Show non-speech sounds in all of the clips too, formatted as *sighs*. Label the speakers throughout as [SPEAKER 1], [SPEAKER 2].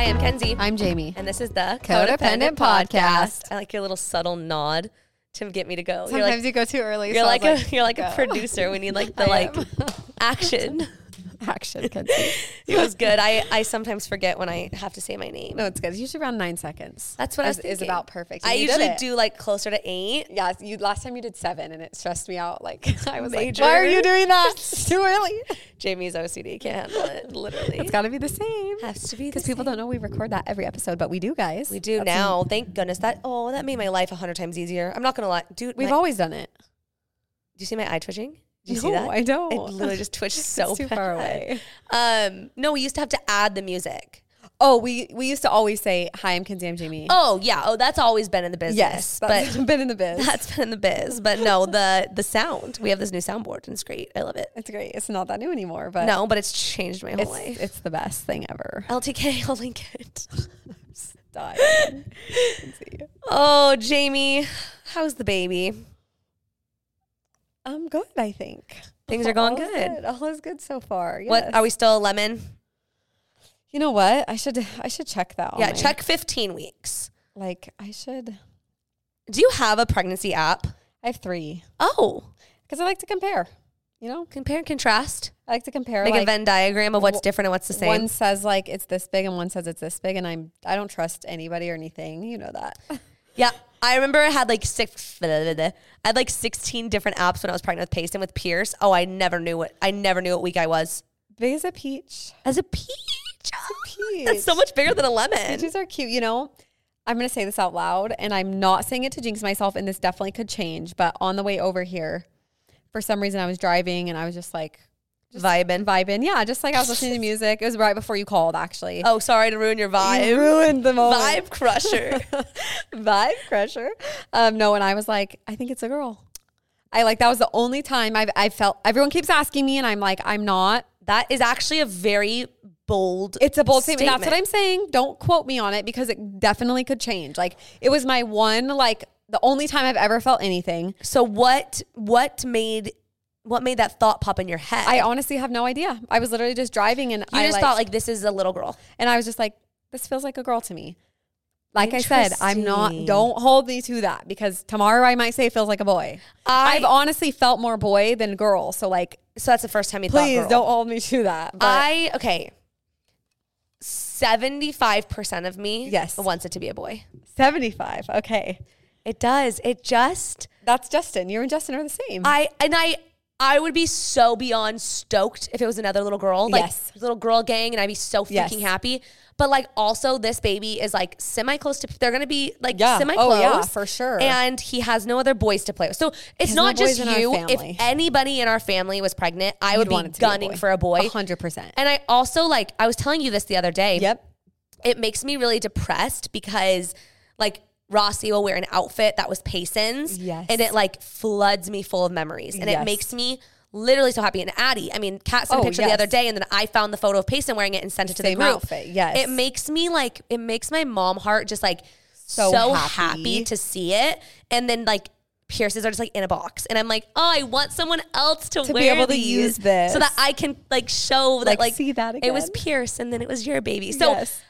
[SPEAKER 1] I'm Jamie.
[SPEAKER 2] And this is the
[SPEAKER 1] Codependent Podcast.
[SPEAKER 2] I like your little subtle nod to get me to go.
[SPEAKER 1] Sometimes you go too early.
[SPEAKER 2] you're
[SPEAKER 1] so I
[SPEAKER 2] like,
[SPEAKER 1] was
[SPEAKER 2] you're like a you're like
[SPEAKER 1] go.
[SPEAKER 2] a
[SPEAKER 1] *laughs*
[SPEAKER 2] producer. We need like the
[SPEAKER 1] I
[SPEAKER 2] like
[SPEAKER 1] am. *laughs*
[SPEAKER 2] action.
[SPEAKER 1] action. Kenzie.
[SPEAKER 2] It was good. I I sometimes forget when I have to say my name.
[SPEAKER 1] no, it's good. It's usually around nine seconds.
[SPEAKER 2] That's what I
[SPEAKER 1] is,
[SPEAKER 2] was
[SPEAKER 1] is
[SPEAKER 2] thinking.
[SPEAKER 1] about perfect.
[SPEAKER 2] I
[SPEAKER 1] And you did
[SPEAKER 2] usually
[SPEAKER 1] it.
[SPEAKER 2] do like closer to eight.
[SPEAKER 1] Yeah, you last time you did seven, and it stressed me out. Like *laughs* I was
[SPEAKER 2] Major.
[SPEAKER 1] like, why are you
[SPEAKER 2] *laughs*
[SPEAKER 1] doing that? It's too early.
[SPEAKER 2] Jamie's OCD can't handle
[SPEAKER 1] *laughs*
[SPEAKER 2] it. Literally
[SPEAKER 1] It's got to be the same.
[SPEAKER 2] has to be the
[SPEAKER 1] Because people
[SPEAKER 2] same.
[SPEAKER 1] don't know we record that every episode, but we do, guys.
[SPEAKER 2] We do now. Thank goodness that. Oh, that made my life a hundred times easier. I'm not gonna lie, dude.
[SPEAKER 1] We've
[SPEAKER 2] my,
[SPEAKER 1] always done it.
[SPEAKER 2] do you see my eye twitching? Do you see
[SPEAKER 1] No,
[SPEAKER 2] that?
[SPEAKER 1] I don't.
[SPEAKER 2] I
[SPEAKER 1] *laughs*
[SPEAKER 2] literally just twitched so
[SPEAKER 1] It's too far
[SPEAKER 2] bad.
[SPEAKER 1] away.
[SPEAKER 2] Um, no, we used to have to add the music.
[SPEAKER 1] Oh, we we used to always say, "Hi, I'm Kenzie. I'm Jamie."
[SPEAKER 2] Oh yeah. Oh, that's always been in the business.
[SPEAKER 1] yes,
[SPEAKER 2] but
[SPEAKER 1] that's *laughs* been in
[SPEAKER 2] *laughs*
[SPEAKER 1] the biz.
[SPEAKER 2] that's been in the biz. But no, the the sound. We have this new soundboard and it's great. I love it.
[SPEAKER 1] it's great. It's not that new anymore, but
[SPEAKER 2] No, but it's changed my whole
[SPEAKER 1] it's,
[SPEAKER 2] life.
[SPEAKER 1] it's the best thing ever.
[SPEAKER 2] *laughs*
[SPEAKER 1] *laughs*
[SPEAKER 2] LTK, I'll link it.
[SPEAKER 1] dying.
[SPEAKER 2] Oh, Jamie, how's the baby?
[SPEAKER 1] *laughs* I'm good, I think.
[SPEAKER 2] Things are going
[SPEAKER 1] All is
[SPEAKER 2] good.
[SPEAKER 1] All is good so far.
[SPEAKER 2] What
[SPEAKER 1] yes.
[SPEAKER 2] are we still a lemon?
[SPEAKER 1] You know what? I should I should check that. on
[SPEAKER 2] yeah,
[SPEAKER 1] my-
[SPEAKER 2] check fifteen weeks.
[SPEAKER 1] Like I should.
[SPEAKER 2] Do you have a pregnancy app?
[SPEAKER 1] I have three
[SPEAKER 2] Oh,
[SPEAKER 1] because I like to compare. You know,
[SPEAKER 2] compare and contrast.
[SPEAKER 1] I like to compare.
[SPEAKER 2] Make
[SPEAKER 1] like
[SPEAKER 2] a Venn diagram of what's different and what's the same.
[SPEAKER 1] one says like it's this big and one says it's this big, and I'm I don't trust anybody or anything. You know that. *laughs*
[SPEAKER 2] Yeah. I remember I had like six, blah, blah, blah. I had like 16 different apps when I was pregnant with Payson with Pierce. Oh, I never knew what, I never knew what week I was.
[SPEAKER 1] Big as a peach.
[SPEAKER 2] As a peach. Oh,
[SPEAKER 1] peach.
[SPEAKER 2] That's so much bigger than a lemon.
[SPEAKER 1] Peaches are cute. You know, I'm gonna say this out loud, and I'm not saying it to jinx myself, and this definitely could change. But on the way over here, for some reason, I was driving, and I was just like
[SPEAKER 2] Vibing.
[SPEAKER 1] vibing. Yeah, just like I was listening to music. It was right before you called, actually.
[SPEAKER 2] Oh, sorry to ruin your
[SPEAKER 1] I
[SPEAKER 2] vibe.
[SPEAKER 1] ruined the moment.
[SPEAKER 2] Vibe crusher. *laughs*
[SPEAKER 1] Vibe crusher. Um, no, and I was like, I think it's a girl. I like that was the only time I've I felt everyone keeps asking me, and I'm like, I'm not.
[SPEAKER 2] that is actually a very bold.
[SPEAKER 1] It's a bold statement. That's what I'm saying. Don't quote me on it because it definitely could change. Like it was my one, like the only time I've ever felt anything.
[SPEAKER 2] So what, what made, what made that thought pop in your head?
[SPEAKER 1] I honestly have no idea. I was literally just driving and
[SPEAKER 2] you
[SPEAKER 1] I
[SPEAKER 2] just
[SPEAKER 1] like,
[SPEAKER 2] thought like this is a little girl.
[SPEAKER 1] and I was just like, this feels like a girl to me. Like I said, I'm not.
[SPEAKER 2] Interesting.
[SPEAKER 1] Don't hold me to that because tomorrow I might say it feels like a boy. I,
[SPEAKER 2] I-
[SPEAKER 1] have honestly felt more boy than girl. So like,
[SPEAKER 2] So that's the first time you
[SPEAKER 1] please
[SPEAKER 2] thought girl.
[SPEAKER 1] don't hold me to that. But
[SPEAKER 2] I okay. Seventy five percent of me
[SPEAKER 1] Yes.
[SPEAKER 2] wants it to be a boy.
[SPEAKER 1] 75. Okay,
[SPEAKER 2] It does. It just
[SPEAKER 1] that's Justin. You and Justin are the same.
[SPEAKER 2] I and I I would be so beyond stoked if it was another little girl. Like
[SPEAKER 1] Yes.
[SPEAKER 2] little girl gang and I'd be so freaking
[SPEAKER 1] Yes.
[SPEAKER 2] happy. But like also this baby is like semi close to they're gonna be like
[SPEAKER 1] Yeah.
[SPEAKER 2] semi close.
[SPEAKER 1] Oh, yeah, for sure.
[SPEAKER 2] And he has no other boys to play with. So it's
[SPEAKER 1] no
[SPEAKER 2] not just
[SPEAKER 1] boys in our
[SPEAKER 2] you.
[SPEAKER 1] family.
[SPEAKER 2] If anybody in our family was pregnant, I would be gunning for a boy.
[SPEAKER 1] 100. percent
[SPEAKER 2] And I also like I was telling you this the other day.
[SPEAKER 1] Yep.
[SPEAKER 2] it makes me really depressed because like Rossi will wear an outfit that was Payson's
[SPEAKER 1] Yes.
[SPEAKER 2] and it like floods me full of memories and it
[SPEAKER 1] Yes.
[SPEAKER 2] makes me literally so happy. And Addie, I mean, Kat sent
[SPEAKER 1] Oh,
[SPEAKER 2] a picture the
[SPEAKER 1] yes.
[SPEAKER 2] other day and then I found the photo of Payson wearing it and sent it to
[SPEAKER 1] Same
[SPEAKER 2] the group.
[SPEAKER 1] outfit, yes.
[SPEAKER 2] It makes me like, it makes my mom heart just like so,
[SPEAKER 1] So
[SPEAKER 2] happy.
[SPEAKER 1] happy.
[SPEAKER 2] to see it. And then like, Pierces are just like in a box, and I'm like, oh, I want someone else to,
[SPEAKER 1] To be
[SPEAKER 2] wear
[SPEAKER 1] able to
[SPEAKER 2] these
[SPEAKER 1] use this.
[SPEAKER 2] so that I can like show that
[SPEAKER 1] Like,
[SPEAKER 2] like
[SPEAKER 1] see that
[SPEAKER 2] it was
[SPEAKER 1] again.
[SPEAKER 2] Pierce, and then it was your baby. So
[SPEAKER 1] Yes.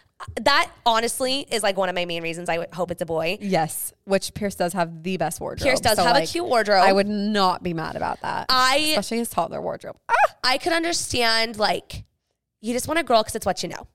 [SPEAKER 2] that honestly is like one of my main reasons I would hope it's a boy.
[SPEAKER 1] Yes, which Pierce does have the best wardrobe.
[SPEAKER 2] Pierce does have a cute wardrobe.
[SPEAKER 1] I would not be mad about that.
[SPEAKER 2] I ah,
[SPEAKER 1] especially his toddler wardrobe.
[SPEAKER 2] I could understand like you just want a girl because it's what you know.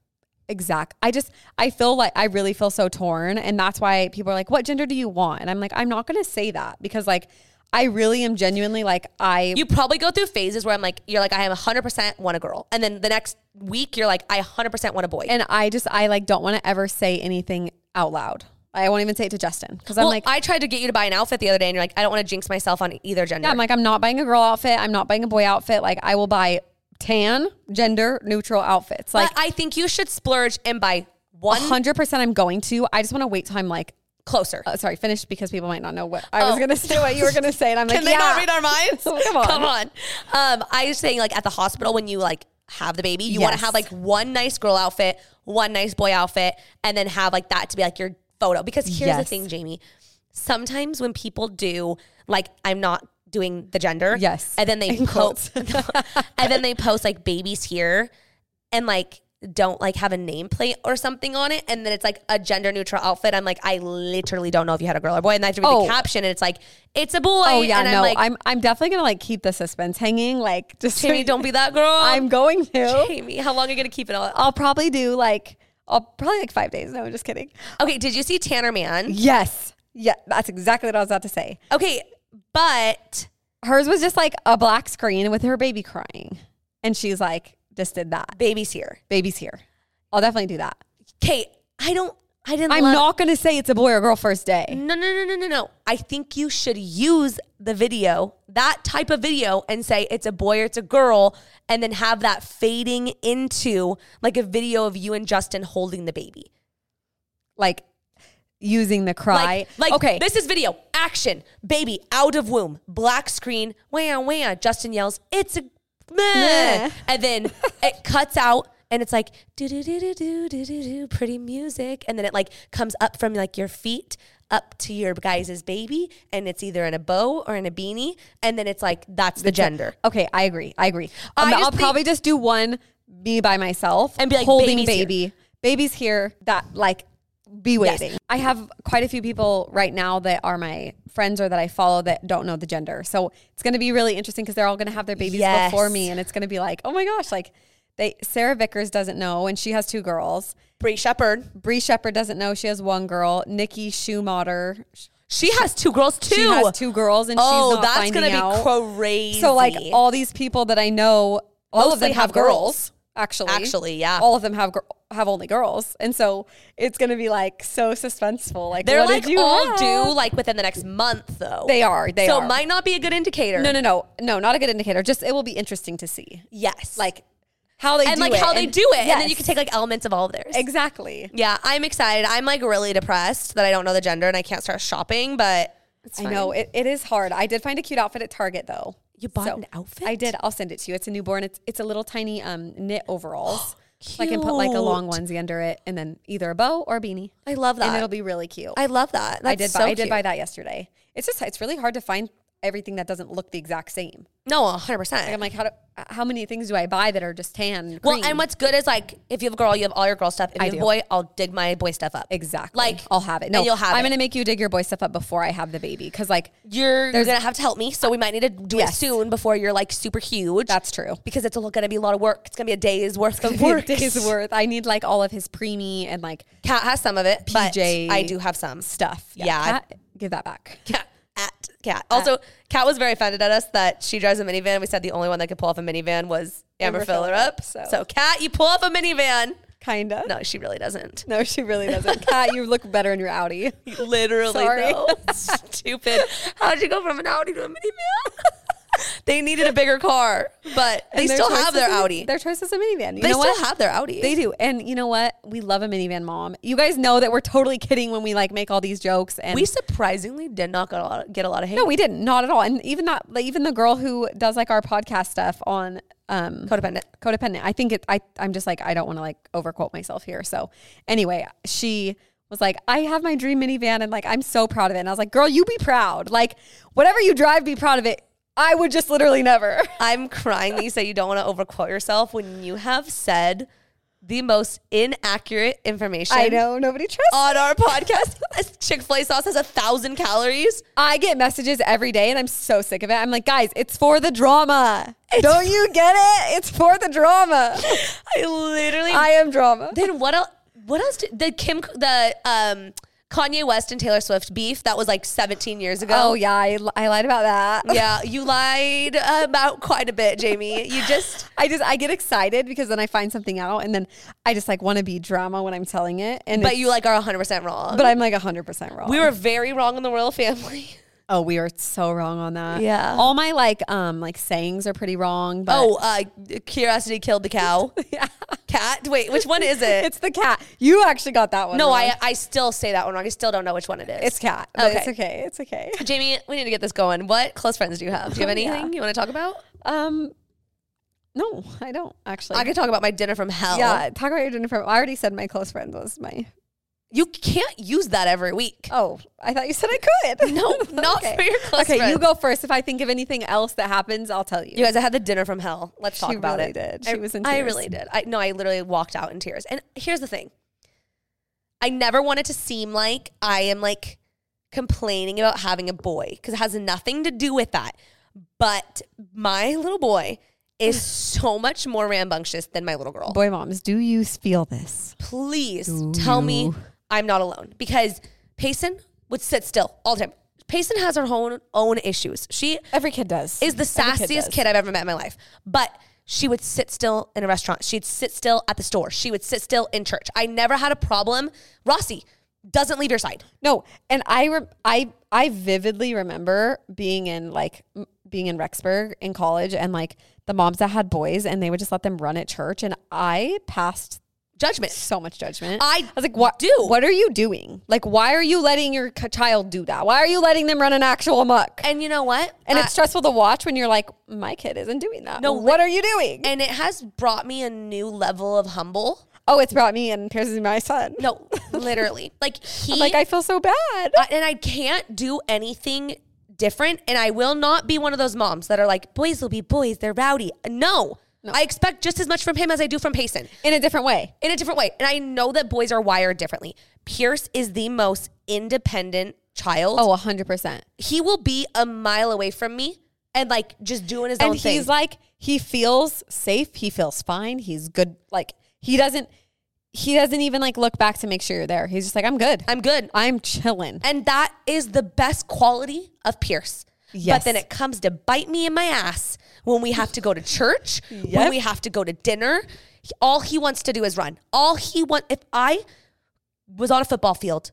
[SPEAKER 1] Exact. I just I feel like I really feel so torn, and that's why people are like, "What gender do you want?" And I'm like, I'm not gonna say that because like I really am genuinely like I
[SPEAKER 2] You probably go through phases where I'm like you're like I am 100% want a girl, and then the next week you're like I 100% want a boy.
[SPEAKER 1] and I just I like don't want to ever say anything out loud. I won't even say it to Justin because I'm
[SPEAKER 2] well,
[SPEAKER 1] like.
[SPEAKER 2] I tried to get you to buy an outfit the other day, and you're like I don't want to jinx myself on either gender.
[SPEAKER 1] I'm like, I'm not buying a girl outfit. I'm not buying a boy outfit. Like, I will buy tan, gender neutral outfits. Like,
[SPEAKER 2] but I think you should splurge and buy one
[SPEAKER 1] 100% I'm going to. I just want to wait till I'm like
[SPEAKER 2] closer.
[SPEAKER 1] uh, sorry, finished because people might not know what I
[SPEAKER 2] Oh.
[SPEAKER 1] was going to say, what you were going to
[SPEAKER 2] *laughs*
[SPEAKER 1] say. And I'm like,
[SPEAKER 2] Can they
[SPEAKER 1] yeah.
[SPEAKER 2] not read our
[SPEAKER 1] *laughs*
[SPEAKER 2] minds?
[SPEAKER 1] Come on.
[SPEAKER 2] Come on. Um, I was saying like at the hospital when you like have the baby, you want
[SPEAKER 1] Yes.
[SPEAKER 2] to have like one nice girl outfit, one nice boy outfit, and then have like that to be like your photo. Because here's the
[SPEAKER 1] Yes.
[SPEAKER 2] thing, Jamie. Sometimes when people do like I'm not doing the gender.
[SPEAKER 1] Yes.
[SPEAKER 2] And then they
[SPEAKER 1] In
[SPEAKER 2] post and then they post like babies here and like don't like have a nameplate or something on it, and then it's like a gender neutral outfit. I'm like, I literally don't know if you had a girl or boy, and I have to read
[SPEAKER 1] Oh.
[SPEAKER 2] the caption, and it's like, it's a boy.
[SPEAKER 1] Oh yeah,
[SPEAKER 2] and
[SPEAKER 1] no,
[SPEAKER 2] I'm like,
[SPEAKER 1] I'm I'm definitely gonna like keep the suspense hanging. Like just *laughs*
[SPEAKER 2] Jamie, don't be that girl. *laughs*
[SPEAKER 1] I'm going to.
[SPEAKER 2] Jamie. How long are you gonna keep it all?
[SPEAKER 1] I'll probably do like I'll probably like five days. No, I'm just kidding.
[SPEAKER 2] Okay, did you see Tanner Man?
[SPEAKER 1] Yes. Yeah, that's exactly what I was about to say.
[SPEAKER 2] Okay, but
[SPEAKER 1] Hers was just like a black screen with her baby crying. And she's like, just did that.
[SPEAKER 2] baby's here.
[SPEAKER 1] Baby's here. I'll definitely do that.
[SPEAKER 2] Kate, I don't. I didn't.
[SPEAKER 1] I'm
[SPEAKER 2] love-
[SPEAKER 1] not gonna say it's a boy or girl first day.
[SPEAKER 2] No, no, no, no, no, no. I think you should use the video, that type of video, and say it's a boy or it's a girl, and then have that fading into like a video of you and Justin holding the baby.
[SPEAKER 1] Like using the cry.
[SPEAKER 2] Like, like
[SPEAKER 1] okay.
[SPEAKER 2] this is video action. Baby out of womb, black screen, wah wah. Justin yells, "It's a meh,"
[SPEAKER 1] Meh.
[SPEAKER 2] and then *laughs* it cuts out. And it's like do do do do do do do do pretty music, and then it like comes up from like your feet up to your guys' baby, and it's either in a bow or in a beanie, and then it's like that's the gender.
[SPEAKER 1] okay, I agree. I agree.
[SPEAKER 2] I
[SPEAKER 1] Um,
[SPEAKER 2] just
[SPEAKER 1] I'll
[SPEAKER 2] think-
[SPEAKER 1] probably just do one me by myself
[SPEAKER 2] And be like,
[SPEAKER 1] holding
[SPEAKER 2] "Baby's here."
[SPEAKER 1] baby. Baby's here. That like be waiting. I have quite a few people right now that are my friends or that I follow that don't know the gender. So it's gonna be really interesting because they're all gonna have their babies
[SPEAKER 2] Yes.
[SPEAKER 1] before me and it's gonna be like, oh my gosh, like they Sarah Vickers doesn't know and she has two girls.
[SPEAKER 2] Bree Shepherd,
[SPEAKER 1] Bree Shepherd doesn't know she has one girl. Nikki Schumacher,
[SPEAKER 2] she has two girls too.
[SPEAKER 1] she has two girls and
[SPEAKER 2] Oh,
[SPEAKER 1] she's not
[SPEAKER 2] that's
[SPEAKER 1] finding
[SPEAKER 2] gonna
[SPEAKER 1] out.
[SPEAKER 2] be crazy.
[SPEAKER 1] So like all these people that I know, all of
[SPEAKER 2] Mostly
[SPEAKER 1] them have,
[SPEAKER 2] have
[SPEAKER 1] girls.
[SPEAKER 2] girls.
[SPEAKER 1] Actually,
[SPEAKER 2] Actually, yeah.
[SPEAKER 1] all of them have gir- have only girls, and so it's gonna be like so suspenseful. Like
[SPEAKER 2] They're
[SPEAKER 1] what
[SPEAKER 2] like
[SPEAKER 1] did you
[SPEAKER 2] all
[SPEAKER 1] have?
[SPEAKER 2] due like within the next month though.
[SPEAKER 1] They are. They
[SPEAKER 2] so
[SPEAKER 1] are.
[SPEAKER 2] it might not be a good indicator.
[SPEAKER 1] no, no, no, no, not a good indicator. Just it will be interesting to see
[SPEAKER 2] Yes.
[SPEAKER 1] like how they
[SPEAKER 2] and
[SPEAKER 1] do
[SPEAKER 2] like
[SPEAKER 1] it
[SPEAKER 2] how they do it. And then you
[SPEAKER 1] Yes.
[SPEAKER 2] can take like elements of all of theirs.
[SPEAKER 1] exactly.
[SPEAKER 2] yeah, I'm excited. I'm like really depressed that I don't know the gender and I can't start shopping, but it's
[SPEAKER 1] I know it, it is hard. I did find a cute outfit at Target though.
[SPEAKER 2] You bought an outfit?
[SPEAKER 1] I did. I'll send it to you. It's a newborn. It's it's a little tiny um knit
[SPEAKER 2] *gasps*
[SPEAKER 1] overalls. *gasps* I can put like a long onesie under it, and then either a bow or a beanie.
[SPEAKER 2] I love that.
[SPEAKER 1] and it'll be really cute.
[SPEAKER 2] I love that. That's
[SPEAKER 1] I did
[SPEAKER 2] so
[SPEAKER 1] buy, I did
[SPEAKER 2] cute.
[SPEAKER 1] buy that yesterday. It's just it's really hard to find everything that doesn't look the exact same.
[SPEAKER 2] No, 100%.
[SPEAKER 1] I'm like, how do, how many things do I buy that are just tan? and
[SPEAKER 2] well,
[SPEAKER 1] cream?
[SPEAKER 2] and what's good is like if you have a girl, you have all your girl stuff. If you have a
[SPEAKER 1] do.
[SPEAKER 2] boy, I'll dig my boy stuff up.
[SPEAKER 1] exactly
[SPEAKER 2] Like
[SPEAKER 1] I'll have it. No,
[SPEAKER 2] and you'll have
[SPEAKER 1] I'm
[SPEAKER 2] it.
[SPEAKER 1] gonna make you dig your boy stuff up before I have the baby because like
[SPEAKER 2] You're, you're
[SPEAKER 1] There's-
[SPEAKER 2] gonna have to help me, so we might need to do it
[SPEAKER 1] Yes.
[SPEAKER 2] soon before you're like super huge.
[SPEAKER 1] that's true.
[SPEAKER 2] because it's a lot- gonna be a lot of work. It's gonna be a day's worth of *laughs* work. *laughs*
[SPEAKER 1] Work is worth. I need like all of his preemie and like
[SPEAKER 2] Cat has some of it, but
[SPEAKER 1] PJ
[SPEAKER 2] I do have some
[SPEAKER 1] stuff.
[SPEAKER 2] Yeah.
[SPEAKER 1] Kat, give that back.
[SPEAKER 2] Cat. At cat. Also, Cat was very offended at us that she drives a minivan. We said the only one that could pull off a minivan was Amber,
[SPEAKER 1] Amber
[SPEAKER 2] Filler up. So.
[SPEAKER 1] Phillip, so-
[SPEAKER 2] Cat, you pull off a minivan.
[SPEAKER 1] Kinda.
[SPEAKER 2] No, she really doesn't.
[SPEAKER 1] No, she really doesn't. Kat, you look better in your Audi.
[SPEAKER 2] *laughs* Literally,
[SPEAKER 1] Sorry.
[SPEAKER 2] *laughs* though. Stupid. How'd you go from an Audi to a minivan? *laughs* they needed a bigger car, but they
[SPEAKER 1] And
[SPEAKER 2] still
[SPEAKER 1] choice
[SPEAKER 2] have
[SPEAKER 1] is
[SPEAKER 2] their
[SPEAKER 1] a-
[SPEAKER 2] Audi.
[SPEAKER 1] Their choice is a minivan. You
[SPEAKER 2] they still
[SPEAKER 1] know what?
[SPEAKER 2] have their Audi.
[SPEAKER 1] They do. And you know what? We love a minivan mom. You guys know that we're totally kidding when we like make all these jokes and
[SPEAKER 2] we surprisingly did not get a lot of, get a lot of hate.
[SPEAKER 1] No, we didn't. Not at all. And even that like, even the girl who does like our podcast stuff on um
[SPEAKER 2] codependent.
[SPEAKER 1] codependent. I think it I I'm just like I don't want to like overquote myself here. So anyway, she was like, I have my dream minivan and like I'm so proud of it. And I was like, girl, you be proud. Like whatever you drive, be proud of it. I would just literally never.
[SPEAKER 2] I'm crying that you say you don't want to overquote yourself when you have said the most inaccurate information
[SPEAKER 1] I know nobody trusts.
[SPEAKER 2] on our podcast. *laughs* Chick fil A sauce has a thousand calories.
[SPEAKER 1] I get messages every day and I'm so sick of it. I'm like, guys, it's for the drama. Don't you get it? It's for the drama.
[SPEAKER 2] I literally.
[SPEAKER 1] I am drama.
[SPEAKER 2] then what else? What else? Did, the Kim, the um, Kanye West and Taylor Swift beef that was like 17 years ago.
[SPEAKER 1] *laughs* Oh, yeah. I, li- I lied about that.
[SPEAKER 2] yeah, you lied about quite a bit, Jamie. You just
[SPEAKER 1] I just, I get excited because then I find something out and then I just like want to be drama when I'm telling it. And,
[SPEAKER 2] but
[SPEAKER 1] it's-
[SPEAKER 2] you like are 100 percent wrong.
[SPEAKER 1] but I'm like 100% wrong.
[SPEAKER 2] we were very wrong in the royal family.
[SPEAKER 1] oh, we were so wrong on that.
[SPEAKER 2] Yeah.
[SPEAKER 1] All my like, um, like sayings are pretty wrong. But
[SPEAKER 2] Oh, uh, curiosity killed the cow.
[SPEAKER 1] *laughs* yeah.
[SPEAKER 2] Cat. Wait, which one
[SPEAKER 1] *laughs*
[SPEAKER 2] is it?
[SPEAKER 1] It's the cat. You actually got that one.
[SPEAKER 2] no,
[SPEAKER 1] wrong.
[SPEAKER 2] I I still say that one wrong. I still don't know which one it is.
[SPEAKER 1] It's cat. But It's
[SPEAKER 2] Okay.
[SPEAKER 1] okay. It's okay.
[SPEAKER 2] Jamie. We need to get this going. What close friends do you have? Do you have
[SPEAKER 1] *laughs* Yeah.
[SPEAKER 2] anything you want to talk about?
[SPEAKER 1] Um, no, I don't actually.
[SPEAKER 2] I could talk about my dinner from hell.
[SPEAKER 1] Yeah, talk about your dinner. From, I already said my close friend was my
[SPEAKER 2] You can't use that every week.
[SPEAKER 1] Oh, I thought you said I *laughs* could.
[SPEAKER 2] No, not for your close
[SPEAKER 1] Okay, you
[SPEAKER 2] friends.
[SPEAKER 1] go first. If I think of anything else that happens, I'll tell you.
[SPEAKER 2] You guys, I had the dinner from hell. Let's talk
[SPEAKER 1] She
[SPEAKER 2] about
[SPEAKER 1] really
[SPEAKER 2] it.
[SPEAKER 1] did.
[SPEAKER 2] I,
[SPEAKER 1] She was in
[SPEAKER 2] I
[SPEAKER 1] tears.
[SPEAKER 2] really did. I no, I literally walked out in tears. And here's the thing. I never wanted to seem like I am like complaining about having a boy because it has nothing to do with that. But my little boy
[SPEAKER 1] *sighs*
[SPEAKER 2] is so much more rambunctious than my little girl.
[SPEAKER 1] Boy moms, do you feel this?
[SPEAKER 2] Please tell me
[SPEAKER 1] you-
[SPEAKER 2] I'm not alone because Payson would sit still all the time. Payson has her own own issues. She
[SPEAKER 1] Every kid does.
[SPEAKER 2] is the
[SPEAKER 1] Every
[SPEAKER 2] sassiest
[SPEAKER 1] does.
[SPEAKER 2] kid, I've ever met in my life. But she would sit still in a restaurant. She'd sit still at the store. She would sit still in church. I never had a problem. Rossi doesn't leave your side.
[SPEAKER 1] No, and I re- I I vividly remember being in like m- being in Rexburg in college and like the moms that had boys and they would just let them run at church and I passed
[SPEAKER 2] Judgment.
[SPEAKER 1] so much judgment.
[SPEAKER 2] I
[SPEAKER 1] was like, "What
[SPEAKER 2] do.
[SPEAKER 1] What are you doing? Like, why are you letting your c- child do that? Why are you letting them run an actual muck?"
[SPEAKER 2] And you know what?
[SPEAKER 1] And
[SPEAKER 2] I-
[SPEAKER 1] it's stressful to watch when you're like, "My kid isn't doing that."
[SPEAKER 2] No,
[SPEAKER 1] No, what are you doing?
[SPEAKER 2] and it has brought me a new level of humble.
[SPEAKER 1] oh, it's brought me and Pierce is my son. *laughs*
[SPEAKER 2] No, literally. Like he
[SPEAKER 1] I'm like I feel so bad.
[SPEAKER 2] I- and I can't do anything different. And I will not be one of those moms that are like, boys will be boys. They're rowdy. No. I expect just as much from him as I do from Payson.
[SPEAKER 1] in a different way.
[SPEAKER 2] in a different way. And I know that boys are wired differently. Pierce is the most independent child.
[SPEAKER 1] Oh, 100%.
[SPEAKER 2] He will be a mile away from me and like just doing his
[SPEAKER 1] and
[SPEAKER 2] own
[SPEAKER 1] he's
[SPEAKER 2] thing.
[SPEAKER 1] like he feels safe he feels fine he's good like he doesn't he doesn't even like look back to make sure you're there he's just like i'm good i'm,
[SPEAKER 2] I'm good.
[SPEAKER 1] chilling
[SPEAKER 2] And that is the best quality of Pierce.
[SPEAKER 1] Yes.
[SPEAKER 2] But then it comes to bite me in my ass when we have to go to church, when
[SPEAKER 1] Yep.
[SPEAKER 2] we have to go to dinner. He- All he wants to do is run. All he want if I was on a football field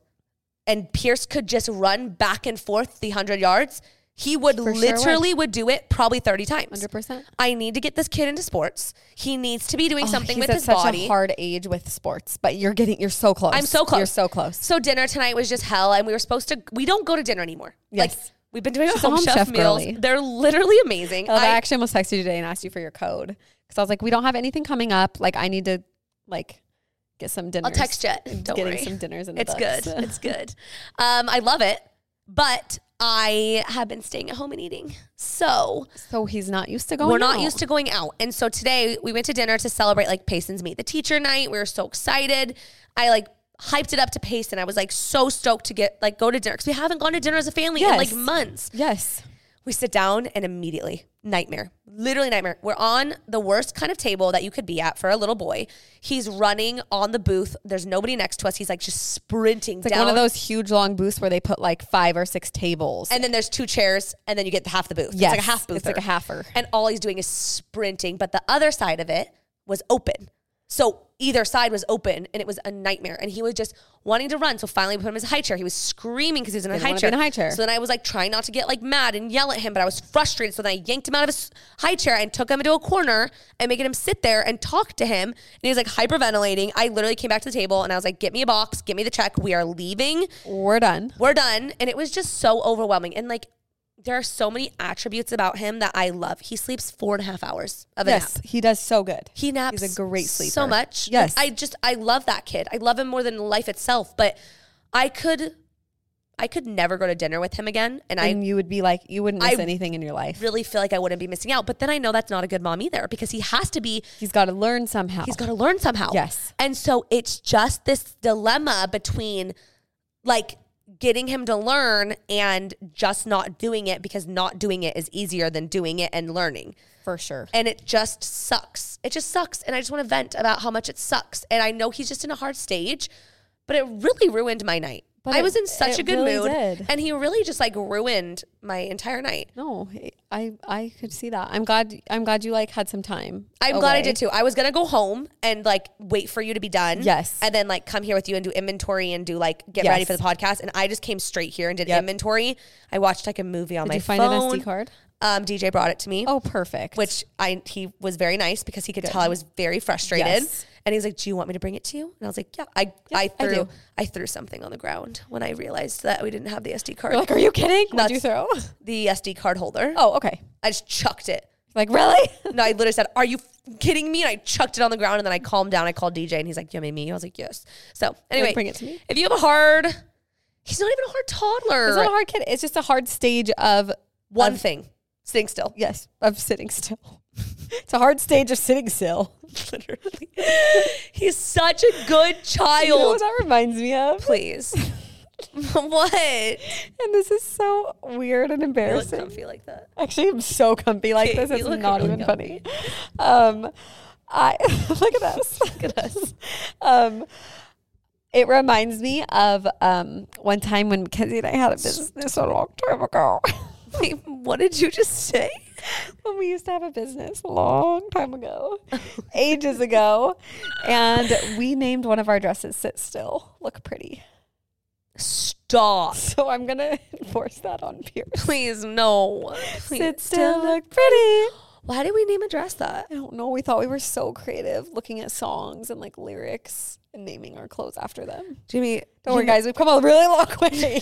[SPEAKER 2] and Pierce could just run back and forth the 100 yards, he would
[SPEAKER 1] For sure would.
[SPEAKER 2] literally would. do it probably 30 times.
[SPEAKER 1] 100%
[SPEAKER 2] I need to get this kid into sports. He needs to be doing something
[SPEAKER 1] Oh, he's
[SPEAKER 2] with
[SPEAKER 1] at
[SPEAKER 2] his
[SPEAKER 1] such
[SPEAKER 2] body.
[SPEAKER 1] a hard age with sports but you're getting you're so close
[SPEAKER 2] I'm so close.
[SPEAKER 1] you're so close
[SPEAKER 2] So dinner tonight was just hell, and we were supposed to. We don't go to dinner anymore. Like
[SPEAKER 1] Yes.
[SPEAKER 2] we've been doing
[SPEAKER 1] She's a
[SPEAKER 2] home,
[SPEAKER 1] home
[SPEAKER 2] chef,
[SPEAKER 1] chef
[SPEAKER 2] meals.
[SPEAKER 1] girly.
[SPEAKER 2] They're literally amazing.
[SPEAKER 1] Oh, I,
[SPEAKER 2] I,
[SPEAKER 1] actually almost texted you today and asked you for your code because i was like we don't have anything coming up like i need to like get some dinners
[SPEAKER 2] will text you. Don't
[SPEAKER 1] getting
[SPEAKER 2] worry.
[SPEAKER 1] some dinners in the
[SPEAKER 2] *laughs* it's
[SPEAKER 1] books.
[SPEAKER 2] good. It's good. Um, I love it, but I have been staying at home and eating. So
[SPEAKER 1] *laughs* so he's not used to going
[SPEAKER 2] we're not
[SPEAKER 1] out.
[SPEAKER 2] used to going out. And so today we went to dinner to celebrate like Payson's Meet the Teacher night. We were so excited. I like hyped it up to Payson. I was like so stoked to get like go to dinner because we haven't gone to dinner as a family in
[SPEAKER 1] Yes.
[SPEAKER 2] like months.
[SPEAKER 1] yes
[SPEAKER 2] We sit down and immediately nightmare, literally nightmare. We're on the worst kind of table that you could be at for a little boy. He's running on the booth. There's nobody next to us. He's like just sprinting
[SPEAKER 1] It's like
[SPEAKER 2] down.
[SPEAKER 1] one of those huge long booths where they put like five or six tables.
[SPEAKER 2] and then there's two chairs, and then you get half the booth.
[SPEAKER 1] Yes,
[SPEAKER 2] It's like a half booth.
[SPEAKER 1] It's like a halfer.
[SPEAKER 2] And all he's doing is sprinting. But the other side of it was open. So either side was open, and it was a nightmare. And he was just wanting to run. So finally, we put him in his high chair. He was screaming because he was in a
[SPEAKER 1] Didn't
[SPEAKER 2] high
[SPEAKER 1] wanna be
[SPEAKER 2] chair.
[SPEAKER 1] in a high chair.
[SPEAKER 2] So then I was like trying not to get like mad and yell at him, but I was frustrated. So then I yanked him out of his high chair and took him into a corner and making him sit there and talk to him. And he was like hyperventilating. I literally came back to the table and I was like, "Get me a box. Get me the check. We are leaving."
[SPEAKER 1] We're done.
[SPEAKER 2] we're done. And it was just so overwhelming. And like, there are so many attributes about him that I love. He sleeps four and a half hours of a
[SPEAKER 1] Yes,
[SPEAKER 2] nap.
[SPEAKER 1] he does so good.
[SPEAKER 2] He naps.
[SPEAKER 1] He's a great
[SPEAKER 2] So
[SPEAKER 1] sleeper.
[SPEAKER 2] much.
[SPEAKER 1] Yes.
[SPEAKER 2] Like, I just, I love that kid. I love him more than life itself. But I could, I could never go to dinner with him again. And I
[SPEAKER 1] and you would be like, you wouldn't miss
[SPEAKER 2] I-
[SPEAKER 1] anything in your life.
[SPEAKER 2] really feel like I wouldn't be missing out. But then I know that's not a good mom either because he has to be
[SPEAKER 1] He's got to learn somehow.
[SPEAKER 2] He's got to learn somehow.
[SPEAKER 1] Yes.
[SPEAKER 2] And so it's just this dilemma between like getting him to learn and just not doing it because not doing it is easier than doing it and learning.
[SPEAKER 1] for sure.
[SPEAKER 2] And it just sucks. It just sucks. And I just want to vent about how much it sucks. And I know he's just in a hard stage, but it really ruined my night.
[SPEAKER 1] But
[SPEAKER 2] I
[SPEAKER 1] it-
[SPEAKER 2] was in such
[SPEAKER 1] it
[SPEAKER 2] a good
[SPEAKER 1] really
[SPEAKER 2] mood.
[SPEAKER 1] did.
[SPEAKER 2] And he really just like ruined my entire night.
[SPEAKER 1] no, he- I I could see that. I'm glad. I'm glad you like had some time.
[SPEAKER 2] I'm glad I
[SPEAKER 1] away.
[SPEAKER 2] did too. I was gonna go home and like wait for you to be done.
[SPEAKER 1] Yes.
[SPEAKER 2] And then like come here with you and do inventory and do like get
[SPEAKER 1] Yes.
[SPEAKER 2] ready for the podcast. And I just came straight here and did
[SPEAKER 1] Yep.
[SPEAKER 2] inventory. I watched like a movie on
[SPEAKER 1] Did
[SPEAKER 2] my
[SPEAKER 1] you find
[SPEAKER 2] phone.
[SPEAKER 1] an SD card?
[SPEAKER 2] Um, DJ brought it to me,
[SPEAKER 1] Oh, perfect. *laughs*
[SPEAKER 2] which I he was very nice because he could tell I was very frustrated.
[SPEAKER 1] Yes.
[SPEAKER 2] And he's like, "Do you want me to bring it to you?" And I was like, "Yeah." I I
[SPEAKER 1] I
[SPEAKER 2] threw I,
[SPEAKER 1] do.
[SPEAKER 2] threw something on the ground when I realized that we didn't have the SD card. *laughs*
[SPEAKER 1] You're like, are you kidding? What'd you
[SPEAKER 2] That's-
[SPEAKER 1] throw?
[SPEAKER 2] the SD card holder.
[SPEAKER 1] Oh, okay.
[SPEAKER 2] I just chucked it.
[SPEAKER 1] Like, really? *laughs*
[SPEAKER 2] No, I literally said, "Are you f- kidding me?" And I chucked it on the ground, and then I calmed down. I called DJ, and he's like, "You made me." I was like, "Yes." So anyway,
[SPEAKER 1] bring it to me?
[SPEAKER 2] If you have a hard, he's not even a hard toddler.
[SPEAKER 1] It's not a hard kid. It's just a hard stage of
[SPEAKER 2] One
[SPEAKER 1] of-
[SPEAKER 2] thing, sitting
[SPEAKER 1] *laughs*
[SPEAKER 2] still.
[SPEAKER 1] yes, of sitting still. *laughs* it's a hard stage of sitting still.
[SPEAKER 2] Literally, *laughs* he's such a good
[SPEAKER 1] *laughs* You know
[SPEAKER 2] *laughs*
[SPEAKER 1] what
[SPEAKER 2] child.
[SPEAKER 1] that reminds me of?
[SPEAKER 2] Please, *laughs* what?
[SPEAKER 1] And this is so weird and
[SPEAKER 2] I look
[SPEAKER 1] embarrassing.
[SPEAKER 2] comfy like that.
[SPEAKER 1] Actually, I'm so comfy like
[SPEAKER 2] Okay,
[SPEAKER 1] this. It's
[SPEAKER 2] you look
[SPEAKER 1] not
[SPEAKER 2] really
[SPEAKER 1] even funny. Um, I *laughs* look at us. *laughs* look at us. Um, it reminds me of um, one time when Mackenzie and I had a business a long time ago. *laughs*
[SPEAKER 2] Wait, what did you just say?
[SPEAKER 1] when we used to have a business a long time *laughs* ago, ages ago, and we named one of our dresses "Sit Still, Look Pretty." *laughs*
[SPEAKER 2] Stop.
[SPEAKER 1] So I'm gonna enforce that on Pierce.
[SPEAKER 2] Please, no. Please.
[SPEAKER 1] Sit still, look pretty.
[SPEAKER 2] Why did we name a dress that?
[SPEAKER 1] I don't know. We thought we were so creative looking at songs and like lyrics and naming our clothes after them.
[SPEAKER 2] Jimmy,
[SPEAKER 1] Don't worry, guys. We've come a really long *laughs* way. Okay. okay.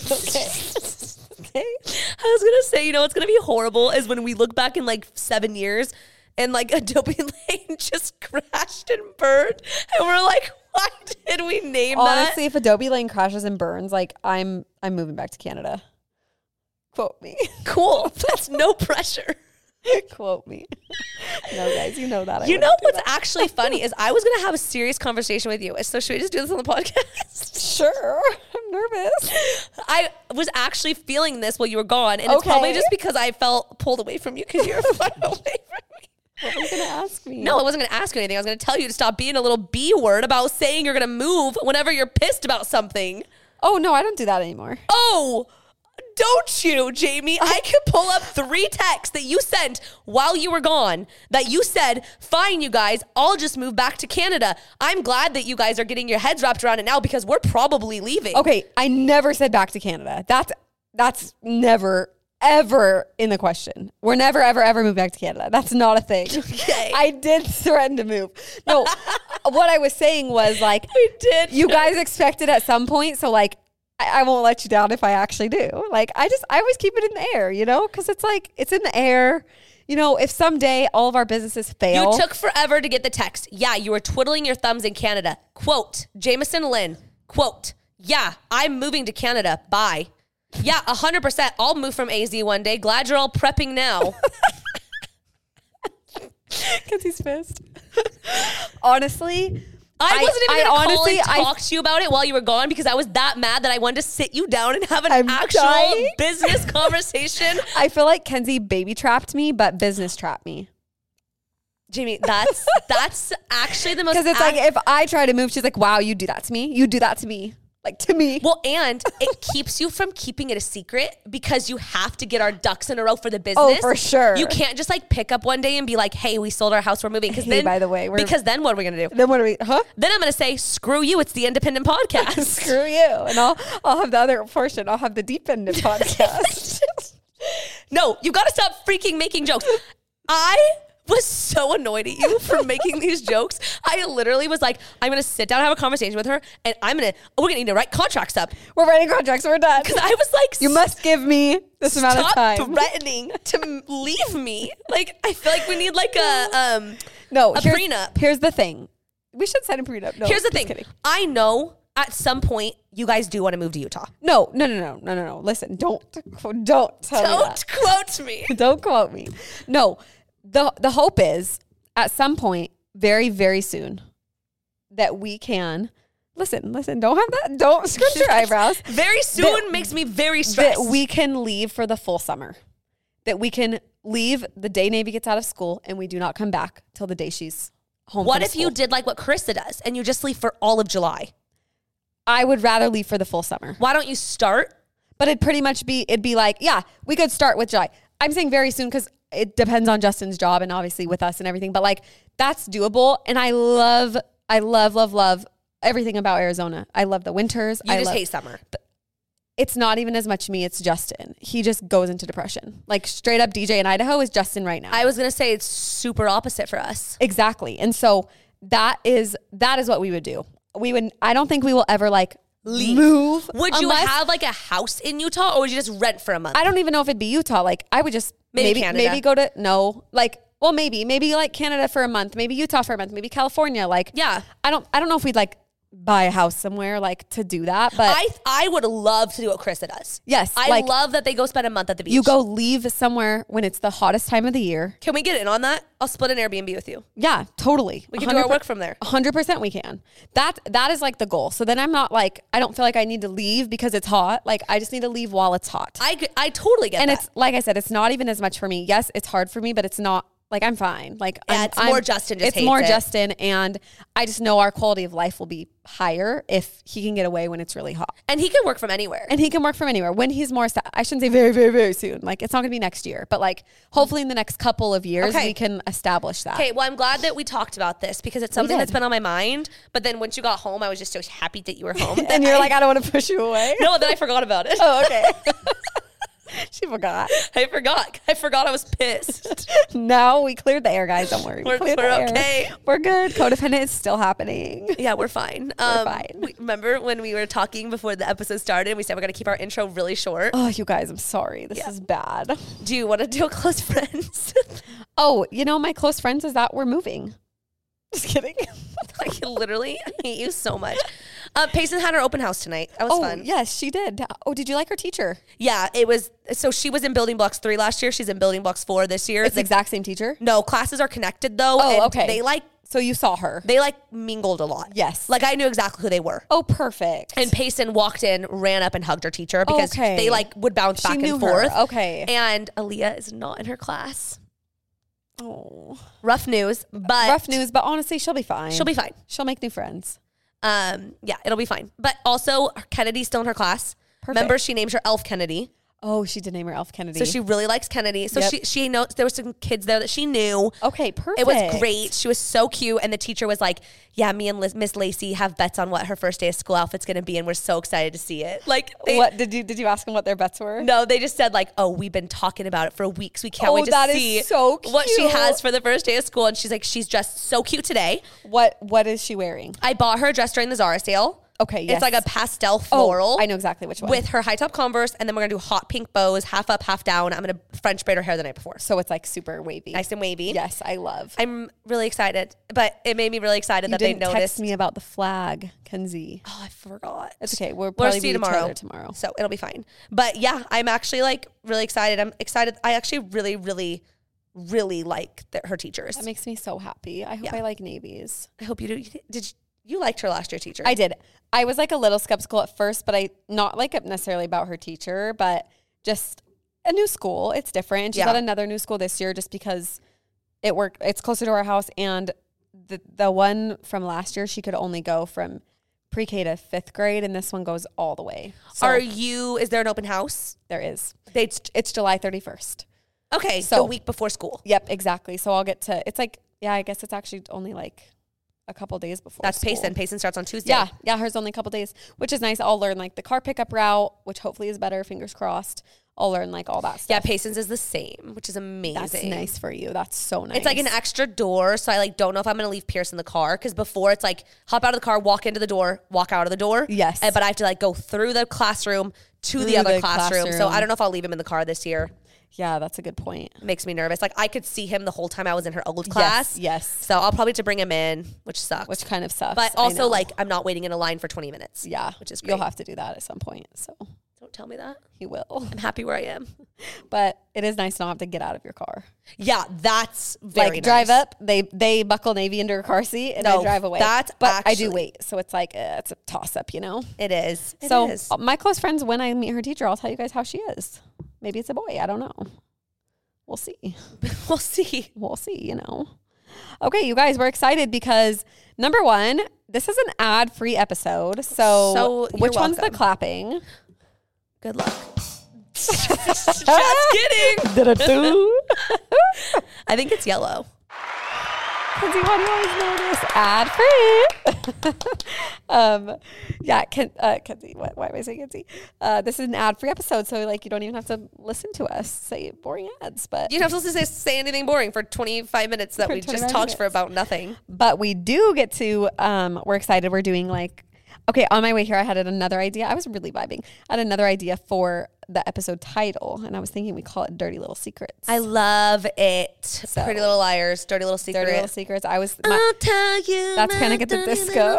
[SPEAKER 2] *laughs* I was gonna say, you know, what's gonna be horrible is when we look back in like seven years and like *laughs* Adobe Lane just crashed and burned, and we're like, why did we name
[SPEAKER 1] Honestly, if Adobe Lane crashes and burns, like I'm, I'm moving back to Canada. Quote me. *laughs*
[SPEAKER 2] that? Cool. *laughs* That's no pressure.
[SPEAKER 1] Quote me. *laughs* no, guys, you know that. I
[SPEAKER 2] You
[SPEAKER 1] wouldn't
[SPEAKER 2] know
[SPEAKER 1] do
[SPEAKER 2] what's
[SPEAKER 1] that.
[SPEAKER 2] actually funny is I was gonna have a serious conversation with you. So should we just do this on the podcast? *laughs*
[SPEAKER 1] Sure, *laughs* I'm nervous.
[SPEAKER 2] I was actually feeling this while you were gone, and it's probably
[SPEAKER 1] Okay.
[SPEAKER 2] just because I felt pulled away from you because you were *laughs* far away from me.
[SPEAKER 1] What were you gonna ask me?
[SPEAKER 2] No, I wasn't going to ask you anything. I was going to tell you to stop being a little B word about saying you're going to move whenever you're pissed about something.
[SPEAKER 1] Oh no, I don't do that anymore.
[SPEAKER 2] Oh, don't you, Jamie? I could pull up three texts that you sent while you were gone that you said, fine, you guys, I'll just move back to Canada. I'm glad that you guys are getting your heads wrapped around it now because we're probably leaving.
[SPEAKER 1] Okay, I never said back to Canada. That's that's never ever in the question. We're never ever ever moving back to Canada. That's not a thing.
[SPEAKER 2] Okay.
[SPEAKER 1] *laughs* I did threaten to move.
[SPEAKER 2] *laughs*
[SPEAKER 1] No, what I was saying was like
[SPEAKER 2] We did.
[SPEAKER 1] you guys expect it at some point, so like I, I won't let you down if I actually do. Like I just I always keep it in the air, you know, because it's like it's in the air. You know, if someday all of our businesses fail,
[SPEAKER 2] You
[SPEAKER 1] *laughs*
[SPEAKER 2] took forever to get the text. Yeah, you were twiddling your thumbs in Canada. Quote, Jameson Lynn, quote, yeah, I'm moving to Canada. Bye. Yeah, 100%. I'll move from AZ one day. Glad you're all prepping
[SPEAKER 1] *laughs*
[SPEAKER 2] now.
[SPEAKER 1] because he's pissed. *laughs* Honestly,
[SPEAKER 2] I
[SPEAKER 1] I-
[SPEAKER 2] wasn't even
[SPEAKER 1] I
[SPEAKER 2] going to call
[SPEAKER 1] honestly-
[SPEAKER 2] and
[SPEAKER 1] I-
[SPEAKER 2] talk to you about it while you were gone because I was that mad that I wanted to sit you down and have an
[SPEAKER 1] I'm
[SPEAKER 2] actual
[SPEAKER 1] dying.
[SPEAKER 2] business
[SPEAKER 1] *laughs*
[SPEAKER 2] conversation.
[SPEAKER 1] I feel like Kenzie baby trapped me, but business trapped me.
[SPEAKER 2] Jamie, that's that's actually
[SPEAKER 1] *laughs*
[SPEAKER 2] the most
[SPEAKER 1] Because it's
[SPEAKER 2] ac-
[SPEAKER 1] like if I try to move, she's like, "Wow, you do that to me. You do that to me. Like to me."
[SPEAKER 2] Well, and it *laughs* keeps you from keeping it a secret because you have to get our ducks in a row for the business.
[SPEAKER 1] Oh, for sure.
[SPEAKER 2] You can't just like pick up one day and be like, "Hey, we sold our house. We're moving." Because
[SPEAKER 1] Hey,
[SPEAKER 2] then,
[SPEAKER 1] by the way, we're-
[SPEAKER 2] because then what are we gonna do?
[SPEAKER 1] then what are we? Huh?
[SPEAKER 2] Then I'm gonna say, "Screw you! It's the independent podcast."
[SPEAKER 1] *laughs* Screw you. And I'll I'll have the other portion. I'll have the
[SPEAKER 2] *laughs*
[SPEAKER 1] deep end of podcast. *laughs*
[SPEAKER 2] no, you gotta stop freaking making jokes. I was so annoyed at you for making
[SPEAKER 1] *laughs*
[SPEAKER 2] these jokes. I literally was like, "I'm gonna sit down, and have a conversation with her, and I'm gonna we're gonna need to write contracts up."
[SPEAKER 1] We're writing contracts. We're done.
[SPEAKER 2] Because I was like,
[SPEAKER 1] You must give me this amount of
[SPEAKER 2] stop
[SPEAKER 1] time.
[SPEAKER 2] threatening to m- leave me. Like I feel like we need like a um.
[SPEAKER 1] No,
[SPEAKER 2] a
[SPEAKER 1] here's,
[SPEAKER 2] prenup.
[SPEAKER 1] Here's the thing. We should sign a prenup. No,
[SPEAKER 2] Here's the
[SPEAKER 1] Oh, just
[SPEAKER 2] thing.
[SPEAKER 1] kidding.
[SPEAKER 2] I know at some point you guys do want to move to Utah.
[SPEAKER 1] No, no, no, no, no, no, no. Listen, don't, don't tell me that.
[SPEAKER 2] Don't quote me.
[SPEAKER 1] *laughs* don't quote me. No, the the hope is at some point, very very soon, that we can listen. Listen, don't have
[SPEAKER 2] *laughs*
[SPEAKER 1] that. Don't scrunch your eyebrows.
[SPEAKER 2] Very soon
[SPEAKER 1] That-
[SPEAKER 2] makes me very stressed.
[SPEAKER 1] that we can leave for the full summer. That we can leave the day Navy gets out of school, and we do not come back till the day she's home.
[SPEAKER 2] what
[SPEAKER 1] from
[SPEAKER 2] if you
[SPEAKER 1] school.
[SPEAKER 2] did like what Krista does and you just leave for all of July?
[SPEAKER 1] I would rather leave for the full summer.
[SPEAKER 2] Why don't you start?
[SPEAKER 1] But it'd pretty much be it'd be like, yeah, we could start with July. I'm saying very soon because it depends on Justin's job and obviously with us and everything. But like that's doable. And I love, I love, love, love everything about Arizona. I love the winters.
[SPEAKER 2] You
[SPEAKER 1] I
[SPEAKER 2] just
[SPEAKER 1] love,
[SPEAKER 2] hate summer.
[SPEAKER 1] it's not even as much me, it's Justin. He just goes into depression. Like straight up DJ in Idaho is Justin right now.
[SPEAKER 2] I was gonna say it's super opposite for us.
[SPEAKER 1] exactly. And so that is that is what we would do. We would I don't think we will ever like move.
[SPEAKER 2] Would you
[SPEAKER 1] unless-
[SPEAKER 2] have like a house in Utah or would you just rent for a month?
[SPEAKER 1] I don't even know if it'd be Utah. Like I would just
[SPEAKER 2] Maybe
[SPEAKER 1] maybe maybe,
[SPEAKER 2] Canada.
[SPEAKER 1] go to no. Like well, maybe, maybe like Canada for a month, maybe Utah for a month, maybe California. Like,
[SPEAKER 2] Yeah.
[SPEAKER 1] I don't, I don't know if we'd like buy a house somewhere like to do that, but
[SPEAKER 2] I I would love to do what Krista does.
[SPEAKER 1] Yes,
[SPEAKER 2] I
[SPEAKER 1] like-
[SPEAKER 2] love that they go spend a month at the beach.
[SPEAKER 1] you go leave somewhere when it's the hottest time of the year.
[SPEAKER 2] Can we get in on that? I'll split an Airbnb with you.
[SPEAKER 1] Yeah, totally.
[SPEAKER 2] We can do our work from there.
[SPEAKER 1] 100% we can. That that is like the goal. So then I'm not like I don't feel like I need to leave because it's hot. Like I just need to leave while it's hot.
[SPEAKER 2] I g- I totally get
[SPEAKER 1] and
[SPEAKER 2] that.
[SPEAKER 1] it's like I said, it's not even as much for me. Yes, it's hard for me, but it's not like I'm fine. Like
[SPEAKER 2] Yeah,
[SPEAKER 1] I'm,
[SPEAKER 2] it's more
[SPEAKER 1] I'm-
[SPEAKER 2] Justin just
[SPEAKER 1] it's
[SPEAKER 2] hates
[SPEAKER 1] more
[SPEAKER 2] it.
[SPEAKER 1] Justin, and I just know our quality of life will be higher if he can get away when it's really hot,
[SPEAKER 2] and he can work from anywhere.
[SPEAKER 1] and he can work from anywhere when he's more. sa- I shouldn't say very, very, very soon. Like it's not gonna be next year, but like hopefully in the next couple of years
[SPEAKER 2] Okay.
[SPEAKER 1] we can establish that.
[SPEAKER 2] Okay, well, I'm glad that we talked about this because it's something
[SPEAKER 1] did.
[SPEAKER 2] that's been on my mind. But then once you got home, I was just so happy that you were
[SPEAKER 1] *laughs*
[SPEAKER 2] home.
[SPEAKER 1] And you're like, I don't want to push you away.
[SPEAKER 2] *laughs* no, then I forgot about it.
[SPEAKER 1] Oh, okay. *laughs* she forgot.
[SPEAKER 2] I forgot. I forgot I was
[SPEAKER 1] *laughs*
[SPEAKER 2] pissed.
[SPEAKER 1] No, we cleared the air, guys. Don't worry. We
[SPEAKER 2] We're-
[SPEAKER 1] cleared the
[SPEAKER 2] we're
[SPEAKER 1] air.
[SPEAKER 2] okay.
[SPEAKER 1] We're good. Codependent is still happening.
[SPEAKER 2] yeah, we're fine. Um,
[SPEAKER 1] fine.
[SPEAKER 2] we- remember when we were talking before the episode started? We said we're going to keep our intro really short.
[SPEAKER 1] Oh, you guys, I'm sorry. This is bad.
[SPEAKER 2] Do you want to do close *laughs* friends?
[SPEAKER 1] Oh, you know, my close friends is that we're moving. *laughs* Just kidding.
[SPEAKER 2] like, literally, I hate you so much. Uh, Payson had her open house tonight. That was
[SPEAKER 1] *laughs* oh,
[SPEAKER 2] fun.
[SPEAKER 1] yes, she did. Oh, did you like her teacher?
[SPEAKER 2] Yeah, it was. So she was in Building Blocks 3 last year. She's in Building Blocks 4 this year.
[SPEAKER 1] It's the exact same teacher.
[SPEAKER 2] no, classes are connected though.
[SPEAKER 1] Oh,
[SPEAKER 2] and
[SPEAKER 1] okay.
[SPEAKER 2] They like
[SPEAKER 1] So you saw her.
[SPEAKER 2] they like mingled a lot.
[SPEAKER 1] Yes.
[SPEAKER 2] Like I knew exactly who they were.
[SPEAKER 1] Oh, perfect.
[SPEAKER 2] And Payson walked in, ran up and hugged her teacher because
[SPEAKER 1] Okay.
[SPEAKER 2] they like would bounce
[SPEAKER 1] she
[SPEAKER 2] back
[SPEAKER 1] knew
[SPEAKER 2] and forth.
[SPEAKER 1] her. Okay.
[SPEAKER 2] And Aaliyah is not in her class.
[SPEAKER 1] oh.
[SPEAKER 2] Rough news, but
[SPEAKER 1] Rough news, but honestly, she'll be fine.
[SPEAKER 2] She'll be fine.
[SPEAKER 1] She'll make new friends.
[SPEAKER 2] Um, yeah, it'll be fine. But also Kennedy's still in her class. Remember,
[SPEAKER 1] Perfect.
[SPEAKER 2] she named her Elf Kennedy,
[SPEAKER 1] Oh, she did name her Elf Kennedy.
[SPEAKER 2] so she really likes Kennedy. So
[SPEAKER 1] Yep.
[SPEAKER 2] she she knows there were some kids there that she knew.
[SPEAKER 1] Okay, perfect.
[SPEAKER 2] It was great. She was so cute, and the teacher was like, "Yeah, me and Liz, Miss Lacey have bets on what her first day of school outfit's going to be, and we're so excited to see it." Like, they,
[SPEAKER 1] what did you did you ask them what their bets were?
[SPEAKER 2] No, they just said like, "Oh, we've been talking about it for weeks. We can't
[SPEAKER 1] Oh,
[SPEAKER 2] wait to
[SPEAKER 1] that is
[SPEAKER 2] see
[SPEAKER 1] so
[SPEAKER 2] what she
[SPEAKER 1] cute.
[SPEAKER 2] has for the first day of school." And she's like, "She's dressed so cute today.
[SPEAKER 1] What what is she wearing?
[SPEAKER 2] I bought her a dress during the Zara sale.
[SPEAKER 1] Okay, yes.
[SPEAKER 2] It's like a pastel
[SPEAKER 1] Oh,
[SPEAKER 2] floral.
[SPEAKER 1] I know exactly which one.
[SPEAKER 2] With her high top Converse, and then we're gonna do hot pink bows, half up, half down. I'm gonna French braid her hair the night before,
[SPEAKER 1] so it's like super wavy.
[SPEAKER 2] nice and wavy.
[SPEAKER 1] Yes, I love.
[SPEAKER 2] I'm really excited, but it made me really excited
[SPEAKER 1] you
[SPEAKER 2] that
[SPEAKER 1] didn't
[SPEAKER 2] they
[SPEAKER 1] text
[SPEAKER 2] noticed.
[SPEAKER 1] me about the flag, Kenzie.
[SPEAKER 2] Oh, I forgot.
[SPEAKER 1] It's okay. We'll
[SPEAKER 2] We'll
[SPEAKER 1] probably
[SPEAKER 2] see
[SPEAKER 1] be
[SPEAKER 2] tomorrow.
[SPEAKER 1] together tomorrow.
[SPEAKER 2] So it'll be fine. But yeah, I'm actually like really excited. I'm excited. I actually really, really, really like the, her teachers.
[SPEAKER 1] That makes me so happy. I hope I like navies.
[SPEAKER 2] I hope you do. You did- Did you, you liked her last year teacher?
[SPEAKER 1] I did. I was like a little skeptical at first, but I not like necessarily about her teacher, but just a new school. It's different. And she's
[SPEAKER 2] Yeah.
[SPEAKER 1] at another new school this year just because it worked. It's closer to our house, and the the one from last year she could only go from pre K to fifth grade, and this one goes all the way. So
[SPEAKER 2] Are you? Is there an open house?
[SPEAKER 1] there is.
[SPEAKER 2] They
[SPEAKER 1] It's it's July thirty first.
[SPEAKER 2] okay. So
[SPEAKER 1] So-
[SPEAKER 2] the week before school.
[SPEAKER 1] Yep, exactly. So I'll get to. It's like yeah, I guess it's actually only like a couple days before.
[SPEAKER 2] That's
[SPEAKER 1] school.
[SPEAKER 2] Payson. Payson starts on Tuesday.
[SPEAKER 1] Yeah, yeah, hers only a couple days, which is nice. I'll learn like the car pickup route, which hopefully is better. Fingers crossed. I'll learn like all that stuff.
[SPEAKER 2] yeah. Payson's is the same, which is amazing.
[SPEAKER 1] That's nice for you. That's so nice.
[SPEAKER 2] It's like an extra door, so I like don't know if I'm gonna leave Pierce in the car because before it's like hop out of the car, walk into the door, walk out of the door.
[SPEAKER 1] Yes.
[SPEAKER 2] And- but I have to like go through the classroom to
[SPEAKER 1] Through
[SPEAKER 2] the other
[SPEAKER 1] the
[SPEAKER 2] classroom. So
[SPEAKER 1] classroom.
[SPEAKER 2] I don't know if I'll leave him in the car this year.
[SPEAKER 1] yeah, that's a good point.
[SPEAKER 2] It makes me nervous. Like I could see him the whole time I was in her old class.
[SPEAKER 1] yes.
[SPEAKER 2] So I'll probably have to bring him in, which sucks.
[SPEAKER 1] Which kind of sucks.
[SPEAKER 2] but
[SPEAKER 1] I
[SPEAKER 2] also
[SPEAKER 1] know.
[SPEAKER 2] like I'm not waiting in a line for 20 minutes.
[SPEAKER 1] yeah,
[SPEAKER 2] which is
[SPEAKER 1] you'll
[SPEAKER 2] great.
[SPEAKER 1] have to do that at some point. So
[SPEAKER 2] Don't tell me that.
[SPEAKER 1] he will, *laughs*
[SPEAKER 2] I'm happy where I am.
[SPEAKER 1] but it is nice to not have to get out of your car.
[SPEAKER 2] Yeah, that's very
[SPEAKER 1] like drive
[SPEAKER 2] nice.
[SPEAKER 1] up, they they buckle navy into her car seat, and
[SPEAKER 2] No,
[SPEAKER 1] I drive away.
[SPEAKER 2] that's
[SPEAKER 1] but I
[SPEAKER 2] actually-
[SPEAKER 1] do wait, so it's like uh, it's a toss up, you know.
[SPEAKER 2] It is. It
[SPEAKER 1] so
[SPEAKER 2] is.
[SPEAKER 1] uh, my close friends, when I meet her teacher, I'll tell you guys how she is. Maybe it's a boy. I don't know. We'll see.
[SPEAKER 2] we'll see.
[SPEAKER 1] *laughs* We'll see. You know. Okay, you guys, we're excited because number one, this is an ad-free episode. So,
[SPEAKER 2] So, you're
[SPEAKER 1] which one's the
[SPEAKER 2] welcome.
[SPEAKER 1] clapping?
[SPEAKER 2] Good
[SPEAKER 1] *laughs*
[SPEAKER 2] luck. *laughs* Just kidding. I think it's yellow.
[SPEAKER 1] Kenzie, why do you always know this? Ad free. *laughs* um, yeah, Ken, uh, Kenzie, what, why am I saying Kenzie? Uh, this is an ad free episode, so like you don't even have to listen to us say boring ads, but
[SPEAKER 2] You don't have to say, say anything boring for 25 minutes that
[SPEAKER 1] For
[SPEAKER 2] we just
[SPEAKER 1] 25
[SPEAKER 2] talked for about nothing.
[SPEAKER 1] but we do get to. Um, we're excited. We're doing like Okay, on my way here, I had another idea. I was really vibing. I had another idea for the episode title, and I was thinking we call it "Dirty Little Secrets."
[SPEAKER 2] I love it. Pretty Little Liars, Dirty Little Secret.
[SPEAKER 1] "Dirty Little Secrets." I was. My,
[SPEAKER 2] I'll tell you.
[SPEAKER 1] that's
[SPEAKER 2] my
[SPEAKER 1] Panic at the
[SPEAKER 2] dirty
[SPEAKER 1] Disco.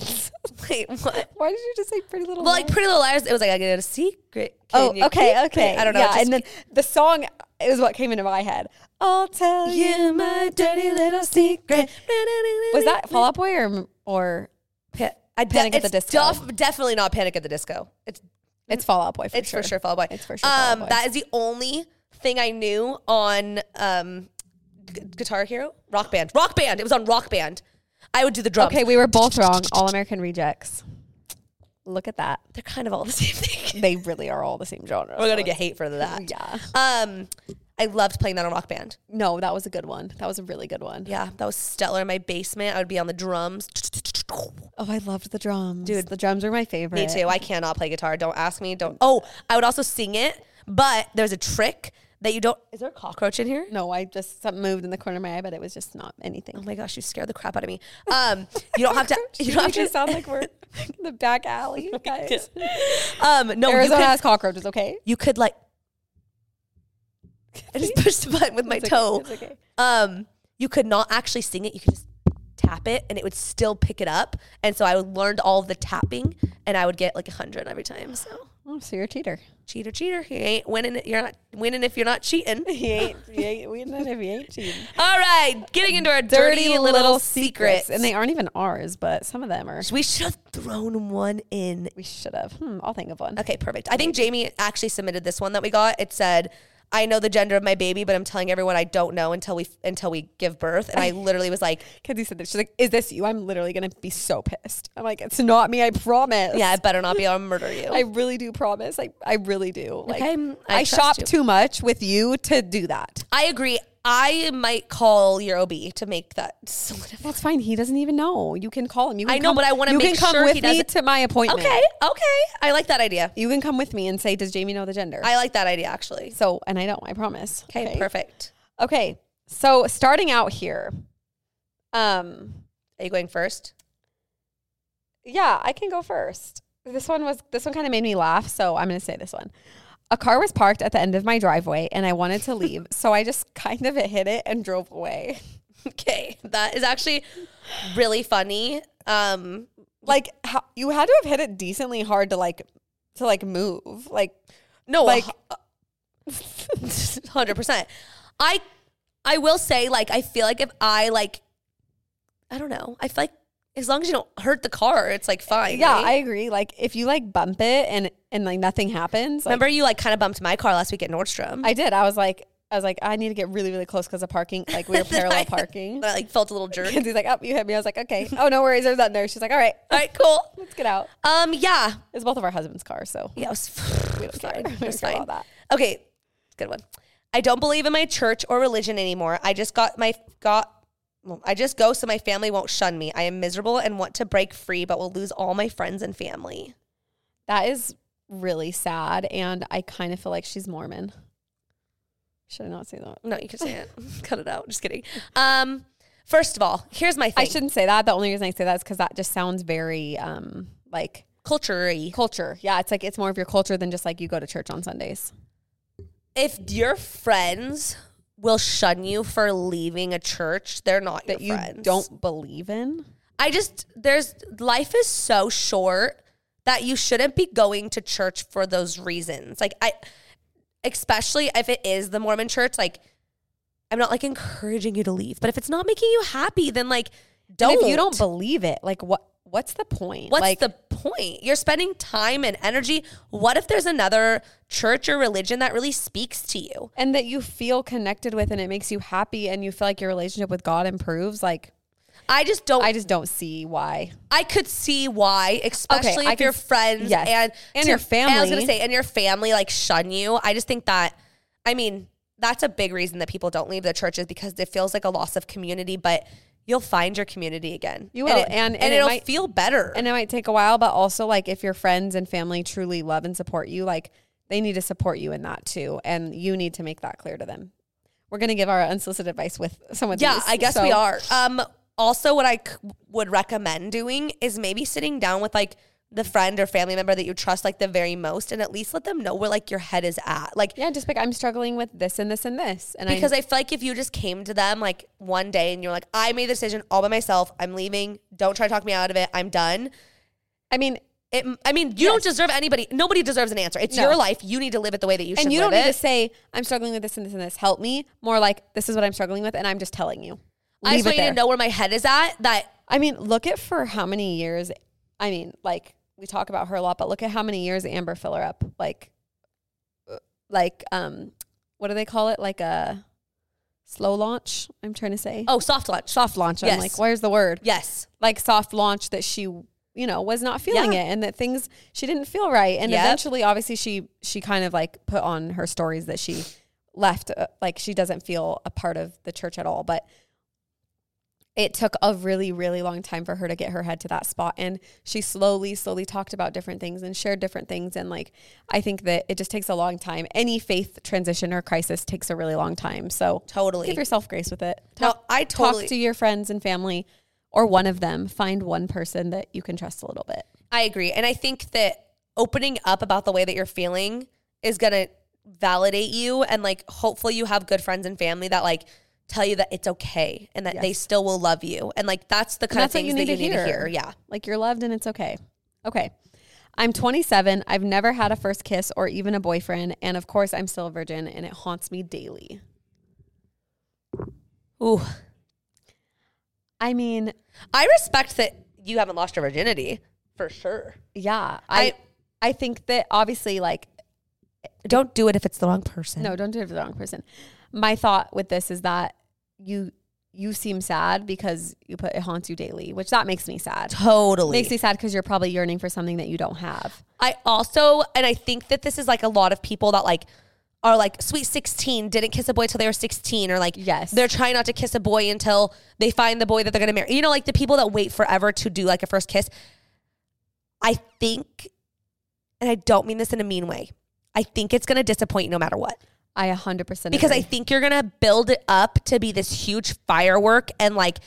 [SPEAKER 2] little- *laughs* Wait, what?
[SPEAKER 1] *laughs* Why did you just say "Pretty Little"?
[SPEAKER 2] Well, like
[SPEAKER 1] Liars?
[SPEAKER 2] Pretty Little Liars, it was like I got a secret. Can
[SPEAKER 1] oh,
[SPEAKER 2] you keep
[SPEAKER 1] okay,
[SPEAKER 2] it?
[SPEAKER 1] okay.
[SPEAKER 2] I don't know.
[SPEAKER 1] Yeah,
[SPEAKER 2] just
[SPEAKER 1] and then the song is what came into my head. I'll tell you.
[SPEAKER 2] you my dirty little secret.
[SPEAKER 1] *laughs* Was that Fall Out Boy or or
[SPEAKER 2] Pa- I de-
[SPEAKER 1] Panic at the
[SPEAKER 2] it's
[SPEAKER 1] Disco?
[SPEAKER 2] def- definitely not Panic at the Disco. It's
[SPEAKER 1] it's Fall Out Boy? For
[SPEAKER 2] it's
[SPEAKER 1] sure.
[SPEAKER 2] for sure Fall Out Boy.
[SPEAKER 1] It's for sure Fall Out
[SPEAKER 2] Um,
[SPEAKER 1] Boy.
[SPEAKER 2] that is the only thing I knew on um, Gu- Guitar Hero, Rock Band, Rock Band. It was on Rock Band. I would do the drums.
[SPEAKER 1] Okay, we were both wrong. All American Rejects. Look at that.
[SPEAKER 2] they're kind of all the *laughs* same thing.
[SPEAKER 1] They really are all the same genre.
[SPEAKER 2] We're gonna get hate for that.
[SPEAKER 1] *laughs* Yeah.
[SPEAKER 2] Um, I loved playing that on Rock Band.
[SPEAKER 1] No, that was a good one. That was a really good one.
[SPEAKER 2] Yeah, that was stellar. In my basement, I would be on the drums.
[SPEAKER 1] Oh, I loved the drums. Dude, the drums were my favorite.
[SPEAKER 2] Me too. I cannot play guitar. Don't ask me. Don't. Oh, I would also sing it, but there's a trick that you don't. Is there a cockroach in here?
[SPEAKER 1] No, I just something moved in the corner of my eye, but it was just not anything.
[SPEAKER 2] Oh my gosh, you scared the crap out of me. Um, you don't have to.
[SPEAKER 1] *laughs*
[SPEAKER 2] You don't have
[SPEAKER 1] Make it
[SPEAKER 2] to.
[SPEAKER 1] sound
[SPEAKER 2] *laughs*
[SPEAKER 1] like we're in the back alley, guys.
[SPEAKER 2] Um, no, you
[SPEAKER 1] Arizona
[SPEAKER 2] could,
[SPEAKER 1] has cockroaches, okay?
[SPEAKER 2] you could like. I
[SPEAKER 1] *laughs*
[SPEAKER 2] just pushed the button with my
[SPEAKER 1] It's okay,
[SPEAKER 2] toe.
[SPEAKER 1] it's okay.
[SPEAKER 2] Um, you could not actually sing it. You could just tap it, and it would still pick it up. And so I would learned all the tapping, and I would get like a hundred every time. So
[SPEAKER 1] Oh, so you're
[SPEAKER 2] *laughs*
[SPEAKER 1] a cheater.
[SPEAKER 2] cheater, cheater, he ain't winning. You're not winning if you're not cheating.
[SPEAKER 1] He ain't, he ain't, we didn't have, he ain't *laughs* cheating.
[SPEAKER 2] *laughs* All right, getting into our dirty, little, secrets.
[SPEAKER 1] And they aren't even ours, but some of them are.
[SPEAKER 2] we should have thrown one in.
[SPEAKER 1] We should have. Hmm, I'll think of one.
[SPEAKER 2] Okay, perfect. I think Jamie actually submitted this one that we got. It said, "I know the gender of my baby, but I'm telling everyone I don't know until we until we give birth." *laughs* And I literally was like,
[SPEAKER 1] Because he said this. She's like, Is this you? I'm literally going to be so pissed. I'm like, It's not me. I promise.
[SPEAKER 2] "Yeah, it better not be. I'll murder you."
[SPEAKER 1] I really do promise. I, I really do. Like,
[SPEAKER 2] Okay, mm, I
[SPEAKER 1] I,
[SPEAKER 2] trust
[SPEAKER 1] shop
[SPEAKER 2] you.
[SPEAKER 1] too much with you to do that.
[SPEAKER 2] I agree. I might call your OB to make that *laughs* solidify.
[SPEAKER 1] That's fine. He doesn't even know. You can call him. You can
[SPEAKER 2] I know,
[SPEAKER 1] come-
[SPEAKER 2] but I wanna
[SPEAKER 1] you
[SPEAKER 2] make
[SPEAKER 1] can come
[SPEAKER 2] sure
[SPEAKER 1] with
[SPEAKER 2] he
[SPEAKER 1] me
[SPEAKER 2] doesn't-
[SPEAKER 1] to my appointment.
[SPEAKER 2] Okay, okay. I like that idea.
[SPEAKER 1] You can come with me and say, Does Jamie know the gender?
[SPEAKER 2] I like that idea actually.
[SPEAKER 1] so, and I don't. I promise.
[SPEAKER 2] Okay, perfect.
[SPEAKER 1] Okay. So, starting out here, um,
[SPEAKER 2] Are you going first? *laughs*
[SPEAKER 1] Yeah, I can go first. This one was this one kind of made me laugh, so I'm going to say this one. A car was parked at the end of my driveway and I wanted
[SPEAKER 2] *laughs*
[SPEAKER 1] to leave, so I just kind of hit it and drove away.
[SPEAKER 2] Okay, that is actually really funny. Um,
[SPEAKER 1] Like how, you had to have hit it decently hard to like to like move. Like
[SPEAKER 2] no,
[SPEAKER 1] like
[SPEAKER 2] like *laughs* hundred percent. I I will say, like, I feel like if I like, I don't know. I feel like as long as you don't hurt the car, it's like fine.
[SPEAKER 1] yeah,
[SPEAKER 2] right?
[SPEAKER 1] I agree. Like if you like bump it and and like nothing happens. like-
[SPEAKER 2] remember you like kind of bumped my car last week at Nordstrom.
[SPEAKER 1] I did. I was like I was like I need to get really really close cuz of parking.
[SPEAKER 2] *laughs*
[SPEAKER 1] Like we were parallel parking. *laughs*
[SPEAKER 2] And I like felt a little jerk. All
[SPEAKER 1] Kenzie's like, "Oh, you hit me." I was like, "Okay. Oh, no worries. There's nothing there." She's like, "All right.
[SPEAKER 2] right, cool.
[SPEAKER 1] Let's get out."
[SPEAKER 2] Um, yeah,
[SPEAKER 1] It's both of our husband's cars, so
[SPEAKER 2] yeah, it was
[SPEAKER 1] We don't care.
[SPEAKER 2] fine. *sighs*
[SPEAKER 1] *laughs* We
[SPEAKER 2] It
[SPEAKER 1] don't
[SPEAKER 2] was
[SPEAKER 1] care
[SPEAKER 2] fine.
[SPEAKER 1] about that.
[SPEAKER 2] Okay, good one. I don't believe in my church or religion anymore. I just got my got. well, I just go so my family won't shun me. I am miserable and want to break free, but will lose all my friends and family.
[SPEAKER 1] That is really sad, and I kind of feel like she's Mormon. Should I not say that?
[SPEAKER 2] No, you can say
[SPEAKER 1] *laughs*
[SPEAKER 2] it. Cut it out. Just kidding. Um, first of all, here's my thing.
[SPEAKER 1] I shouldn't say that. The only reason I say that is because that just sounds very um like
[SPEAKER 2] culture.
[SPEAKER 1] culture. Yeah, it's like it's more of your culture than just like you go to church on Sundays.
[SPEAKER 2] If your friends will shun you for leaving a church, they're not
[SPEAKER 1] That
[SPEAKER 2] your
[SPEAKER 1] you
[SPEAKER 2] friends.
[SPEAKER 1] don't believe in.
[SPEAKER 2] I just there's life is so short that you shouldn't be going to church for those reasons. Like I especially if it is the Mormon church, like I'm not like encouraging you to leave, but if it's not making you happy, then like
[SPEAKER 1] And
[SPEAKER 2] don't
[SPEAKER 1] if you don't believe it, like what what's the point?
[SPEAKER 2] What's
[SPEAKER 1] like,
[SPEAKER 2] the point? You're spending time and energy. What if there's another church or religion that really speaks to you?
[SPEAKER 1] and that you feel connected with and it makes you happy and you feel like your relationship with God improves, like
[SPEAKER 2] I just don't.
[SPEAKER 1] I
[SPEAKER 2] I,
[SPEAKER 1] just don't see why.
[SPEAKER 2] could see why, especially
[SPEAKER 1] I
[SPEAKER 2] if
[SPEAKER 1] can
[SPEAKER 2] your
[SPEAKER 1] s-
[SPEAKER 2] friends
[SPEAKER 1] yes.
[SPEAKER 2] and
[SPEAKER 1] And
[SPEAKER 2] to-
[SPEAKER 1] your
[SPEAKER 2] I was
[SPEAKER 1] family.
[SPEAKER 2] gonna say, and your family like shun you. I just think that. I mean, that's a big reason that people don't leave the churches because it feels like a loss of community. But you'll find your community again.
[SPEAKER 1] You
[SPEAKER 2] and
[SPEAKER 1] will,
[SPEAKER 2] it,
[SPEAKER 1] and-
[SPEAKER 2] and,
[SPEAKER 1] and it
[SPEAKER 2] it'll
[SPEAKER 1] might-
[SPEAKER 2] feel better.
[SPEAKER 1] and it might take a while, but also like if your friends and family truly love and support you, like they need to support you in that too, and you need to make that clear to them. We're gonna give our unsolicited advice with some of
[SPEAKER 2] yeah,
[SPEAKER 1] these,
[SPEAKER 2] I guess
[SPEAKER 1] so-
[SPEAKER 2] we are. Um, Also, what I c- would recommend doing is maybe sitting down with like the friend or family member that you trust like the very most, and at least let them know where like your head is at. Like
[SPEAKER 1] Yeah, just like I'm struggling with this and this and this. And
[SPEAKER 2] because
[SPEAKER 1] I,
[SPEAKER 2] I feel like if you just came to them like one day and you're like, I made the decision all by myself. I'm leaving. Don't try to talk me out of it. I'm done.
[SPEAKER 1] I mean,
[SPEAKER 2] It, I mean, you don't deserve anybody. Nobody deserves an answer. It's
[SPEAKER 1] No.
[SPEAKER 2] your life. You need to live it the way that you should
[SPEAKER 1] and you
[SPEAKER 2] live
[SPEAKER 1] don't need
[SPEAKER 2] it.
[SPEAKER 1] to say I'm struggling with this and this and this. Help me. More like this is what I'm struggling with, and I'm just telling you.
[SPEAKER 2] I
[SPEAKER 1] Leave
[SPEAKER 2] just want
[SPEAKER 1] it
[SPEAKER 2] you
[SPEAKER 1] there.
[SPEAKER 2] to know where my head is at. That
[SPEAKER 1] I mean, look at for how many years. I mean, like we talk about her a lot, but look at how many years Amber fill her up. Like, uh, like um, what do they call it? Like a slow launch. I'm trying to say
[SPEAKER 2] oh, soft launch.
[SPEAKER 1] soft launch. I'm
[SPEAKER 2] Yes.
[SPEAKER 1] like, where's the word?
[SPEAKER 2] Yes.
[SPEAKER 1] Like soft launch that she you know was not feeling
[SPEAKER 2] Yeah.
[SPEAKER 1] it and that things she didn't feel right and
[SPEAKER 2] Yep.
[SPEAKER 1] eventually obviously she she kind of like put on her stories that she left uh, like she doesn't feel a part of the church at all but it took a really really long time for her to get her head to that spot and she slowly slowly talked about different things and shared different things and like i think that it just takes a long time any faith transition or crisis takes a really long time so
[SPEAKER 2] Totally.
[SPEAKER 1] give yourself grace with it
[SPEAKER 2] No, I totally-
[SPEAKER 1] talk to your friends and family or one of them find one person that you can trust a little bit
[SPEAKER 2] I agree. And I think that opening up about the way that you're feeling is going to validate you. And like, hopefully, you have good friends and family that like tell you that it's okay and that they still will love you. And like, that's the kind of
[SPEAKER 1] that's what
[SPEAKER 2] things
[SPEAKER 1] you need,
[SPEAKER 2] that you
[SPEAKER 1] to,
[SPEAKER 2] need
[SPEAKER 1] hear.
[SPEAKER 2] to hear. Yeah.
[SPEAKER 1] Like you're loved and it's okay. Okay. I'm 27. I've never had a first kiss or even a boyfriend. And of course, I'm still a virgin and it haunts me daily.
[SPEAKER 2] Ooh.
[SPEAKER 1] I mean,
[SPEAKER 2] I respect that you haven't lost your virginity for sure.
[SPEAKER 1] yeah. I, I, think that obviously, like,
[SPEAKER 2] Don't do it if it's the wrong person.
[SPEAKER 1] no, don't do it for the wrong person. My thought with this is that you, you seem sad because you put it haunts you daily, which that makes me sad.
[SPEAKER 2] Totally.
[SPEAKER 1] Makes me sad because you're probably yearning for something that you don't have.
[SPEAKER 2] I also, and I think that this is like a lot of people that like are like sweet 16, didn't kiss a boy till they were 16, or like,
[SPEAKER 1] Yes.
[SPEAKER 2] they're trying not to kiss a boy until they find the boy that they're gonna marry. You know, like the people that wait forever to do like a first kiss. I think, and I don't mean this in a mean way, I think it's gonna disappoint you no matter what.
[SPEAKER 1] I 100%
[SPEAKER 2] Because
[SPEAKER 1] agree.
[SPEAKER 2] I think you're gonna build it up to be this huge firework and like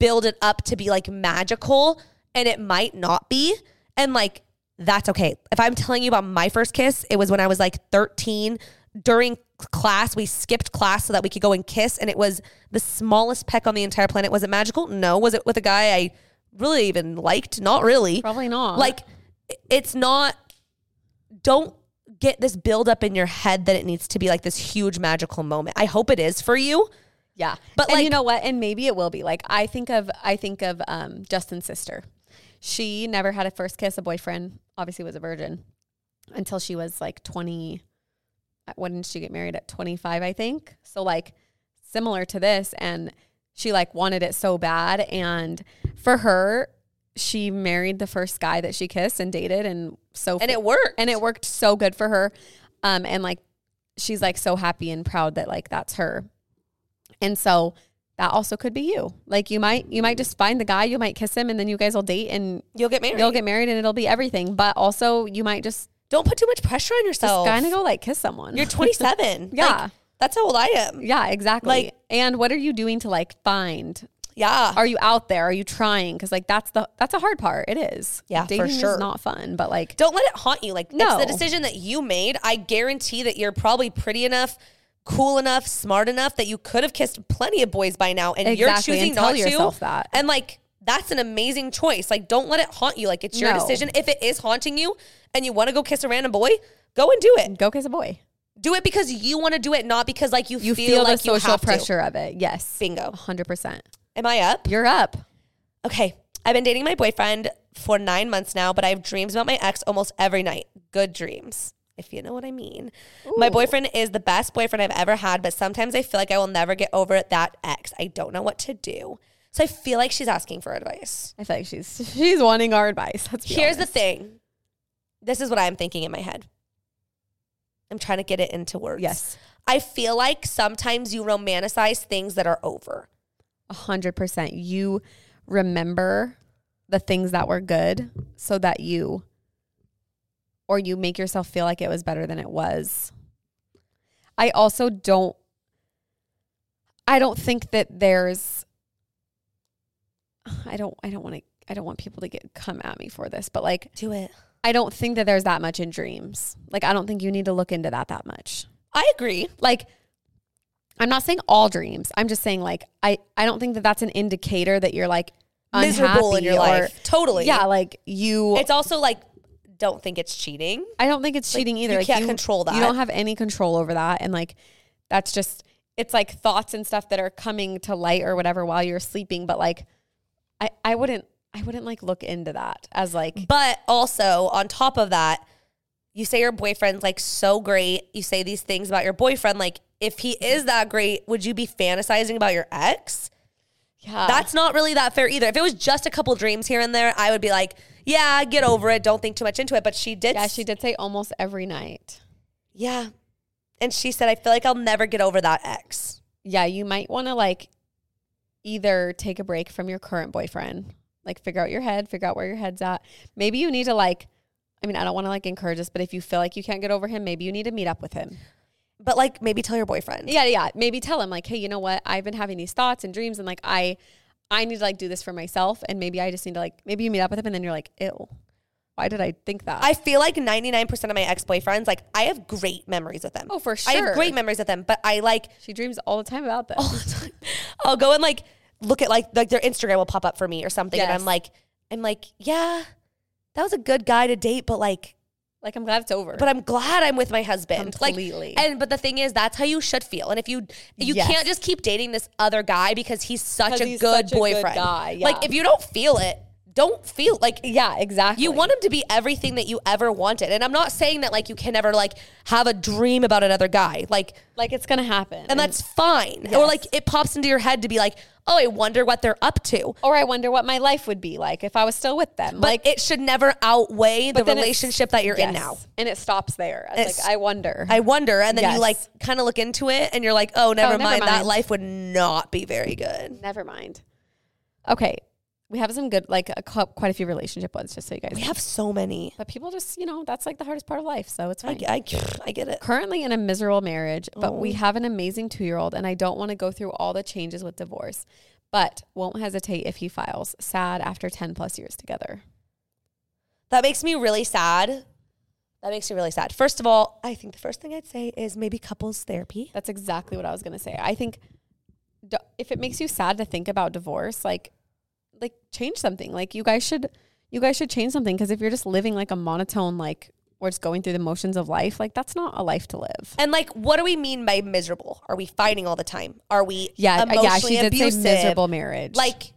[SPEAKER 2] build it up to be like magical, and it might not be. And like that's okay. If I'm telling you about my first kiss, it was when I was like 13. During class, we skipped class so that we could go and kiss, and it was the smallest peck on the entire planet. Was it magical? No. Was it with a guy I really even liked? Not really.
[SPEAKER 1] probably not.
[SPEAKER 2] Like it's not don't get this build up in your head that it needs to be like this huge magical moment. I hope it is for you.
[SPEAKER 1] Yeah.
[SPEAKER 2] But,
[SPEAKER 1] and
[SPEAKER 2] like-
[SPEAKER 1] you know what? And maybe it will be. Like I think of I think of um Justin's sister. She never had a first kiss, a boyfriend, obviously was a virgin until she was like 20 when did she get married at 25, I think. So like similar to this and she like wanted it so bad and for her she married the first guy that she kissed and dated and so
[SPEAKER 2] And it worked.
[SPEAKER 1] and it worked so good for her um and like she's like so happy and proud that like that's her and so that also could be you like you might you might just find the guy you might kiss him and then you guys will date and
[SPEAKER 2] you'll get married.
[SPEAKER 1] you'll get married and it'll be everything but also you might just
[SPEAKER 2] don't put too much pressure on
[SPEAKER 1] just
[SPEAKER 2] yourself.
[SPEAKER 1] kind of go like kiss someone
[SPEAKER 2] You're *laughs* 27.
[SPEAKER 1] Yeah.
[SPEAKER 2] Like, that's how old I am.
[SPEAKER 1] yeah exactly
[SPEAKER 2] Like-
[SPEAKER 1] and what are you doing to like find
[SPEAKER 2] Yeah.
[SPEAKER 1] are you out there are you trying because like that's the that's a hard part it is
[SPEAKER 2] Yeah, for
[SPEAKER 1] dating
[SPEAKER 2] sure.
[SPEAKER 1] is not fun but like
[SPEAKER 2] don't let it haunt you. Like
[SPEAKER 1] No.
[SPEAKER 2] it's the decision that you made. I guarantee that you're probably pretty enough, cool enough, smart enough that you could have kissed plenty of boys by now, and
[SPEAKER 1] Exactly,
[SPEAKER 2] you're
[SPEAKER 1] and
[SPEAKER 2] choosing
[SPEAKER 1] tell
[SPEAKER 2] not
[SPEAKER 1] yourself
[SPEAKER 2] to.
[SPEAKER 1] that.
[SPEAKER 2] And like that's an amazing choice. Like don't let it haunt you. Like it's your
[SPEAKER 1] No.
[SPEAKER 2] decision. If it is haunting you, and you want to go kiss a random boy, go and do it.
[SPEAKER 1] go kiss a boy
[SPEAKER 2] Do it because you want to do it, not because like you,
[SPEAKER 1] you
[SPEAKER 2] feel,
[SPEAKER 1] feel, the
[SPEAKER 2] like you
[SPEAKER 1] social
[SPEAKER 2] have
[SPEAKER 1] pressure of it yes
[SPEAKER 2] To. Bingo.
[SPEAKER 1] 100%
[SPEAKER 2] Am I up?
[SPEAKER 1] you're up
[SPEAKER 2] Okay. I've been dating my boyfriend for nine months now, but I have dreams about my ex almost every night. Good dreams, if you know what I mean. My boyfriend is the best boyfriend I've ever had, but sometimes I feel like I will never get over that ex. I don't know what to do. So I feel like she's asking for advice.
[SPEAKER 1] I feel like she's she's wanting our advice. Let's be
[SPEAKER 2] Here's
[SPEAKER 1] honest.
[SPEAKER 2] the thing this is what I'm thinking in my head. I'm trying to get it into words.
[SPEAKER 1] yes,
[SPEAKER 2] I feel like sometimes you romanticize things that are over.
[SPEAKER 1] a hundred percent. You remember the things that were good, so that you, or you make yourself feel like it was better than it was. I also don't. I don't think that there's I don't I don't want to I don't want people to get come at me for this, but like
[SPEAKER 2] Do it.
[SPEAKER 1] I don't think that there's that much in dreams. Like I don't think you need to look into that that much.
[SPEAKER 2] I agree.
[SPEAKER 1] Like I'm not saying all dreams. I'm just saying like I I don't think that that's an indicator that you're like
[SPEAKER 2] Miserable in
[SPEAKER 1] unhappy
[SPEAKER 2] your
[SPEAKER 1] or-
[SPEAKER 2] life. Totally.
[SPEAKER 1] Yeah, like you
[SPEAKER 2] It's also like, don't think it's cheating.
[SPEAKER 1] I don't think it's cheating either.
[SPEAKER 2] you can't control that.
[SPEAKER 1] You don't have any control over that. And like, that's just, it's like thoughts and stuff that are coming to light or whatever while you're sleeping. But like, I, I wouldn't, I wouldn't like look into that as like,
[SPEAKER 2] But also, on top of that, you say your boyfriend's like so great. You say these things about your boyfriend. Like, if he is that great, would you be fantasizing about your ex?
[SPEAKER 1] yeah,
[SPEAKER 2] That's not really that fair either. If it was just a couple dreams here and there, I would be like, yeah, get over it. Don't think too much into it. But she did.
[SPEAKER 1] yeah, she did say almost every night.
[SPEAKER 2] Yeah. And she said, I feel like I'll never get over that ex.
[SPEAKER 1] Yeah. You might want to like either take a break from your current boyfriend, like figure out your head, figure out where your head's at. Maybe you need to like, I mean, I don't want to like encourage this, but if you feel like you can't get over him, maybe you need to meet up with him.
[SPEAKER 2] But like, maybe tell your boyfriend.
[SPEAKER 1] yeah yeah maybe tell him like hey you know what i've been having these thoughts and dreams and like i i need to like do this for myself and maybe i just need to like maybe you meet up with him and then you're like ew why did i think that
[SPEAKER 2] I feel like 99% of my ex boyfriends, like, I have great memories with them.
[SPEAKER 1] oh for sure
[SPEAKER 2] I have great memories with them, but I like,
[SPEAKER 1] she dreams *laughs* all the time about this
[SPEAKER 2] all the time. I'll go and like look at like like their Instagram will pop up for me or something, and
[SPEAKER 1] Yes.
[SPEAKER 2] I'm like, I'm like, yeah, that was a good guy to date, but like,
[SPEAKER 1] like i'm glad it's over
[SPEAKER 2] but I'm glad I'm with my husband.
[SPEAKER 1] Completely.
[SPEAKER 2] Like, and but the thing is, that's how you should feel. And if you you
[SPEAKER 1] Yes.
[SPEAKER 2] can't just keep dating this other guy because he's such
[SPEAKER 1] 'Cause
[SPEAKER 2] a
[SPEAKER 1] he's
[SPEAKER 2] good
[SPEAKER 1] such a good
[SPEAKER 2] boyfriend.
[SPEAKER 1] guy,
[SPEAKER 2] Like
[SPEAKER 1] yeah.
[SPEAKER 2] if you don't feel it, don't feel like
[SPEAKER 1] yeah exactly
[SPEAKER 2] you want him to be everything that you ever wanted. And I'm not saying that like you can never like have a dream about another guy. Like
[SPEAKER 1] like it's gonna happen
[SPEAKER 2] and that's fine. Or like it pops into your head to be like, oh, I wonder what they're up to.
[SPEAKER 1] or i wonder what my life would be like if i was still with them
[SPEAKER 2] But
[SPEAKER 1] like
[SPEAKER 2] it should never outweigh the
[SPEAKER 1] then it's-
[SPEAKER 2] relationship that you're in now.
[SPEAKER 1] Yes. and it stops there I was
[SPEAKER 2] It's-
[SPEAKER 1] like i wonder
[SPEAKER 2] I wonder, and then
[SPEAKER 1] Yes.
[SPEAKER 2] you like kind of look into it, and you're like, oh, never,
[SPEAKER 1] never
[SPEAKER 2] mind, That
[SPEAKER 1] mind.
[SPEAKER 2] life would not be very good.
[SPEAKER 1] never mind okay we have some good like a, cou- quite a few relationship ones just so you guys
[SPEAKER 2] We have so many.
[SPEAKER 1] But people just, you know, that's like the hardest part of life. So it's
[SPEAKER 2] I,
[SPEAKER 1] fine.
[SPEAKER 2] I, I get it.
[SPEAKER 1] Currently in a miserable marriage, but we have an amazing two year old, and I don't want to go through all the changes with divorce, but won't hesitate if he files. Sad after 10 plus years together.
[SPEAKER 2] That makes me really sad. That makes me really sad. First of all, I think the first thing I'd say is maybe couples therapy.
[SPEAKER 1] That's exactly what I was going to say. I think d- if it makes you sad to think about divorce, like, like change something. Like you guys should, you guys should change something because if you're just living like a monotone, like we're just going through the motions of life, like that's not a life to live.
[SPEAKER 2] And like, what do we mean by miserable? Are we fighting all the time? Are we
[SPEAKER 1] Yeah,
[SPEAKER 2] emotionally
[SPEAKER 1] yeah. She did
[SPEAKER 2] abusive?
[SPEAKER 1] say miserable marriage.
[SPEAKER 2] Like,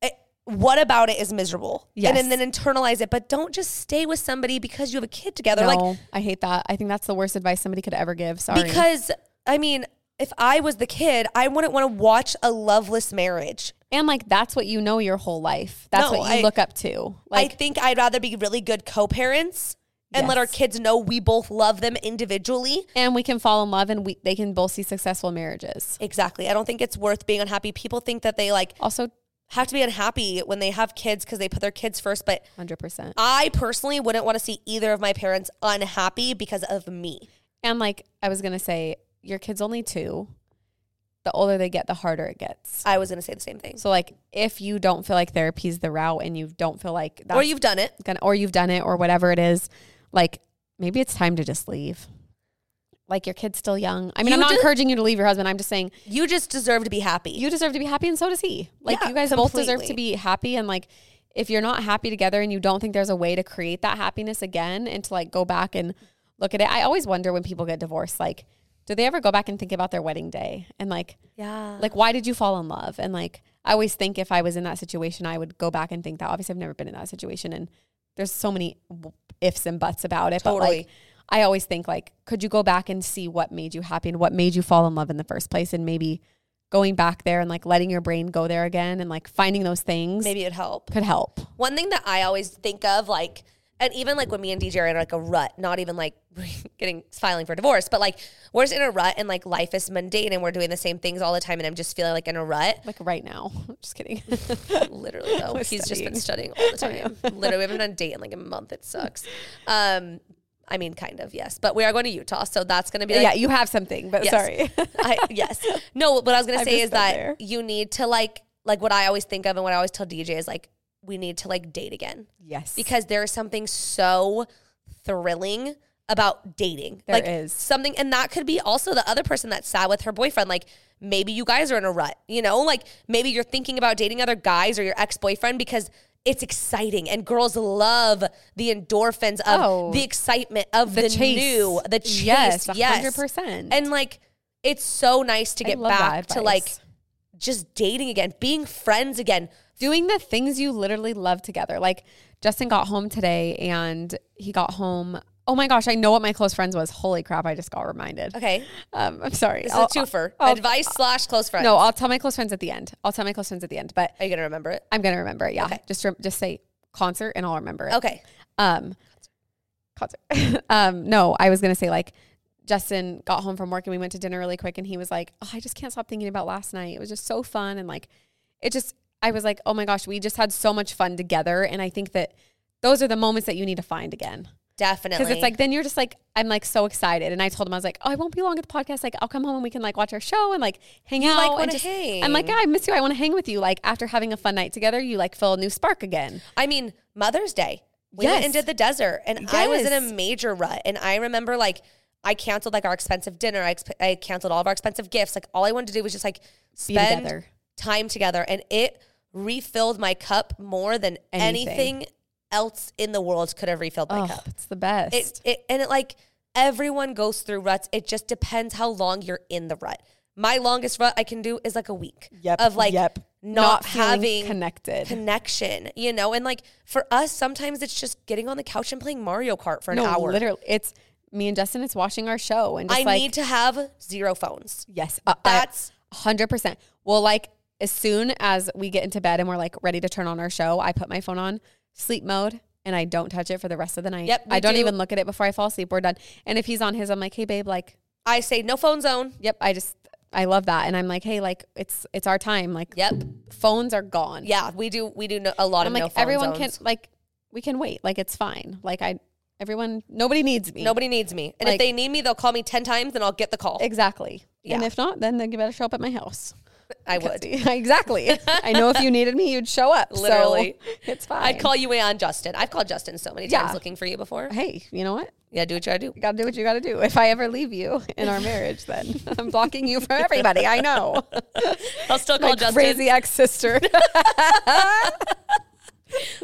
[SPEAKER 2] it, what about it is miserable?
[SPEAKER 1] Yes.
[SPEAKER 2] And, then then internalize it, but don't just stay with somebody because you have a kid together.
[SPEAKER 1] no,
[SPEAKER 2] Like,
[SPEAKER 1] I hate that. I think that's the worst advice somebody could ever give. Sorry.
[SPEAKER 2] because I mean, if I was the kid, I wouldn't want to watch a loveless marriage.
[SPEAKER 1] and like that's what you know your whole life. That's
[SPEAKER 2] No,
[SPEAKER 1] what you
[SPEAKER 2] I-
[SPEAKER 1] look up to.
[SPEAKER 2] I
[SPEAKER 1] Like
[SPEAKER 2] think I'd rather be really good co parents and let
[SPEAKER 1] Yes.
[SPEAKER 2] our kids know we both love them individually.
[SPEAKER 1] and we can fall in love and we they can both see successful marriages.
[SPEAKER 2] Exactly. I don't think it's worth being unhappy. People think that they like
[SPEAKER 1] Also
[SPEAKER 2] have to be unhappy when they have kids because they put their kids first, but
[SPEAKER 1] 100%.
[SPEAKER 2] I personally wouldn't want to see either of my parents unhappy because of me.
[SPEAKER 1] And like I was going to say your kids only 2. The older they get, the harder it gets.
[SPEAKER 2] I was going to say the same thing.
[SPEAKER 1] So like if you don't feel like therapy's the route and you don't feel like that's
[SPEAKER 2] or you've done it.
[SPEAKER 1] gonna or you've done it or whatever it is, like maybe it's time to just leave. Like your kid's still young. I mean,
[SPEAKER 2] You
[SPEAKER 1] I'm not
[SPEAKER 2] just-
[SPEAKER 1] encouraging you to leave your husband. I'm just saying
[SPEAKER 2] You just deserve to be happy.
[SPEAKER 1] you deserve to be happy and so does he. Like
[SPEAKER 2] Yeah,
[SPEAKER 1] you guys both deserve to be happy and like if you're not happy together and you don't think there's a way to create that happiness again and to like go back and look at it. I always wonder when people get divorced like do they ever go back and think about their wedding day and like
[SPEAKER 2] yeah.
[SPEAKER 1] like why did you fall in love? And like I always think if I was in that situation I would go back and think that. Obviously I've never been in that situation and there's so many w- ifs and buts about it but
[SPEAKER 2] Totally.
[SPEAKER 1] like I always think like could you go back and see what made you happy and what made you fall in love in the first place and maybe going back there and like letting your brain go there again and like finding those things
[SPEAKER 2] Maybe it'd help.
[SPEAKER 1] could help.
[SPEAKER 2] One thing that I always think of, like, and even like when me and DJ are in like a rut, not even like *laughs* getting filing for divorce, but like we're just in a rut and like life is mundane and we're doing the same things all the time and I'm just feeling like in a
[SPEAKER 1] *laughs*
[SPEAKER 2] rut.
[SPEAKER 1] Like right now.
[SPEAKER 2] *laughs*
[SPEAKER 1] Just kidding.
[SPEAKER 2] Literally though,
[SPEAKER 1] We're
[SPEAKER 2] he's just been studying all the
[SPEAKER 1] *laughs* I
[SPEAKER 2] time. Literally, we haven't done a date in like a month. It sucks. Um, I mean, kind of yes, but we are going to Utah, so that's going to be like
[SPEAKER 1] *laughs* yeah, you have something, but
[SPEAKER 2] Yes.
[SPEAKER 1] sorry. *laughs*
[SPEAKER 2] I, yes. No, what I was gonna
[SPEAKER 1] I've
[SPEAKER 2] say
[SPEAKER 1] just
[SPEAKER 2] is
[SPEAKER 1] been
[SPEAKER 2] that
[SPEAKER 1] there.
[SPEAKER 2] you need to like like what I always think of and what I always tell DJ is like we need to like date again
[SPEAKER 1] Yes.
[SPEAKER 2] because there's something so thrilling about dating.
[SPEAKER 1] There
[SPEAKER 2] like
[SPEAKER 1] is.
[SPEAKER 2] something and that could be also the other person that's sad with her boyfriend like maybe you guys are in a rut, you know? Like maybe you're thinking about dating other guys or your ex-boyfriend because it's exciting and girls love the endorphins of
[SPEAKER 1] Oh.
[SPEAKER 2] the excitement of the,
[SPEAKER 1] chase.
[SPEAKER 2] new, the chase.
[SPEAKER 1] Yes,
[SPEAKER 2] Yes,
[SPEAKER 1] a hundred percent.
[SPEAKER 2] And like it's so nice to
[SPEAKER 1] I
[SPEAKER 2] get
[SPEAKER 1] love that
[SPEAKER 2] back to
[SPEAKER 1] advice.
[SPEAKER 2] like just dating again, being friends again.
[SPEAKER 1] doing the things you literally love together. Like Justin got home today and he got home. Oh my gosh, I know what my close friends was. Holy crap, I just got reminded.
[SPEAKER 2] Okay.
[SPEAKER 1] Um, I'm sorry.
[SPEAKER 2] This
[SPEAKER 1] I'll-
[SPEAKER 2] is a twofer.
[SPEAKER 1] I'll-
[SPEAKER 2] Advice slash close friend.
[SPEAKER 1] oh, No, I'll tell my close friends at the end. I'll tell my close friends at the end, but
[SPEAKER 2] Are you gonna remember it?
[SPEAKER 1] I'm gonna remember it. Yeah, just rem- just say concert and I'll remember it.
[SPEAKER 2] Okay.
[SPEAKER 1] Um, concert. *laughs* um, no, I was gonna say like Justin got home from work and we went to dinner really quick and he was like, oh, I just can't stop thinking about last night. It was just so fun and like it just I was like, oh my gosh, we just had so much fun together and I think that those are the moments that you need to find again
[SPEAKER 2] Definitely.
[SPEAKER 1] because it's like then you're just like I'm like so excited and I told him I was like, oh, I won't be long at the podcast. Like I'll come home and we can like watch our show and like hang out.
[SPEAKER 2] like,
[SPEAKER 1] and
[SPEAKER 2] wanna
[SPEAKER 1] just-
[SPEAKER 2] hang.
[SPEAKER 1] I'm like, yeah, I miss you. I want to hang with you. Like after having a fun night together, you like feel a new spark again.
[SPEAKER 2] I mean, Mother's Day. We went and
[SPEAKER 1] Yes.
[SPEAKER 2] did the desert, and I was in
[SPEAKER 1] Yes.
[SPEAKER 2] a major rut. And I remember like I canceled like our expensive dinner. I, exp- I canceled all of our expensive gifts. Like all I wanted to do was just like spend
[SPEAKER 1] together.
[SPEAKER 2] time together, and it refilled my cup more than
[SPEAKER 1] Anything.
[SPEAKER 2] anything, else in the world could have refilled my
[SPEAKER 1] Oh,
[SPEAKER 2] cup.
[SPEAKER 1] it's the best.
[SPEAKER 2] It, it and it like everyone goes through ruts. It just depends how long you're in the rut. My longest rut I can do is like a week
[SPEAKER 1] Yep,
[SPEAKER 2] of like
[SPEAKER 1] yep.
[SPEAKER 2] not,
[SPEAKER 1] feeling
[SPEAKER 2] having
[SPEAKER 1] connected.
[SPEAKER 2] connection, you know? And like for us, sometimes it's just getting on the couch and playing Mario Kart for an
[SPEAKER 1] no,
[SPEAKER 2] hour.
[SPEAKER 1] literally, it's me and Justin. It's watching our show and just
[SPEAKER 2] I
[SPEAKER 1] like
[SPEAKER 2] need to have zero phones.
[SPEAKER 1] yes, uh,
[SPEAKER 2] That's-
[SPEAKER 1] hundred percent. Well, like as soon as we get into bed and we're like ready to turn on our show, I put my phone on sleep mode. And I don't touch it for the rest of the night.
[SPEAKER 2] Yep, we
[SPEAKER 1] I don't
[SPEAKER 2] do.
[SPEAKER 1] even look at it before I fall asleep. We're done. And if he's on his, I'm like, hey, babe, like,
[SPEAKER 2] I say no phone zone.
[SPEAKER 1] yep, I just, I love that. And I'm like, hey, like, it's it's our time. Like,
[SPEAKER 2] Yep.
[SPEAKER 1] phones are gone.
[SPEAKER 2] Yeah, we do we do no, a lot
[SPEAKER 1] I'm
[SPEAKER 2] of
[SPEAKER 1] like
[SPEAKER 2] no phone
[SPEAKER 1] everyone
[SPEAKER 2] zones.
[SPEAKER 1] can like we can wait. Like it's fine. Like I everyone nobody needs me.
[SPEAKER 2] Nobody needs me. And
[SPEAKER 1] Like-
[SPEAKER 2] if they need me, they'll call me 10 times and I'll get the call.
[SPEAKER 1] exactly. And
[SPEAKER 2] Yeah.
[SPEAKER 1] if not, then they better show up at my house.
[SPEAKER 2] I
[SPEAKER 1] 'Cause-
[SPEAKER 2] would.
[SPEAKER 1] *laughs* exactly. I know if you needed me, you'd
[SPEAKER 2] *laughs*
[SPEAKER 1] show up. So
[SPEAKER 2] Literally.
[SPEAKER 1] *laughs* it's fine.
[SPEAKER 2] I'd call you on Justin. I've called Justin so many
[SPEAKER 1] Yeah.
[SPEAKER 2] times looking for you before.
[SPEAKER 1] Hey, you know what?
[SPEAKER 2] Yeah, do what you gotta do.
[SPEAKER 1] You gotta do what you gotta do. If I ever leave you in our marriage, then *laughs* I'm blocking you from everybody.
[SPEAKER 2] *laughs*
[SPEAKER 1] I know.
[SPEAKER 2] I'll still call
[SPEAKER 1] My
[SPEAKER 2] Justin.
[SPEAKER 1] crazy ex sister.
[SPEAKER 2] *laughs*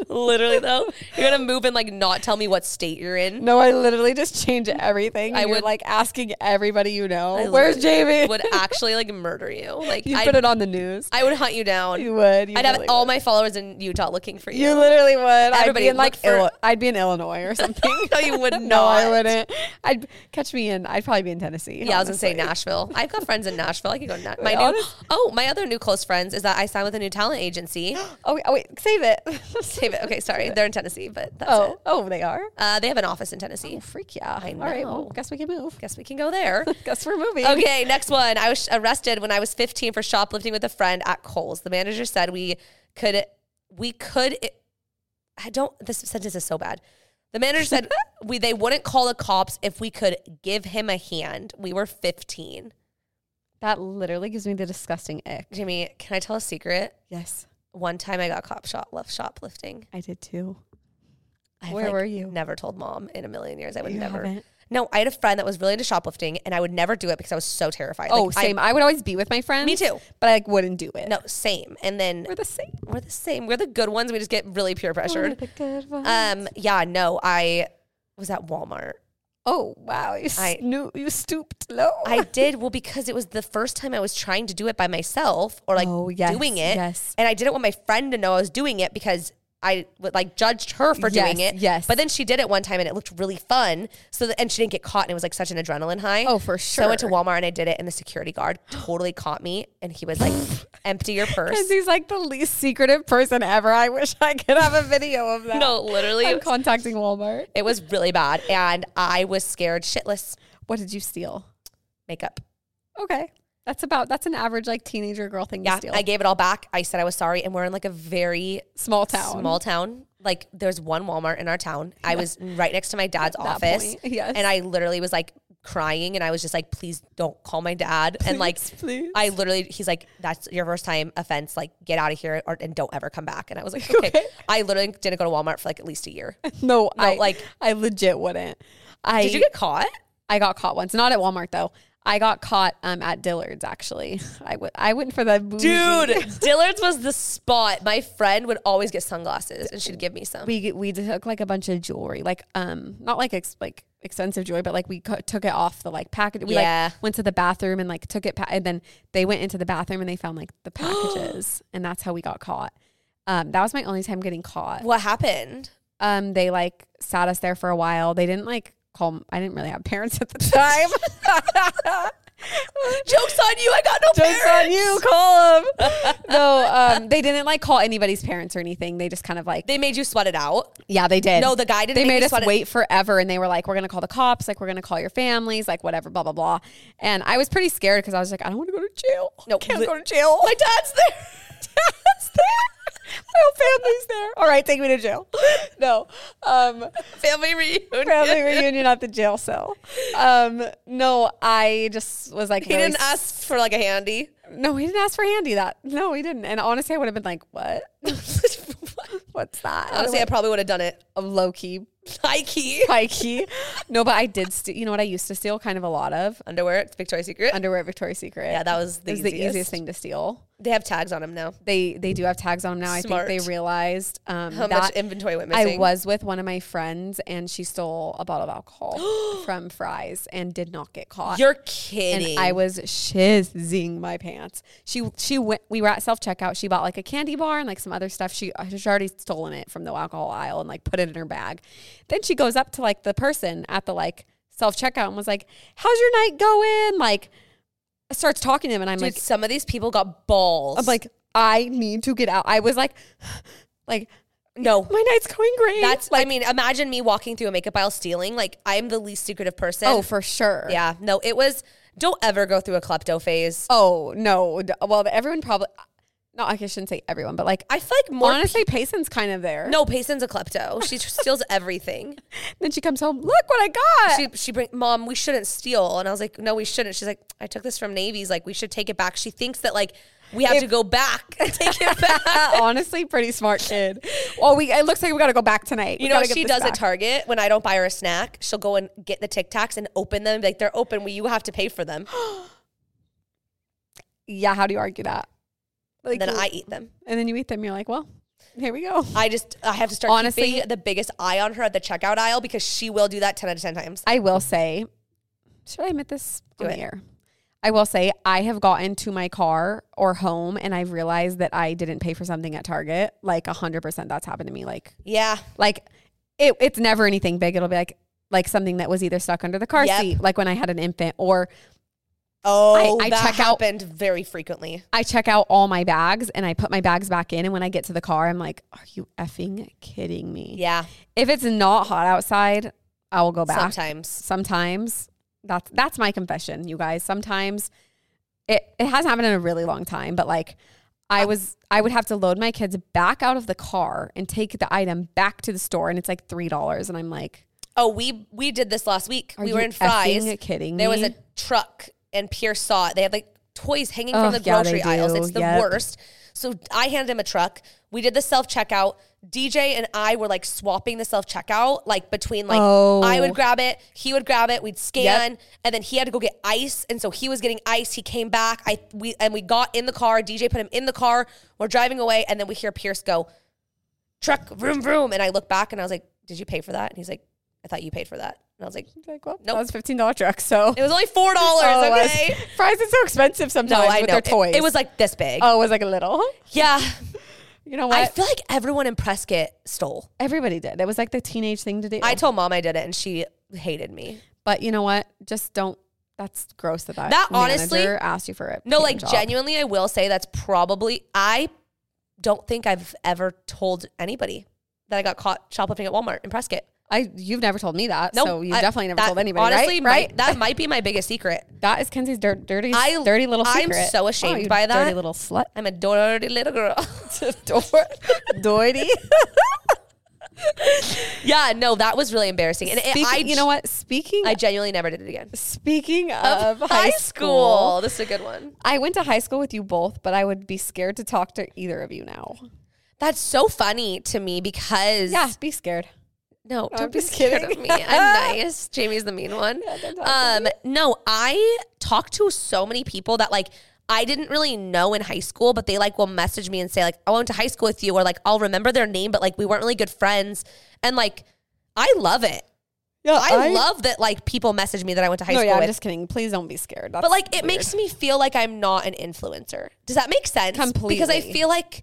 [SPEAKER 2] Literally though, you're gonna move and like not tell me what state you're
[SPEAKER 1] *laughs*
[SPEAKER 2] in.
[SPEAKER 1] no, I literally just change everything.
[SPEAKER 2] I
[SPEAKER 1] I would
[SPEAKER 2] would-
[SPEAKER 1] like asking everybody you know.
[SPEAKER 2] I
[SPEAKER 1] Where's
[SPEAKER 2] literally
[SPEAKER 1] Jamie?
[SPEAKER 2] Would actually like murder you. Like
[SPEAKER 1] you
[SPEAKER 2] I,
[SPEAKER 1] put it on the news.
[SPEAKER 2] I would hunt you down.
[SPEAKER 1] you would. You
[SPEAKER 2] I'd have
[SPEAKER 1] really
[SPEAKER 2] all
[SPEAKER 1] would.
[SPEAKER 2] my followers in Utah looking for you. *laughs*
[SPEAKER 1] You literally would. I'd
[SPEAKER 2] Everybody
[SPEAKER 1] be in
[SPEAKER 2] look
[SPEAKER 1] like
[SPEAKER 2] for-
[SPEAKER 1] Illi- I'd be in Illinois or something.
[SPEAKER 2] No, *laughs* you would
[SPEAKER 1] *laughs* no, I
[SPEAKER 2] not.
[SPEAKER 1] wouldn't. I'd catch me in. I'd probably be in Tennessee.
[SPEAKER 2] yeah, I was gonna say
[SPEAKER 1] honestly.
[SPEAKER 2] Nashville. I've got friends in Nashville. I could go. Na- my new,
[SPEAKER 1] honest-
[SPEAKER 2] oh, my other new close friends is that I signed with a new talent
[SPEAKER 1] *gasps*
[SPEAKER 2] agency.
[SPEAKER 1] Oh wait, oh, wait save it. *laughs*
[SPEAKER 2] Save it. Okay, sorry, they're in Tennessee, but that's
[SPEAKER 1] oh,
[SPEAKER 2] it.
[SPEAKER 1] oh, they are.
[SPEAKER 2] Uh, they have an office in Tennessee.
[SPEAKER 1] Oh, freak yeah. All right, well,
[SPEAKER 2] know.
[SPEAKER 1] guess we can move.
[SPEAKER 2] Guess we can go there.
[SPEAKER 1] Guess we're moving.
[SPEAKER 2] Okay, next one. I was arrested when I was 15 for shoplifting with a friend at Kohl's. The manager said we could, we could. I don't. This sentence is so bad. The manager said
[SPEAKER 1] *laughs*
[SPEAKER 2] we they wouldn't call the cops if we could give him a hand. We were 15.
[SPEAKER 1] That literally gives me the disgusting ick.
[SPEAKER 2] Jimmy, can I tell a secret?
[SPEAKER 1] Yes,
[SPEAKER 2] One time I got caught shop left shoplifting.
[SPEAKER 1] I did too.
[SPEAKER 2] I've,
[SPEAKER 1] Where
[SPEAKER 2] like,
[SPEAKER 1] were you?
[SPEAKER 2] Never told mom in a million years. I would
[SPEAKER 1] You
[SPEAKER 2] never.
[SPEAKER 1] haven't?
[SPEAKER 2] No, I had a friend that was really into shoplifting, and I would never do it because I was so terrified.
[SPEAKER 1] Oh,
[SPEAKER 2] Like, I-
[SPEAKER 1] same. I, would always be with my friends.
[SPEAKER 2] Me
[SPEAKER 1] *laughs*
[SPEAKER 2] too.
[SPEAKER 1] But I like, wouldn't do it.
[SPEAKER 2] no, same. And then
[SPEAKER 1] we're the same.
[SPEAKER 2] we're the same. We're the good ones. We just get really peer
[SPEAKER 1] We're
[SPEAKER 2] pressured.
[SPEAKER 1] the good ones.
[SPEAKER 2] Um, yeah, no, I was at Walmart.
[SPEAKER 1] oh wow, you
[SPEAKER 2] I-
[SPEAKER 1] snoo- you stooped low.
[SPEAKER 2] I did well because it was the first time I was trying to do it by myself or like
[SPEAKER 1] Oh, yes,
[SPEAKER 2] doing it.
[SPEAKER 1] yes.
[SPEAKER 2] And I didn't want my friend to know I was doing it because I would like judged her for doing
[SPEAKER 1] Yes,
[SPEAKER 2] it.
[SPEAKER 1] yes.
[SPEAKER 2] But then she did it one time and it looked really fun. So that, and she didn't get caught and it was like such an adrenaline high.
[SPEAKER 1] Oh, for
[SPEAKER 2] So I went to
[SPEAKER 1] sure.
[SPEAKER 2] Walmart and I did it and the security guard totally caught me and he was
[SPEAKER 1] *laughs*
[SPEAKER 2] like, empty your
[SPEAKER 1] Because
[SPEAKER 2] purse.
[SPEAKER 1] he's like the least secretive person ever. I wish I could have a video of that.
[SPEAKER 2] No, literally.
[SPEAKER 1] I'm contacting Walmart.
[SPEAKER 2] It was really bad. And I was scared shitless.
[SPEAKER 1] What did you steal?
[SPEAKER 2] Makeup.
[SPEAKER 1] Okay. That's about that's an average like teenager girl thing
[SPEAKER 2] Yeah,
[SPEAKER 1] to steal.
[SPEAKER 2] I gave it all back. I said I was sorry, and we're in like a very
[SPEAKER 1] small town.
[SPEAKER 2] small town. Like *laughs* there's one Walmart in our town. I was right next to my dad's
[SPEAKER 1] At that
[SPEAKER 2] office, *laughs*
[SPEAKER 1] point, yes.
[SPEAKER 2] and I literally was like crying and I was just like, please don't call my dad. and like,
[SPEAKER 1] *laughs* please.
[SPEAKER 2] I literally, he's like, that's your first time offense. Like, get out of here or, and don't ever come back. And I was like, *laughs* okay.
[SPEAKER 1] Okay.
[SPEAKER 2] I literally didn't go to Walmart for like at least a year.
[SPEAKER 1] No, I
[SPEAKER 2] like-
[SPEAKER 1] like I legit wouldn't. I
[SPEAKER 2] Did you get caught?
[SPEAKER 1] I got caught once, not at Walmart though. I got caught um, at Dillard's actually. I went I went for the bougie. *laughs*
[SPEAKER 2] Dude, Dillard's was the spot. My friend would always get sunglasses and she'd give me some.
[SPEAKER 1] We we took like a bunch of jewelry, like um not like ex- like expensive jewelry, but like we co- took it off the like package. We
[SPEAKER 2] Yeah.
[SPEAKER 1] like went to the bathroom and like took it, pa- and then they went into the bathroom and they found like the *gasps* packages, and that's how we got caught. Um, that was my only time getting caught.
[SPEAKER 2] What happened? *laughs*
[SPEAKER 1] Um, they like sat us there for a while. They didn't like call. I didn't really have parents at the time.
[SPEAKER 2] Joke's on you. I got no
[SPEAKER 1] Jokes
[SPEAKER 2] parents.
[SPEAKER 1] on you. Call them. *laughs* no, um, *laughs* they didn't like call anybody's parents or anything. They just kind of
[SPEAKER 2] *laughs*
[SPEAKER 1] like,
[SPEAKER 2] They made you sweat it out.
[SPEAKER 1] yeah, they did.
[SPEAKER 2] No, the guy didn't
[SPEAKER 1] They
[SPEAKER 2] make
[SPEAKER 1] made
[SPEAKER 2] me
[SPEAKER 1] us
[SPEAKER 2] sweat it-
[SPEAKER 1] wait forever, and they were like, "We're gonna call the cops. Like, we're gonna call your families. Like, whatever. Blah blah blah." And I was pretty scared because I was like, "I don't want to go to jail.
[SPEAKER 2] No,
[SPEAKER 1] can't
[SPEAKER 2] li-
[SPEAKER 1] go to jail. My
[SPEAKER 2] *laughs*
[SPEAKER 1] dad's there. dad's there. *laughs* My whole family's there. All right, take me to jail. *laughs* No, um,
[SPEAKER 2] Family reunion. *laughs*
[SPEAKER 1] family reunion at the jail cell. Um, no, I just was like,
[SPEAKER 2] He
[SPEAKER 1] really
[SPEAKER 2] didn't ask for like a
[SPEAKER 1] *laughs*
[SPEAKER 2] handy.
[SPEAKER 1] no, he didn't ask for handy that. No, he didn't. And honestly, I would have been like, what? What's that? I
[SPEAKER 2] Honestly, I probably would have done it.
[SPEAKER 1] a low key,
[SPEAKER 2] Nike
[SPEAKER 1] high
[SPEAKER 2] *laughs*
[SPEAKER 1] key. no, but I did. St- you know what I used to steal? Kind of a lot of
[SPEAKER 2] underwear. It's Victoria's Secret.
[SPEAKER 1] underwear at Victoria's Secret.
[SPEAKER 2] yeah, that was the,
[SPEAKER 1] it was
[SPEAKER 2] easiest.
[SPEAKER 1] the easiest thing to steal.
[SPEAKER 2] They have tags on them now.
[SPEAKER 1] They they do have tags on them now.
[SPEAKER 2] Smart.
[SPEAKER 1] I think they realized um,
[SPEAKER 2] How
[SPEAKER 1] that
[SPEAKER 2] much inventory went
[SPEAKER 1] I
[SPEAKER 2] missing?
[SPEAKER 1] was with one of my friends and she stole a bottle
[SPEAKER 2] *gasps*
[SPEAKER 1] of alcohol from Fry's and did not get caught.
[SPEAKER 2] You're kidding.
[SPEAKER 1] and I was shizzing my pants. She she went. We were at self checkout. She bought like a candy bar and like some other stuff. She uh, she's already stolen it from the alcohol aisle and like put it in her bag. Then she goes up to like the person at the like self checkout and was like, "How's your night going?" Like starts talking to him and I'm
[SPEAKER 2] Dude,
[SPEAKER 1] like,
[SPEAKER 2] some of these people got balls.
[SPEAKER 1] I'm like, I need to get out. I was like, *sighs* like
[SPEAKER 2] no.
[SPEAKER 1] my night's going great.
[SPEAKER 2] That's. I mean, imagine me walking through a makeup aisle stealing. Like, I'm the least secretive person.
[SPEAKER 1] oh for sure.
[SPEAKER 2] yeah. No, it was. Don't ever go through a klepto phase.
[SPEAKER 1] Oh no. D- Well, everyone probably. No, I shouldn't say everyone, but like
[SPEAKER 2] I feel like more.
[SPEAKER 1] honestly, Payson's kind of there.
[SPEAKER 2] no, Payson's a klepto. She steals
[SPEAKER 1] *laughs*
[SPEAKER 2] everything.
[SPEAKER 1] Then she comes home. Look what I got.
[SPEAKER 2] she *laughs* she bring mom we shouldn't steal and i was like no we shouldn't she's like i took this from navy's like we should take it back she thinks that like we have to go back *laughs* and take it back
[SPEAKER 1] Uh, Honestly, pretty smart kid. Well, we it looks like we got to go back tonight.
[SPEAKER 2] you
[SPEAKER 1] *laughs* We
[SPEAKER 2] know
[SPEAKER 1] gotta
[SPEAKER 2] what
[SPEAKER 1] get
[SPEAKER 2] she
[SPEAKER 1] this
[SPEAKER 2] does
[SPEAKER 1] back.
[SPEAKER 2] at target when i don't buy her a snack she'll go and get the tic tacs and open them be like they're open well, you have to pay for them
[SPEAKER 1] yeah, how do you argue that? *gasps* Like,
[SPEAKER 2] and then i eat them
[SPEAKER 1] and then you eat them. You're like, well, here we go.
[SPEAKER 2] i just i have to start
[SPEAKER 1] Honestly-
[SPEAKER 2] keeping the biggest eye on her at the checkout aisle because she will do that 10 out of 10 times
[SPEAKER 1] I will say, should I admit this
[SPEAKER 2] Do
[SPEAKER 1] on the
[SPEAKER 2] it.
[SPEAKER 1] air? I will say I have gotten to my car or home and I've realized that I didn't pay for something at Target. Like hundred percent, that's happened to me. Like,
[SPEAKER 2] yeah
[SPEAKER 1] like it, it's never anything big. It'll be like like something that was either stuck under the car
[SPEAKER 2] Yep.
[SPEAKER 1] seat, like when I had an infant, or
[SPEAKER 2] oh
[SPEAKER 1] I
[SPEAKER 2] that
[SPEAKER 1] check out-
[SPEAKER 2] happened very frequently
[SPEAKER 1] I check out all my bags and I put my bags back in. And when I get to the car, I'm like, are you effing kidding me?
[SPEAKER 2] yeah
[SPEAKER 1] If it's not hot outside, I will go back.
[SPEAKER 2] sometimes
[SPEAKER 1] Sometimes. That's that's my confession, you guys. Sometimes it, it hasn't happened in a really long time, but like I was I would have to load my kids back out of the car and take the item back to the store and it's like three dollars and I'm like,
[SPEAKER 2] oh we we did this last week
[SPEAKER 1] Are
[SPEAKER 2] we
[SPEAKER 1] you
[SPEAKER 2] were in fries
[SPEAKER 1] effing kidding
[SPEAKER 2] There was
[SPEAKER 1] me?
[SPEAKER 2] a truck and Pierce saw it. They had like toys hanging
[SPEAKER 1] Ugh,
[SPEAKER 2] from the
[SPEAKER 1] yeah,
[SPEAKER 2] grocery
[SPEAKER 1] they
[SPEAKER 2] aisles.
[SPEAKER 1] do.
[SPEAKER 2] It's the
[SPEAKER 1] Yep.
[SPEAKER 2] worst. So I handed him a truck. We did the self checkout. DJ and I were like swapping the self checkout, like between like
[SPEAKER 1] Oh.
[SPEAKER 2] I would grab it, he would grab it, we'd scan, and then he had to go get ice, and so he was getting ice. He came back, I we and we got in the car. DJ put him in the car. We're driving away, and then we hear Pierce go, "Truck, vroom vroom," and I look back and I was like, "Did you pay for that?" And he's like, "I thought you paid for that." And I was like,
[SPEAKER 1] like, well,
[SPEAKER 2] Nope.
[SPEAKER 1] that was fifteen dollar truck, so
[SPEAKER 2] "It was only four dollars,
[SPEAKER 1] Oh, it was.
[SPEAKER 2] okay?"
[SPEAKER 1] Fries is so expensive
[SPEAKER 2] No,
[SPEAKER 1] sometimes
[SPEAKER 2] I
[SPEAKER 1] with
[SPEAKER 2] know.
[SPEAKER 1] their
[SPEAKER 2] It-
[SPEAKER 1] toys.
[SPEAKER 2] It, was like this big.
[SPEAKER 1] Oh, it was like a little.
[SPEAKER 2] yeah.
[SPEAKER 1] You know what?
[SPEAKER 2] I feel like everyone in Prescott stole.
[SPEAKER 1] Everybody did. It was like the teenage thing to do.
[SPEAKER 2] I told mom I did it and she hated me.
[SPEAKER 1] but you know what? Just don't. That's gross that that,
[SPEAKER 2] That
[SPEAKER 1] manager
[SPEAKER 2] honestly-
[SPEAKER 1] asked you for it.
[SPEAKER 2] No, like genuinely, I will say that's probably, I don't think I've ever told anybody that I got caught shoplifting at Walmart in Prescott.
[SPEAKER 1] I you've never told me that.
[SPEAKER 2] No,
[SPEAKER 1] so you
[SPEAKER 2] I-
[SPEAKER 1] definitely never
[SPEAKER 2] that-
[SPEAKER 1] told anybody.
[SPEAKER 2] Honestly,
[SPEAKER 1] right?
[SPEAKER 2] might-
[SPEAKER 1] right?
[SPEAKER 2] that might be my biggest secret.
[SPEAKER 1] that is Kenzie's dirt, dirty,
[SPEAKER 2] I-
[SPEAKER 1] dirty little
[SPEAKER 2] I'm
[SPEAKER 1] secret. Oh,
[SPEAKER 2] so ashamed
[SPEAKER 1] you
[SPEAKER 2] by that.
[SPEAKER 1] Dirty
[SPEAKER 2] *laughs*
[SPEAKER 1] little slut. *laughs*
[SPEAKER 2] I'm a dirty little girl.
[SPEAKER 1] Dor- dirty.
[SPEAKER 2] *laughs* yeah, no, that was really embarrassing. And it-
[SPEAKER 1] Speak-
[SPEAKER 2] I,
[SPEAKER 1] you know what? Speaking
[SPEAKER 2] I genuinely never did it again.
[SPEAKER 1] speaking of, high school,
[SPEAKER 2] This is a good one.
[SPEAKER 1] I went to high school with you both, but I would be scared to talk to either of you now.
[SPEAKER 2] That's so funny to me because
[SPEAKER 1] Yeah, be scared.
[SPEAKER 2] no, don't
[SPEAKER 1] I'm
[SPEAKER 2] be
[SPEAKER 1] just
[SPEAKER 2] scared
[SPEAKER 1] kidding.
[SPEAKER 2] of me.
[SPEAKER 1] *laughs*
[SPEAKER 2] I'm nice. Jamie's the mean one.
[SPEAKER 1] don't talk
[SPEAKER 2] um, no, I talked to so many people that like I didn't really know in high school, but they like will message me and say like I went to high school with you, or like I'll remember their name, but like we weren't really good friends, and like I love it.
[SPEAKER 1] Yeah,
[SPEAKER 2] I, love that like people message me that I went to high
[SPEAKER 1] No,
[SPEAKER 2] school
[SPEAKER 1] yeah, I'm
[SPEAKER 2] with.
[SPEAKER 1] just kidding. Please don't be scared. That's
[SPEAKER 2] but like it
[SPEAKER 1] weird.
[SPEAKER 2] makes me feel like I'm not an influencer. Does that make sense? Because I
[SPEAKER 1] Completely.
[SPEAKER 2] feel like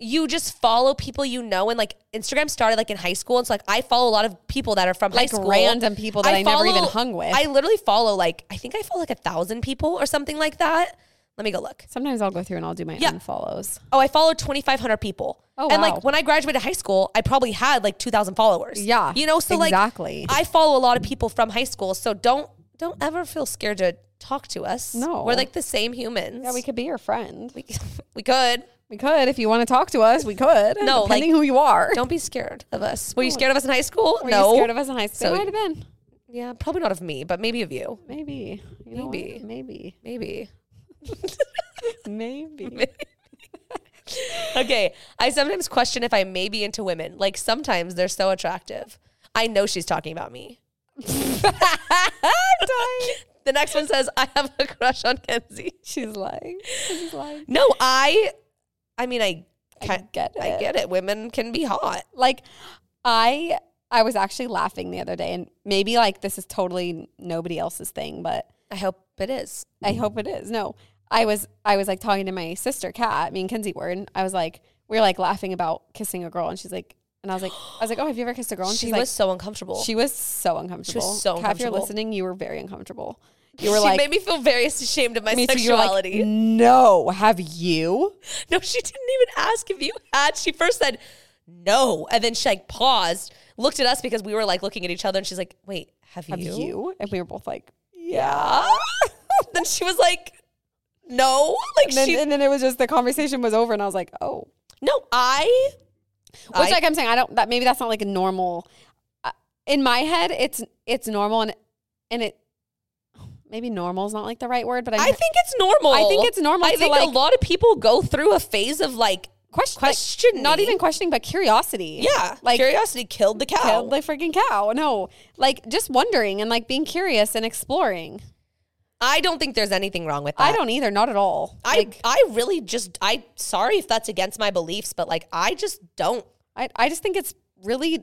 [SPEAKER 2] you just follow people you know, and like Instagram started like in high school, and so like I follow a lot of people that are from high
[SPEAKER 1] Like
[SPEAKER 2] school,
[SPEAKER 1] random people that I never even hung with.
[SPEAKER 2] I literally follow like I think I follow like a thousand people or something like that. Let me go look.
[SPEAKER 1] sometimes I'll go through and I'll do my
[SPEAKER 2] Yeah.
[SPEAKER 1] unfollows.
[SPEAKER 2] Oh, I followed 2,500 people.
[SPEAKER 1] Oh,
[SPEAKER 2] And
[SPEAKER 1] wow.
[SPEAKER 2] like when I graduated high school, I probably had like 2,000 followers.
[SPEAKER 1] Yeah,
[SPEAKER 2] You know, so
[SPEAKER 1] exactly.
[SPEAKER 2] like I follow a lot of people from high school. So don't, don't ever feel scared to talk to us.
[SPEAKER 1] No.
[SPEAKER 2] We're like the same humans. *laughs*
[SPEAKER 1] Yeah, we could be your friend. We,
[SPEAKER 2] we could.
[SPEAKER 1] could if you want to talk to us. We could.
[SPEAKER 2] No,
[SPEAKER 1] depending
[SPEAKER 2] like-
[SPEAKER 1] who you are.
[SPEAKER 2] Don't be scared of us. Were you scared of us in high school?
[SPEAKER 1] Were
[SPEAKER 2] no.
[SPEAKER 1] you scared of us in high school?
[SPEAKER 2] So-
[SPEAKER 1] It might have been.
[SPEAKER 2] yeah, probably not of me, but maybe of you.
[SPEAKER 1] Maybe. You know what?
[SPEAKER 2] Maybe. *laughs*
[SPEAKER 1] Maybe.
[SPEAKER 2] Maybe.
[SPEAKER 1] Maybe.
[SPEAKER 2] Okay. I sometimes question if I may be into women. Like sometimes they're so attractive. I know she's talking about
[SPEAKER 1] *laughs*
[SPEAKER 2] me. the next one says, I have a crush on Kenzie.
[SPEAKER 1] She's lying. She's lying.
[SPEAKER 2] No, I, I mean, I,
[SPEAKER 1] I get it.
[SPEAKER 2] I get it. Women can be hot.
[SPEAKER 1] Like I I was actually laughing the other day and maybe like this is totally nobody else's thing, but
[SPEAKER 2] I hope it is.
[SPEAKER 1] I hope it is. No, I was I was like talking to my sister Kat, me and Kinsey were, and I was like, we were like laughing about kissing a girl, and she's like, and I was like, I
[SPEAKER 2] *gasps*
[SPEAKER 1] was like, oh, have you ever kissed a girl? And
[SPEAKER 2] she
[SPEAKER 1] she's
[SPEAKER 2] was
[SPEAKER 1] like,
[SPEAKER 2] so uncomfortable.
[SPEAKER 1] she was so uncomfortable.
[SPEAKER 2] so
[SPEAKER 1] Kat, if you're
[SPEAKER 2] uncomfortable.
[SPEAKER 1] listening, you were
[SPEAKER 2] *laughs*
[SPEAKER 1] very uncomfortable. You were
[SPEAKER 2] she
[SPEAKER 1] like,
[SPEAKER 2] made me feel very ashamed of my
[SPEAKER 1] me too. You were like,
[SPEAKER 2] sexuality.
[SPEAKER 1] no, have you?
[SPEAKER 2] *laughs* No, she didn't even ask if you had. She first said no, and then she like paused, looked at us because we were like looking at each other, and she's like, "Wait, have,
[SPEAKER 1] Have
[SPEAKER 2] you?"
[SPEAKER 1] you? And we were both *laughs* like, yeah.
[SPEAKER 2] Ah. *laughs* then she was like, "No, like
[SPEAKER 1] And then,
[SPEAKER 2] she
[SPEAKER 1] and then it was just the conversation was over, and I was like, oh,
[SPEAKER 2] no, I."
[SPEAKER 1] Which,
[SPEAKER 2] I-
[SPEAKER 1] like I'm saying, I don't. That maybe that's not like a normal. uh, In my head, it's it's normal and and it maybe normal is not like the right word, but I'm,
[SPEAKER 2] I think it's normal.
[SPEAKER 1] I think it's normal
[SPEAKER 2] I
[SPEAKER 1] to,
[SPEAKER 2] think a
[SPEAKER 1] like-
[SPEAKER 2] lot of people go through a phase of like
[SPEAKER 1] question, like,
[SPEAKER 2] questioning.
[SPEAKER 1] not even questioning, but curiosity.
[SPEAKER 2] yeah, like
[SPEAKER 1] like
[SPEAKER 2] curiosity killed the cow.
[SPEAKER 1] killed the freaking cow. No, like just wondering and like being curious and exploring.
[SPEAKER 2] I don't think there's anything wrong with that.
[SPEAKER 1] I don't either, not at all.
[SPEAKER 2] I
[SPEAKER 1] like,
[SPEAKER 2] I really just I sorry if that's against my beliefs, but like I just don't.
[SPEAKER 1] I I just think it's really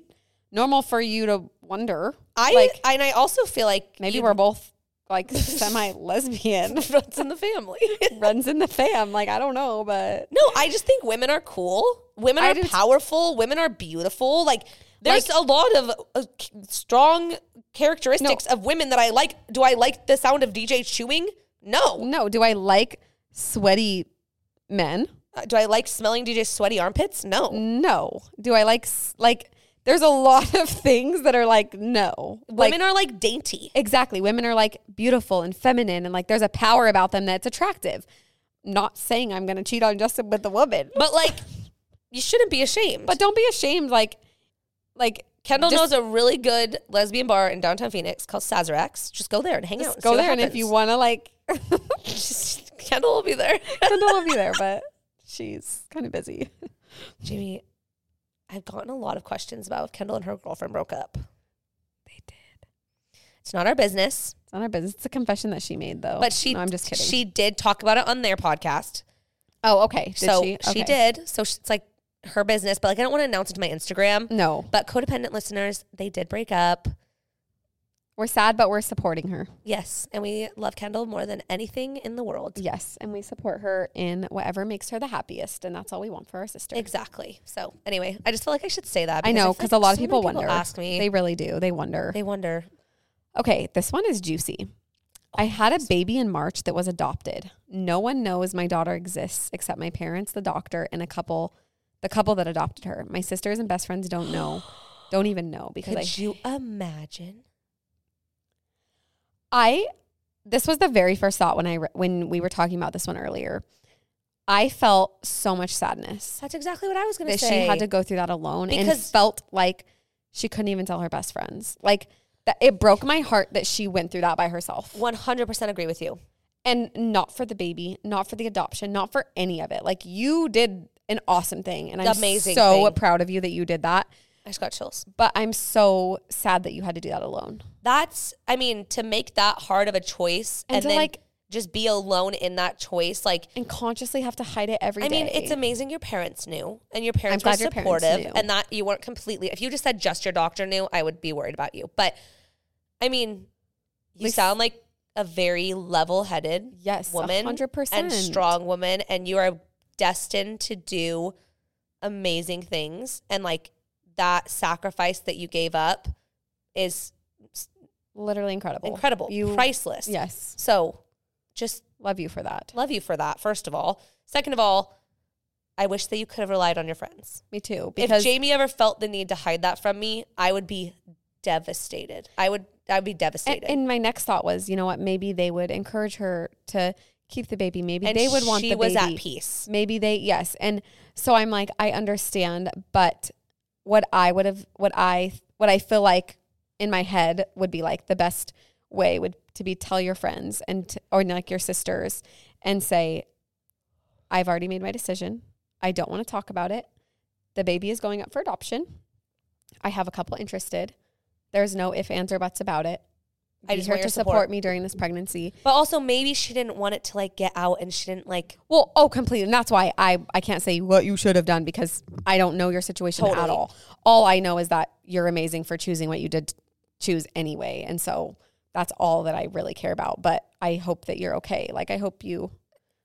[SPEAKER 1] normal for you to wonder.
[SPEAKER 2] I
[SPEAKER 1] like
[SPEAKER 2] and I also feel like
[SPEAKER 1] maybe
[SPEAKER 2] you-
[SPEAKER 1] we're both like *laughs* semi
[SPEAKER 2] *laughs*
[SPEAKER 1] lesbian. *laughs*
[SPEAKER 2] runs in the family.
[SPEAKER 1] Runs in the fam. Like I don't know, but
[SPEAKER 2] no, I just think women are cool. Women
[SPEAKER 1] I
[SPEAKER 2] are
[SPEAKER 1] do too.
[SPEAKER 2] powerful. Women are beautiful. Like there's a lot of uh, c- strong characteristics of women that I like. Do I like the sound of DJ chewing? No.
[SPEAKER 1] No. Do I like sweaty men?
[SPEAKER 2] Uh, Do I like smelling DJ's sweaty armpits? No.
[SPEAKER 1] No. Do I like s- like? There's a lot of things that are like no. Like
[SPEAKER 2] women are like dainty.
[SPEAKER 1] exactly, women are like beautiful and feminine, and like there's a power about them that's attractive. Not saying I'm gonna cheat on Justin with a woman,
[SPEAKER 2] But like you shouldn't be ashamed.
[SPEAKER 1] but don't be ashamed. Like, like
[SPEAKER 2] Kendall knows
[SPEAKER 1] just
[SPEAKER 2] a really good lesbian bar in downtown Phoenix called Sazeracs. Just go there and hang out. And
[SPEAKER 1] Go
[SPEAKER 2] see what
[SPEAKER 1] there, and if
[SPEAKER 2] *laughs*
[SPEAKER 1] you
[SPEAKER 2] happens.
[SPEAKER 1] want to, like, *laughs*
[SPEAKER 2] Just- Kendall will be there.
[SPEAKER 1] Kendall will be there, but she's kind of busy. *laughs*
[SPEAKER 2] Jamie, I've gotten a lot of questions about if Kendall and her girlfriend broke up. They did. It's not our business,
[SPEAKER 1] It's not our business. It's a confession that she made, though.
[SPEAKER 2] but she
[SPEAKER 1] Oh, No, I'm just kidding.
[SPEAKER 2] She did talk about it on their podcast.
[SPEAKER 1] oh, okay. Did
[SPEAKER 2] so
[SPEAKER 1] she?
[SPEAKER 2] she,
[SPEAKER 1] Okay.
[SPEAKER 2] did. So she- it's like her business, but like I don't want to announce it to my Instagram.
[SPEAKER 1] No,
[SPEAKER 2] But codependent listeners, they did break up.
[SPEAKER 1] we're sad, but we're supporting her.
[SPEAKER 2] Yes, and we love Kendall more than anything in the world.
[SPEAKER 1] Yes, and we support her in whatever makes her the happiest, and that's all we want for our sister.
[SPEAKER 2] Exactly. So anyway, I just feel like I should say that.
[SPEAKER 1] I know
[SPEAKER 2] feel
[SPEAKER 1] because
[SPEAKER 2] like
[SPEAKER 1] a lot
[SPEAKER 2] so
[SPEAKER 1] of
[SPEAKER 2] many
[SPEAKER 1] people wonder.
[SPEAKER 2] Ask me.
[SPEAKER 1] They
[SPEAKER 2] They,
[SPEAKER 1] really do. They wonder.
[SPEAKER 2] wonder.
[SPEAKER 1] okay, this one is juicy. I had a baby in March that was adopted. No one knows my daughter exists except my parents, the doctor, and a couple, the couple that adopted her. My sisters and best friends
[SPEAKER 2] *gasps*
[SPEAKER 1] don't know, don't even know because
[SPEAKER 2] Could
[SPEAKER 1] I
[SPEAKER 2] you imagine?
[SPEAKER 1] I this was the very first thought when I re- when we were talking about this one earlier. I felt so much sadness
[SPEAKER 2] That's exactly what I was going to
[SPEAKER 1] that
[SPEAKER 2] say.
[SPEAKER 1] she had to go through that alone and
[SPEAKER 2] Because-
[SPEAKER 1] felt like she couldn't even tell her best friends. Like that it broke my heart that she went through that by herself.
[SPEAKER 2] 100% agree with you.
[SPEAKER 1] And not for the baby, not for the adoption, not for any of it. Like you did an awesome thing and I'm
[SPEAKER 2] Amazing
[SPEAKER 1] so
[SPEAKER 2] thing.
[SPEAKER 1] proud of you that you did that.
[SPEAKER 2] I just got chills.
[SPEAKER 1] But I'm so sad that you had to do that alone.
[SPEAKER 2] That's, I mean, to make that hard of a choice
[SPEAKER 1] And
[SPEAKER 2] and,
[SPEAKER 1] to,
[SPEAKER 2] then
[SPEAKER 1] like-
[SPEAKER 2] just be alone in that choice. Like,
[SPEAKER 1] And consciously have to hide it every day.
[SPEAKER 2] I mean, it's amazing your parents knew and your parents were
[SPEAKER 1] glad your parents
[SPEAKER 2] supportive
[SPEAKER 1] knew.
[SPEAKER 2] and that you weren't completely, if you just said just your doctor knew, I would be worried about you. But I mean, you
[SPEAKER 1] Like-
[SPEAKER 2] sound like a very level headed
[SPEAKER 1] yes,
[SPEAKER 2] woman
[SPEAKER 1] 100%.
[SPEAKER 2] and strong woman and you are destined to do amazing things and like that sacrifice that you gave up is
[SPEAKER 1] Literally incredible.
[SPEAKER 2] incredible
[SPEAKER 1] You
[SPEAKER 2] priceless
[SPEAKER 1] Yes.
[SPEAKER 2] so just
[SPEAKER 1] Love you for that.
[SPEAKER 2] love you for that first of all second of all i wish that you could have relied on your friends
[SPEAKER 1] Me too. Because
[SPEAKER 2] if jamie ever felt the need to hide that from me i would be devastated i would i would be
[SPEAKER 1] And,
[SPEAKER 2] devastated
[SPEAKER 1] and my next thought was, you know what? Maybe they would encourage her to keep the baby. Maybe
[SPEAKER 2] And
[SPEAKER 1] they would want
[SPEAKER 2] she
[SPEAKER 1] the
[SPEAKER 2] was
[SPEAKER 1] baby.
[SPEAKER 2] at peace
[SPEAKER 1] Maybe they, yes. And so I'm like, I understand, but what I would have, what I, what I feel like in my head would be like the best way would to be tell your friends and t or like your sisters and say, I've already made my decision. I don't want to talk about it. The baby is going up for adoption. I have a couple interested. There's no if, ands, or buts about it.
[SPEAKER 2] I
[SPEAKER 1] Be
[SPEAKER 2] just
[SPEAKER 1] here
[SPEAKER 2] want your
[SPEAKER 1] to support.
[SPEAKER 2] support.
[SPEAKER 1] me during this pregnancy.
[SPEAKER 2] but also maybe she didn't want it to like get out and she didn't like
[SPEAKER 1] Well, oh, completely. And that's why I, I can't say what you should have done because I don't know your situation at
[SPEAKER 2] Totally.
[SPEAKER 1] all. All I know is that you're amazing for choosing what you did choose anyway. And so that's all that I really care about. But I hope that you're okay. Like, I hope you,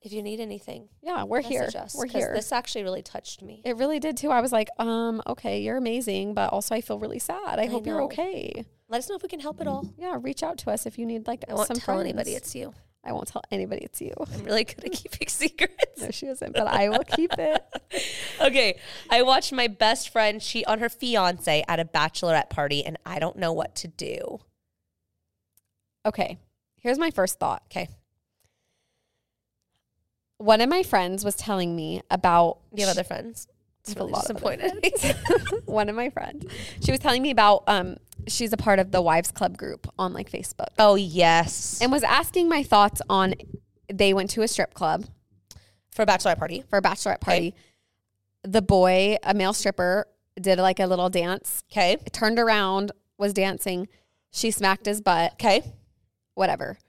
[SPEAKER 2] if you need anything
[SPEAKER 1] yeah, we're here.
[SPEAKER 2] message us,
[SPEAKER 1] We're
[SPEAKER 2] 'cause
[SPEAKER 1] here.
[SPEAKER 2] This actually really touched me.
[SPEAKER 1] it really did too. I was like, um, okay, you're amazing, but also I feel really sad. I, hope you're
[SPEAKER 2] know.
[SPEAKER 1] okay.
[SPEAKER 2] Let us know if we can help at all.
[SPEAKER 1] Yeah, reach out to us if you need like
[SPEAKER 2] I won't
[SPEAKER 1] some
[SPEAKER 2] tell
[SPEAKER 1] friends.
[SPEAKER 2] anybody it's you.
[SPEAKER 1] I won't tell anybody
[SPEAKER 2] *laughs*
[SPEAKER 1] it's you.
[SPEAKER 2] I'm really good
[SPEAKER 1] *laughs*
[SPEAKER 2] at keeping secrets.
[SPEAKER 1] No, she isn't, but I will keep it.
[SPEAKER 2] Okay, I watched my best friend cheat on her fiance at a bachelorette party, and I don't know what to do.
[SPEAKER 1] Okay, here's my first thought.
[SPEAKER 2] Okay,
[SPEAKER 1] One of my friends was telling me about
[SPEAKER 2] do you have other friends?
[SPEAKER 1] I have
[SPEAKER 2] really
[SPEAKER 1] a lot of other
[SPEAKER 2] disappointed.
[SPEAKER 1] friends. *laughs* One of my friends, she was telling me about um, she's a part of the Wives Club group on like Facebook,
[SPEAKER 2] Oh yes,
[SPEAKER 1] and was asking my thoughts on they went to a strip club
[SPEAKER 2] for a bachelorette party.
[SPEAKER 1] for a bachelorette party. The boy, a male stripper, did like a little dance,
[SPEAKER 2] Okay,
[SPEAKER 1] turned around, was dancing. She smacked his butt,
[SPEAKER 2] okay,
[SPEAKER 1] whatever.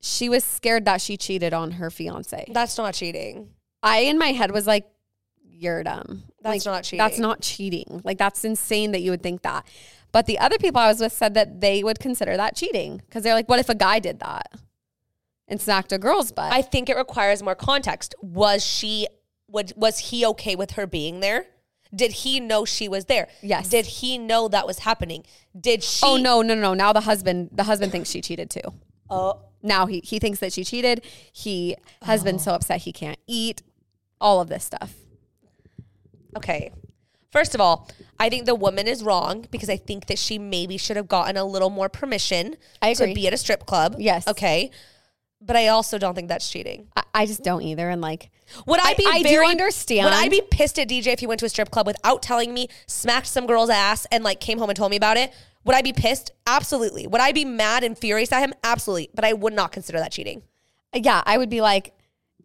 [SPEAKER 1] She was scared that she cheated on her fiance.
[SPEAKER 2] that's not cheating.
[SPEAKER 1] I in my head was like, "You're dumb.
[SPEAKER 2] That's
[SPEAKER 1] Like,
[SPEAKER 2] not cheating.
[SPEAKER 1] That's not cheating. Like that's insane that you would think that." But the other people I was with said that they would consider that cheating because they're like, "What if a guy did that and snacked a girl's butt?"
[SPEAKER 2] I think it requires more context. Was she was was he okay with her being there? Did he know she was there?
[SPEAKER 1] Yes.
[SPEAKER 2] Did he know that was happening? Did she
[SPEAKER 1] oh no, no, no, no! Now the husband, the husband thinks she cheated too.
[SPEAKER 2] Oh,
[SPEAKER 1] Now he he thinks that she cheated. He has been so upset he can't eat. All of this stuff.
[SPEAKER 2] okay. First of all, I think the woman is wrong because I think that she maybe should have gotten a little more permission
[SPEAKER 1] I
[SPEAKER 2] to
[SPEAKER 1] agree.
[SPEAKER 2] be at a strip club.
[SPEAKER 1] Yes.
[SPEAKER 2] Okay. But I also don't think that's cheating.
[SPEAKER 1] I, I just don't either. And like,
[SPEAKER 2] Would I
[SPEAKER 1] I-
[SPEAKER 2] be
[SPEAKER 1] I do
[SPEAKER 2] very-
[SPEAKER 1] understand.
[SPEAKER 2] Would I be pissed at DJ if he went to a strip club without telling me, smacked some girl's ass, and like came home and told me about it? Would I be pissed? Absolutely. Would I be mad and furious at him? Absolutely. But I would not consider that cheating.
[SPEAKER 1] yeah, I would be like,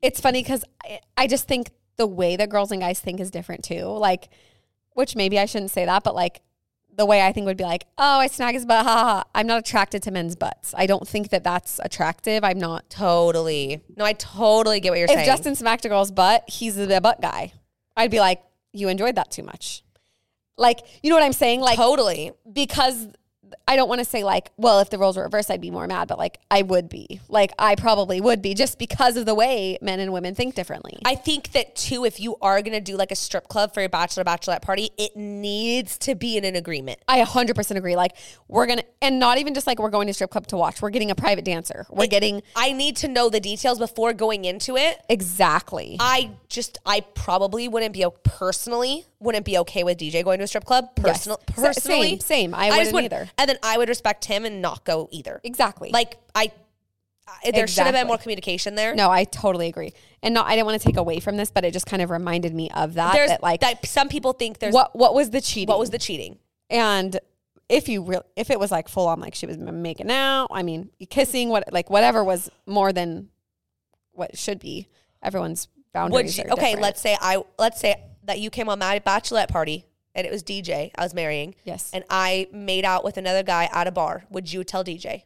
[SPEAKER 1] it's funny because I, I just think the way that girls and guys think is different too. Like, which maybe I shouldn't say that, but like the way I think would be like, oh, I snag his butt. Ha, ha, ha. I'm not attracted to men's butts. I don't think that that's attractive. I'm not.
[SPEAKER 2] Totally. No, I totally get what you're
[SPEAKER 1] If
[SPEAKER 2] saying.
[SPEAKER 1] Justin smacked a girl's butt, he's the butt guy. I'd be like, you enjoyed that too much. Like, you know what I'm saying? Like,
[SPEAKER 2] totally.
[SPEAKER 1] because I don't want to say like, well, if the roles were reversed, I'd be more mad, but like I would be. Like I probably would be just because of the way men and women think differently.
[SPEAKER 2] I think that too, if you are gonna do like a strip club for your bachelor bachelorette party, it needs to be in an agreement.
[SPEAKER 1] I 100% agree. Like we're going to and not even just like we're going to strip club to watch. We're getting a private dancer. We're getting
[SPEAKER 2] I need to know the details before going into it.
[SPEAKER 1] exactly.
[SPEAKER 2] I just, I probably wouldn't be o- personally wouldn't be okay with DJ going to a strip club.
[SPEAKER 1] Yes.
[SPEAKER 2] Personal,
[SPEAKER 1] S-
[SPEAKER 2] personally,
[SPEAKER 1] same, same. I,
[SPEAKER 2] I
[SPEAKER 1] wouldn't
[SPEAKER 2] just wouldn't
[SPEAKER 1] either.
[SPEAKER 2] And then I would respect him and not go either.
[SPEAKER 1] Exactly.
[SPEAKER 2] Like I, I- there should have been
[SPEAKER 1] Exactly.
[SPEAKER 2] more communication there.
[SPEAKER 1] No, I totally agree. And no, I didn't want to take away from this, but it just kind of reminded me of that.
[SPEAKER 2] there's
[SPEAKER 1] that like
[SPEAKER 2] that some people think there's what,
[SPEAKER 1] what what was the cheating?
[SPEAKER 2] was the cheating.
[SPEAKER 1] and if you real if it was like full on like she was m- making out, I mean kissing, what like whatever was more than what should be. Everyone's boundaries.
[SPEAKER 2] Would you,
[SPEAKER 1] are
[SPEAKER 2] okay,
[SPEAKER 1] different.
[SPEAKER 2] let's say I let's say that you came on my bachelorette party and it was DJ I was marrying.
[SPEAKER 1] Yes.
[SPEAKER 2] And I made out with another guy at a bar. Would you tell DJ?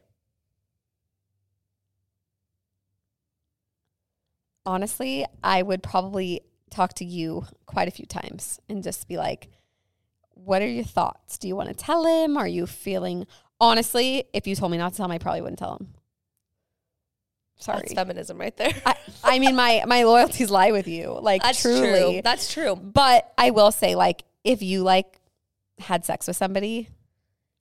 [SPEAKER 1] honestly, I would probably talk to you quite a few times and just be like, what are your thoughts? Do you want to tell him? Are you feeling honestly, if you told me not to tell him, I probably wouldn't tell him. Sorry.
[SPEAKER 2] That's feminism right there.
[SPEAKER 1] I, I mean my my loyalties lie with you. Like
[SPEAKER 2] That's
[SPEAKER 1] truly.
[SPEAKER 2] true. That's true.
[SPEAKER 1] But I will say, like, if you like had sex with somebody,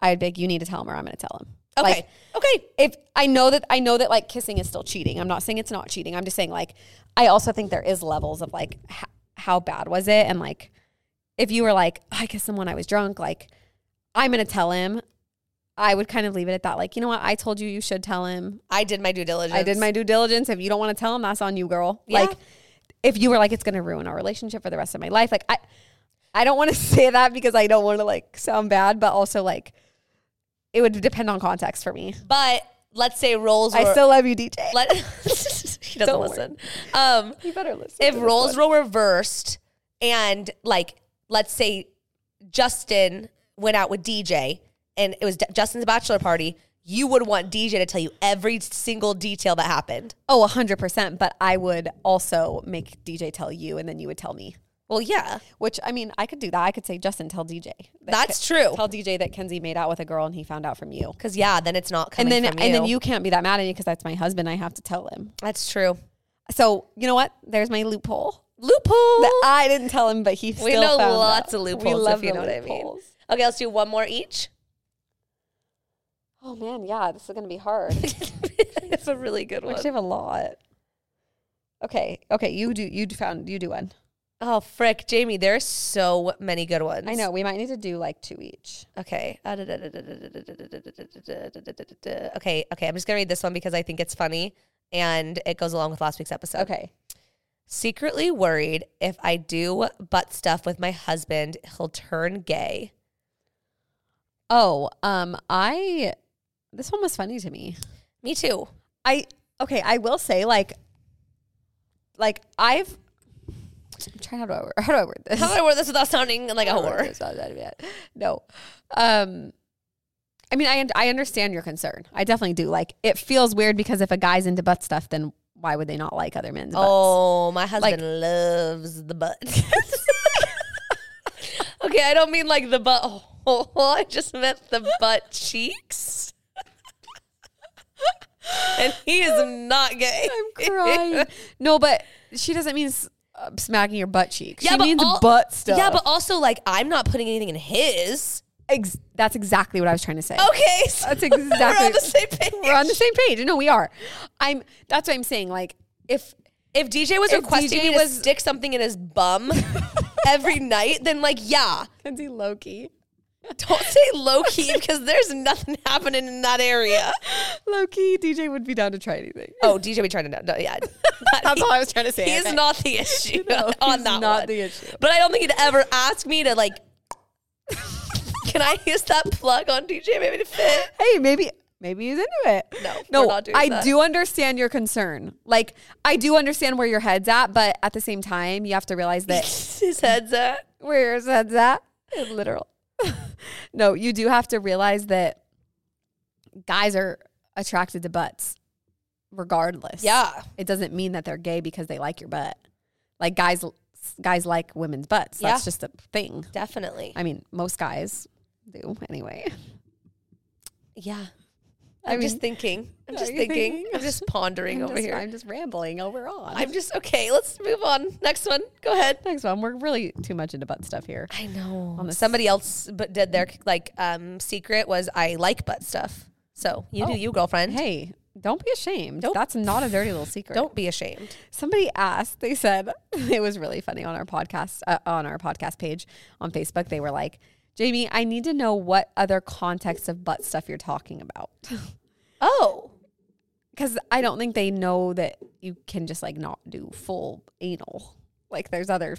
[SPEAKER 1] I'd be like, you need to tell him or I'm gonna tell him.
[SPEAKER 2] Okay.
[SPEAKER 1] Like,
[SPEAKER 2] okay.
[SPEAKER 1] if I know that I know that like kissing is still cheating. I'm not saying it's not cheating. I'm just saying like I also think there is levels of like h- how bad was it and like if you were like "Oh, I kissed someone I was drunk like I'm gonna tell him. I would kind of leave it at that. Like you know what I told you you should tell him.
[SPEAKER 2] I did my due diligence.
[SPEAKER 1] I did my due diligence. If you don't want to tell him, that's on you, girl.
[SPEAKER 2] Yeah.
[SPEAKER 1] Like if you were like it's gonna ruin our relationship for the rest of my life. Like I I don't want to *laughs* say that because I don't want to like sound bad, but also like it would depend on context for me.
[SPEAKER 2] But let's say roles were
[SPEAKER 1] I still love you, DJ.
[SPEAKER 2] *laughs* let He doesn't
[SPEAKER 1] Don't worry.
[SPEAKER 2] listen. Um
[SPEAKER 1] *laughs* You better listen.
[SPEAKER 2] if roles were reversed and like let's say Justin went out with DJ and it was D- Justin's bachelor party, you would want DJ to tell you every single detail that happened.
[SPEAKER 1] oh, 100%, but I would also make DJ tell you and then you would tell me.
[SPEAKER 2] Well, yeah.
[SPEAKER 1] Which I mean, I could do that. I could say, Justin, tell DJ. that
[SPEAKER 2] That's true.
[SPEAKER 1] Tell DJ that Kenzie made out with a girl and he found out from you.
[SPEAKER 2] Cuz yeah, then it's not
[SPEAKER 1] And
[SPEAKER 2] coming
[SPEAKER 1] then
[SPEAKER 2] from
[SPEAKER 1] and then you can't be that mad at me because that's my husband. I have to tell him.
[SPEAKER 2] That's true.
[SPEAKER 1] So you know what? There's my loophole.
[SPEAKER 2] Loophole.
[SPEAKER 1] That I didn't tell him, but he still
[SPEAKER 2] we know
[SPEAKER 1] found
[SPEAKER 2] lots
[SPEAKER 1] out.
[SPEAKER 2] of
[SPEAKER 1] We
[SPEAKER 2] loopholes
[SPEAKER 1] love
[SPEAKER 2] if you
[SPEAKER 1] the
[SPEAKER 2] know what I mean.
[SPEAKER 1] loopholes.
[SPEAKER 2] uh, Okay, let's do one more each. *laughs*
[SPEAKER 1] Oh man, yeah, this is gonna be
[SPEAKER 2] *laughs*
[SPEAKER 1] hard.
[SPEAKER 2] it's a really good
[SPEAKER 1] I
[SPEAKER 2] one.
[SPEAKER 1] actually have a lot. Okay, okay, you do you found you do one.
[SPEAKER 2] Oh frick, Jamie, there are so many good ones.
[SPEAKER 1] I know we might need to do like two each.
[SPEAKER 2] Okay. Uh, Okay. Okay. I'm just gonna read this one because I think it's funny and it goes along with last week's episode.
[SPEAKER 1] Okay.
[SPEAKER 2] Secretly worried if I do butt stuff with my husband, he'll turn gay.
[SPEAKER 1] Oh, um, I this one was funny to me.
[SPEAKER 2] Me
[SPEAKER 1] *laughs*
[SPEAKER 2] too.
[SPEAKER 1] I okay, I will say like, like I've I'm trying how do I word, how do I word this?
[SPEAKER 2] How do I wear this without sounding like a
[SPEAKER 1] How do I word
[SPEAKER 2] whore?
[SPEAKER 1] this? Not that bad. No, um, I mean I und- I understand your concern. I definitely do. Like it feels weird because if a guy's into butt stuff, then why would they not like other men's butts?
[SPEAKER 2] Oh, my husband loves the butt. *laughs* okay, I don't mean like the butt hole. I just meant the butt
[SPEAKER 1] *laughs*
[SPEAKER 2] cheeks. and he is not gay.
[SPEAKER 1] *laughs* I'm
[SPEAKER 2] *laughs*
[SPEAKER 1] crying. no, but she doesn't mean s- uh, smacking your butt cheek. she
[SPEAKER 2] but
[SPEAKER 1] means
[SPEAKER 2] al-
[SPEAKER 1] butt stuff.
[SPEAKER 2] Yeah, but also like I'm not putting anything in his.
[SPEAKER 1] Ex- that's exactly what I was trying to say.
[SPEAKER 2] Okay, so
[SPEAKER 1] That's exactly.
[SPEAKER 2] we're on the same page.
[SPEAKER 1] We're on the same page. No, we are. I'm. That's what I'm saying. Like, if
[SPEAKER 2] if DJ was
[SPEAKER 1] If
[SPEAKER 2] requesting me
[SPEAKER 1] DJ was-
[SPEAKER 2] to stick something in his
[SPEAKER 1] *laughs*
[SPEAKER 2] bum every night, then like yeah,
[SPEAKER 1] Kenzie *laughs* Loki,
[SPEAKER 2] don't say low key
[SPEAKER 1] *laughs*
[SPEAKER 2] because there's nothing happening in that area.
[SPEAKER 1] Loki DJ would be down to try anything.
[SPEAKER 2] Oh, DJ be trying to know. No, yeah,
[SPEAKER 1] *laughs* That's all I was trying to say.
[SPEAKER 2] He is
[SPEAKER 1] Okay.
[SPEAKER 2] not the issue
[SPEAKER 1] *laughs* No,
[SPEAKER 2] on
[SPEAKER 1] he's
[SPEAKER 2] that
[SPEAKER 1] not
[SPEAKER 2] one.
[SPEAKER 1] the issue.
[SPEAKER 2] But I don't think he'd ever ask me to
[SPEAKER 1] *laughs*
[SPEAKER 2] like. can I use that plug on DJ maybe to fit?
[SPEAKER 1] Hey, maybe. Maybe he's into it.
[SPEAKER 2] No,
[SPEAKER 1] no,
[SPEAKER 2] we're not doing
[SPEAKER 1] I
[SPEAKER 2] that.
[SPEAKER 1] do understand your concern. Like, I do understand where your head's at, but at the same time, you have to realize that
[SPEAKER 2] *laughs* His head's at.
[SPEAKER 1] where is that at? Literal. *laughs* no, you do have to realize that guys are attracted to butts regardless.
[SPEAKER 2] Yeah.
[SPEAKER 1] It doesn't mean that they're gay because they like your butt. Like guys guys like women's butts. That's
[SPEAKER 2] Yeah.
[SPEAKER 1] just a thing.
[SPEAKER 2] Definitely.
[SPEAKER 1] I mean, most guys do anyway.
[SPEAKER 2] Yeah.
[SPEAKER 1] I
[SPEAKER 2] I'm just
[SPEAKER 1] mean-
[SPEAKER 2] thinking. I'm
[SPEAKER 1] Are
[SPEAKER 2] just
[SPEAKER 1] you
[SPEAKER 2] thinking.
[SPEAKER 1] thinking?
[SPEAKER 2] I'm just pondering
[SPEAKER 1] *laughs* I'm
[SPEAKER 2] over
[SPEAKER 1] just,
[SPEAKER 2] here. I'm,
[SPEAKER 1] I'm just rambling overall.
[SPEAKER 2] just okay. Let's move on. Next one. Go ahead.
[SPEAKER 1] Next one. We're really too much into butt stuff here.
[SPEAKER 2] I know.
[SPEAKER 1] On this-
[SPEAKER 2] Somebody else but did their like um secret was I like butt stuff. So you
[SPEAKER 1] Oh.
[SPEAKER 2] do you, girlfriend.
[SPEAKER 1] Hey, don't be ashamed.
[SPEAKER 2] Nope.
[SPEAKER 1] That's not a dirty little secret.
[SPEAKER 2] Don't be ashamed.
[SPEAKER 1] somebody asked they said *laughs* it was really funny on our podcast uh, on our podcast page on facebook they were like jamie i need *laughs* to know what other context of butt stuff you're talking about
[SPEAKER 2] Oh.
[SPEAKER 1] because I don't think they know that you can just like not do full anal. Like there's other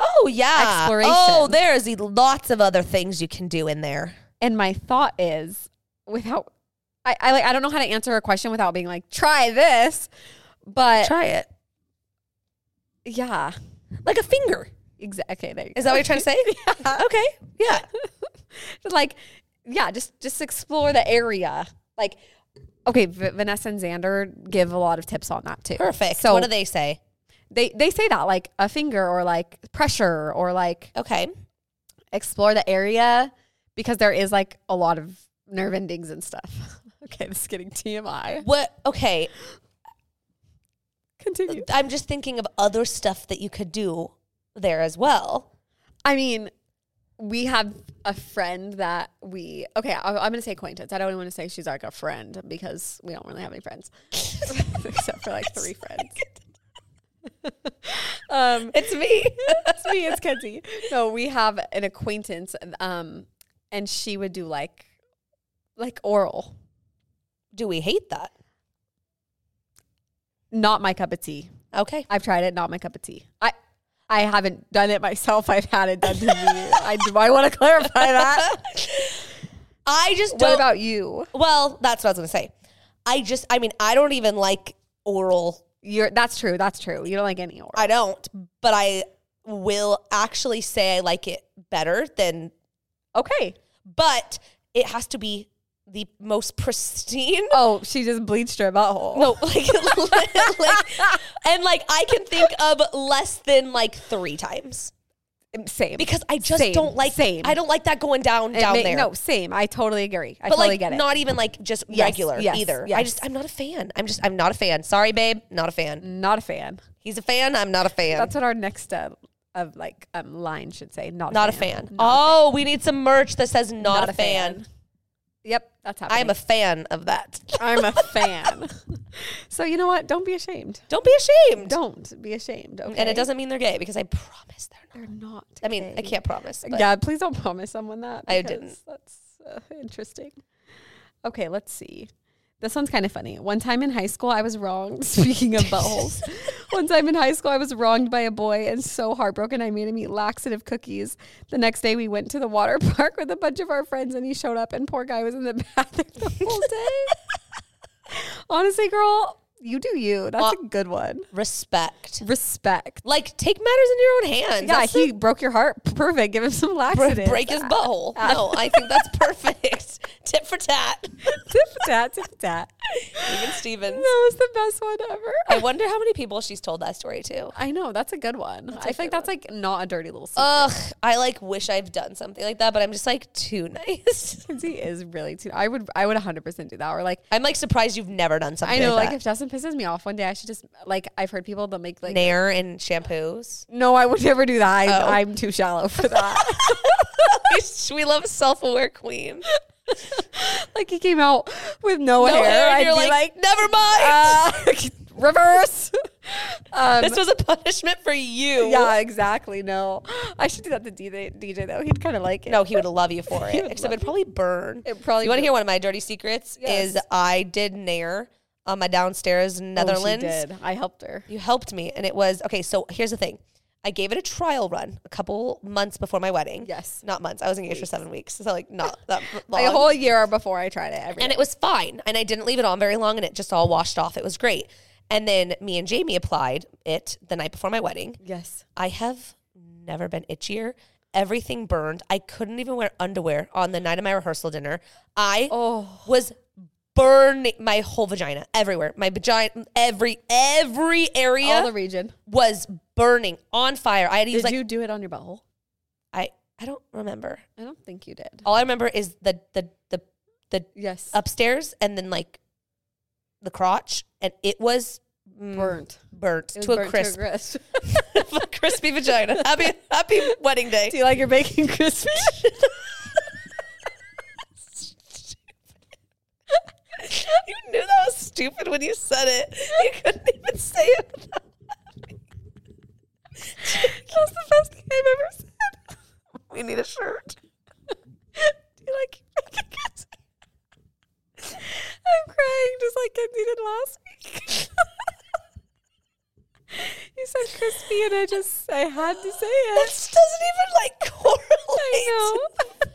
[SPEAKER 2] Oh yeah.
[SPEAKER 1] Exploration.
[SPEAKER 2] Oh, there's e- lots of other things you can do in there.
[SPEAKER 1] And my thought is, without, I, I like, I don't know how to answer a question without being like, try this. But
[SPEAKER 2] Try it.
[SPEAKER 1] yeah,
[SPEAKER 2] Like a finger.
[SPEAKER 1] exactly. There you
[SPEAKER 2] Is that
[SPEAKER 1] go.
[SPEAKER 2] what you're trying
[SPEAKER 1] *laughs*
[SPEAKER 2] to say? Okay. Yeah.
[SPEAKER 1] like, yeah, just just explore the area. Like, okay, v- Vanessa and Xander give a lot of tips on that too.
[SPEAKER 2] Perfect.
[SPEAKER 1] So
[SPEAKER 2] what do they say?
[SPEAKER 1] they they say that like a finger or like pressure or like
[SPEAKER 2] Okay.
[SPEAKER 1] explore the area because there is like a lot of nerve endings and stuff. *laughs* okay, this is getting TMI.
[SPEAKER 2] What
[SPEAKER 1] *laughs*
[SPEAKER 2] okay.
[SPEAKER 1] Continue.
[SPEAKER 2] I'm just thinking of other stuff that you could do there as well.
[SPEAKER 1] I mean, we have a friend that we okay. I, I'm gonna say acquaintance. I don't want to say she's like a friend because we don't really have any friends *laughs* except for like three friends. *laughs* um, *laughs*
[SPEAKER 2] It's me.
[SPEAKER 1] it's me. It's Kenzie. No, we have an acquaintance. Um, and she would do like, like oral.
[SPEAKER 2] do we hate that?
[SPEAKER 1] Not my cup of tea. *laughs*
[SPEAKER 2] Okay.
[SPEAKER 1] I've tried it. Not my cup of tea. I. I haven't done it myself. *laughs* I've had it done to me. I, I want to *laughs* clarify that.
[SPEAKER 2] I just
[SPEAKER 1] What
[SPEAKER 2] don't
[SPEAKER 1] about you?
[SPEAKER 2] Well, that's what I was gonna say. I just I mean, I don't even like oral
[SPEAKER 1] You're that's true. That's true. You don't like any oral.
[SPEAKER 2] I don't, but I will actually say I like it better than
[SPEAKER 1] Okay.
[SPEAKER 2] but it has to be the most pristine *laughs*
[SPEAKER 1] Oh, she just bleached her butthole.
[SPEAKER 2] No, like, *laughs* like, and like I can think of less than like three times
[SPEAKER 1] same.
[SPEAKER 2] because I just
[SPEAKER 1] Same,
[SPEAKER 2] don't like.
[SPEAKER 1] same.
[SPEAKER 2] I don't like that going down
[SPEAKER 1] It
[SPEAKER 2] down
[SPEAKER 1] may-
[SPEAKER 2] there.
[SPEAKER 1] No, same. I totally agree. I
[SPEAKER 2] but
[SPEAKER 1] totally
[SPEAKER 2] like
[SPEAKER 1] get it.
[SPEAKER 2] not even like just
[SPEAKER 1] Yes,
[SPEAKER 2] regular
[SPEAKER 1] yes,
[SPEAKER 2] either. I
[SPEAKER 1] yes.
[SPEAKER 2] just I'm not a fan. I'm just I'm not a fan. Sorry, babe, not a fan.
[SPEAKER 1] not a fan.
[SPEAKER 2] He's a fan. I'm not a fan.
[SPEAKER 1] That's what our next uh, of like um line should say. Not
[SPEAKER 2] not a fan. oh, we need some merch that says not,
[SPEAKER 1] Not
[SPEAKER 2] a fan.
[SPEAKER 1] Yep, that's
[SPEAKER 2] I am
[SPEAKER 1] happening.
[SPEAKER 2] a fan of that. *laughs*
[SPEAKER 1] *laughs* I'm a fan. so you know what? Don't be ashamed.
[SPEAKER 2] Don't be ashamed.
[SPEAKER 1] Don't be ashamed. Okay.
[SPEAKER 2] And it doesn't mean they're gay because I promise they're not.
[SPEAKER 1] They're not.
[SPEAKER 2] I mean, I
[SPEAKER 1] gay.
[SPEAKER 2] can't promise. But
[SPEAKER 1] Yeah, please don't promise someone that.
[SPEAKER 2] I
[SPEAKER 1] because
[SPEAKER 2] didn't.
[SPEAKER 1] That's uh, interesting. Okay, let's see. This one's kind of funny. One time in high school, I was wronged. *laughs* Speaking of
[SPEAKER 2] *laughs*
[SPEAKER 1] buttholes, one time in high school, I was wronged by a boy and so heartbroken, I made him eat laxative cookies. The next day, we went to the water *laughs* park with a bunch of our friends, and he showed up, and poor guy was in the *laughs* bathroom the whole
[SPEAKER 2] *laughs*
[SPEAKER 1] day. Honestly, girl, you do you. That's a good one.
[SPEAKER 2] Respect.
[SPEAKER 1] Respect.
[SPEAKER 2] Like take matters in your own hands.
[SPEAKER 1] Yeah,
[SPEAKER 2] That's the
[SPEAKER 1] he broke your heart. *laughs* Perfect. Give him some
[SPEAKER 2] Bre-
[SPEAKER 1] laxative.
[SPEAKER 2] break his butthole. No, I think that's perfect. *laughs* Tip for tat.
[SPEAKER 1] *laughs*
[SPEAKER 2] *laughs*
[SPEAKER 1] tip tat, tip *laughs* tat.
[SPEAKER 2] Even
[SPEAKER 1] *laughs*
[SPEAKER 2] Stevens.
[SPEAKER 1] That was the best one *laughs* ever.
[SPEAKER 2] I wonder how many people she's told that story to.
[SPEAKER 1] I know that's a good one. Uh, I think that's like not a dirty little secret.
[SPEAKER 2] Ugh, I like wish I've done something like that, but I'm just like too *laughs* nice.
[SPEAKER 1] Mackenzie is really too. I would, I would 100 percent do that. Or like,
[SPEAKER 2] I'm like surprised you've never done something.
[SPEAKER 1] I know,
[SPEAKER 2] like,
[SPEAKER 1] like if Justin pisses me off one day, I should just like I've heard people that make
[SPEAKER 2] that.
[SPEAKER 1] like,
[SPEAKER 2] Nair and shampoos. *laughs*
[SPEAKER 1] no, I would never do that. I,
[SPEAKER 2] Oh.
[SPEAKER 1] I'm too shallow *laughs* for that.
[SPEAKER 2] we love self-aware
[SPEAKER 1] *laughs*
[SPEAKER 2] queen.
[SPEAKER 1] like he came out with
[SPEAKER 2] No
[SPEAKER 1] no, hair.
[SPEAKER 2] hair, and
[SPEAKER 1] I'd
[SPEAKER 2] you're
[SPEAKER 1] be
[SPEAKER 2] like,
[SPEAKER 1] like,
[SPEAKER 2] never mind.
[SPEAKER 1] uh, *laughs* reverse. um,
[SPEAKER 2] this was a punishment for you.
[SPEAKER 1] yeah, exactly. No, *gasps* I should do that to DJ, DJ though. He'd kind of like it.
[SPEAKER 2] No, he would love you
[SPEAKER 1] *laughs*
[SPEAKER 2] for it.
[SPEAKER 1] would
[SPEAKER 2] Except
[SPEAKER 1] love
[SPEAKER 2] it'd probably burn.
[SPEAKER 1] It probably
[SPEAKER 2] You want to
[SPEAKER 1] would.
[SPEAKER 2] hear one of my dirty secrets?
[SPEAKER 1] Yes.
[SPEAKER 2] Is I did Nair on my downstairs
[SPEAKER 1] Oh, she
[SPEAKER 2] Netherlands.
[SPEAKER 1] did. I helped her.
[SPEAKER 2] You helped me, and it was okay. So here's the thing: I gave it a trial run a couple months before my wedding.
[SPEAKER 1] Yes.
[SPEAKER 2] not months. I was engaged for seven weeks, so like not
[SPEAKER 1] *laughs*
[SPEAKER 2] that long.
[SPEAKER 1] Like a whole year before I tried it. Every
[SPEAKER 2] and it was fine, and I didn't leave it on very long, and it just all washed off. It was great. And then me and Jamie applied it the night before my wedding.
[SPEAKER 1] Yes.
[SPEAKER 2] I have never been itchier. Everything burned. I couldn't even wear underwear on the night of my rehearsal dinner. I
[SPEAKER 1] Oh.
[SPEAKER 2] was burning my whole vagina everywhere. My vagina, every every area
[SPEAKER 1] All the region.
[SPEAKER 2] was burning on fire. I had to use
[SPEAKER 1] Did
[SPEAKER 2] like
[SPEAKER 1] you do it on your butthole?
[SPEAKER 2] I I don't remember.
[SPEAKER 1] I don't think you did.
[SPEAKER 2] All I remember is the the the the
[SPEAKER 1] Yes.
[SPEAKER 2] upstairs and then like the crotch, and it was mm,
[SPEAKER 1] burnt.
[SPEAKER 2] burnt
[SPEAKER 1] It was
[SPEAKER 2] to a
[SPEAKER 1] burnt
[SPEAKER 2] crisp,
[SPEAKER 1] crisp.
[SPEAKER 2] *laughs* crispy vagina. Happy happy wedding day.
[SPEAKER 1] *laughs* do you like your bacon *laughs* crispy?
[SPEAKER 2] *laughs* you knew that was stupid when you said it. You couldn't even say it. without laughing.
[SPEAKER 1] That's the best thing I've ever said.
[SPEAKER 2] we need a shirt.
[SPEAKER 1] do you like your bacon crispy? I'm crying just like Kenzie did crispy, and I just I had to say it.
[SPEAKER 2] This doesn't even like *laughs* correlate.
[SPEAKER 1] I know.
[SPEAKER 2] *laughs*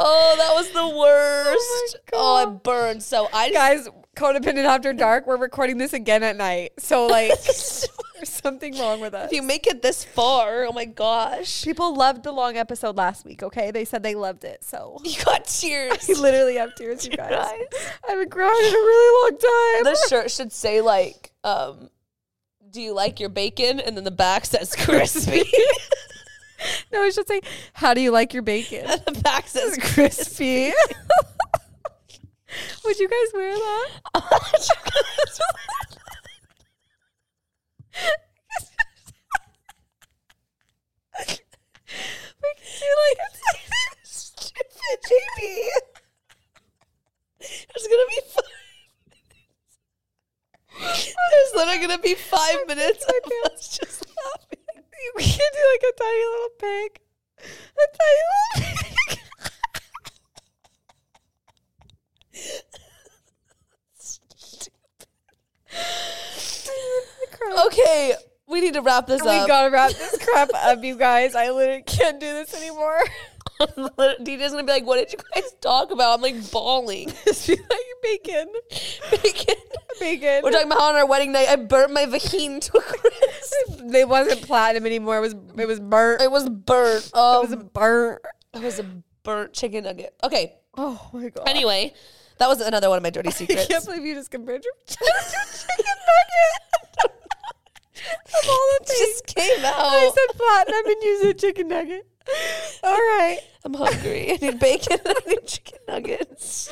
[SPEAKER 2] Oh, that was the worst.
[SPEAKER 1] God.
[SPEAKER 2] Oh, it burned. So I just,
[SPEAKER 1] Guys, codependent after dark. We're recording this again at night, so
[SPEAKER 2] *laughs*
[SPEAKER 1] like there's something wrong with us.
[SPEAKER 2] if you make it this far, oh my gosh, *laughs*
[SPEAKER 1] People loved the long episode last week. Okay, they said they loved it. So *laughs*
[SPEAKER 2] you got tears.
[SPEAKER 1] I literally have tears, you guys.
[SPEAKER 2] Guys.
[SPEAKER 1] *laughs* I haven't cried in a really long time.
[SPEAKER 2] the shirt should say like, um, "Do you like your bacon?" And then the back says *laughs* crispy.
[SPEAKER 1] *laughs* no, I should say, how do you like your bacon?
[SPEAKER 2] *laughs* and the back says
[SPEAKER 1] crispy. *laughs* Would you guys wear that?
[SPEAKER 2] We can do like stupid JP. There's gonna be five. There's literally gonna be five minutes of us just laughing.
[SPEAKER 1] You can do like a tiny little pig. A tiny little pig. I cried.
[SPEAKER 2] Okay, we need to wrap this
[SPEAKER 1] We
[SPEAKER 2] up.
[SPEAKER 1] gotta wrap this crap up, you guys. I literally can't do this
[SPEAKER 2] *laughs*
[SPEAKER 1] anymore.
[SPEAKER 2] DJ's gonna be like, "What did you guys talk about?" I'm like bawling.
[SPEAKER 1] *laughs* Just be like
[SPEAKER 2] *laughs*
[SPEAKER 1] bacon.
[SPEAKER 2] Bacon.
[SPEAKER 1] Bacon.
[SPEAKER 2] We're talking about how on our wedding night. I burnt my vagina to a crisp.
[SPEAKER 1] it wasn't platinum anymore. It was it was
[SPEAKER 2] *laughs*
[SPEAKER 1] burnt.
[SPEAKER 2] It was burnt. Um,
[SPEAKER 1] It was burnt.
[SPEAKER 2] It was a burnt chicken nugget. Okay.
[SPEAKER 1] Oh my god.
[SPEAKER 2] Anyway, that was another one of my *laughs* dirty
[SPEAKER 1] I
[SPEAKER 2] secrets.
[SPEAKER 1] can't believe you just compared your, your chicken nugget. *laughs* of all the things.
[SPEAKER 2] just came
[SPEAKER 1] I
[SPEAKER 2] out.
[SPEAKER 1] said platinum and you said chicken nugget. All right.
[SPEAKER 2] I'm hungry. *laughs* I need bacon. I need chicken nuggets.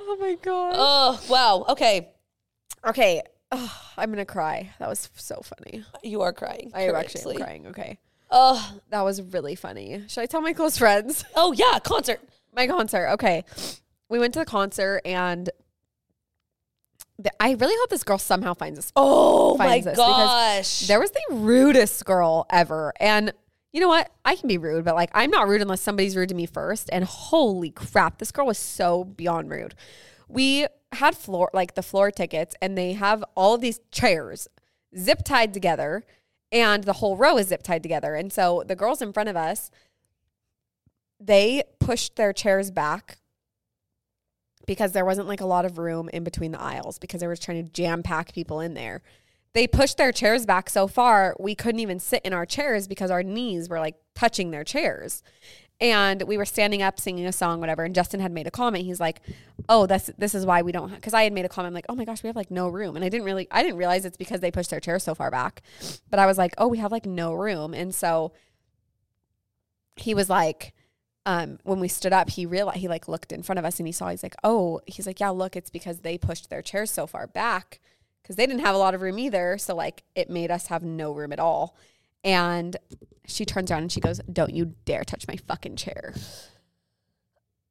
[SPEAKER 1] Oh my god.
[SPEAKER 2] Oh wow. Okay,
[SPEAKER 1] okay. Ugh, I'm gonna cry. That was so funny.
[SPEAKER 2] you are crying.
[SPEAKER 1] I
[SPEAKER 2] Curiously.
[SPEAKER 1] actually am crying. Okay.
[SPEAKER 2] Oh
[SPEAKER 1] That was really funny. Should I tell my close friends? *laughs*
[SPEAKER 2] oh yeah, concert.
[SPEAKER 1] my concert. Okay. We went to the concert and th- I really hope this girl somehow finds us.
[SPEAKER 2] Oh
[SPEAKER 1] Finds
[SPEAKER 2] my
[SPEAKER 1] us
[SPEAKER 2] gosh.
[SPEAKER 1] because There was the rudest girl ever. And you know what? I can be rude, but like I'm not rude unless somebody's rude to me first. And holy crap, this girl was so beyond rude. We had floor like the floor tickets and they have all of these chairs zip tied together and the whole row is zip tied together. And so the girls in front of us they pushed their chairs back because there wasn't like a lot of room in between the aisles because they were trying to jam pack people in there. They pushed their chairs back so far, we couldn't even sit in our chairs because our knees were like touching their chairs. And we were standing up singing a song, whatever. And Justin had made a comment. He's like, "Oh, that's this is why we don't." Because I had made a comment I'm like, "Oh my gosh, we have like no room," and I didn't really, I didn't realize it's because they pushed their chairs so far back. But I was like, "Oh, we have like no room," and so he was like, um, when we stood up, he realized he like looked in front of us and he saw he's like, oh, he's like, yeah, look, it's because they pushed their chairs so far back because they didn't have a lot of room either. So like it made us have no room at all. And she turns around and she goes, don't you dare touch my fucking chair.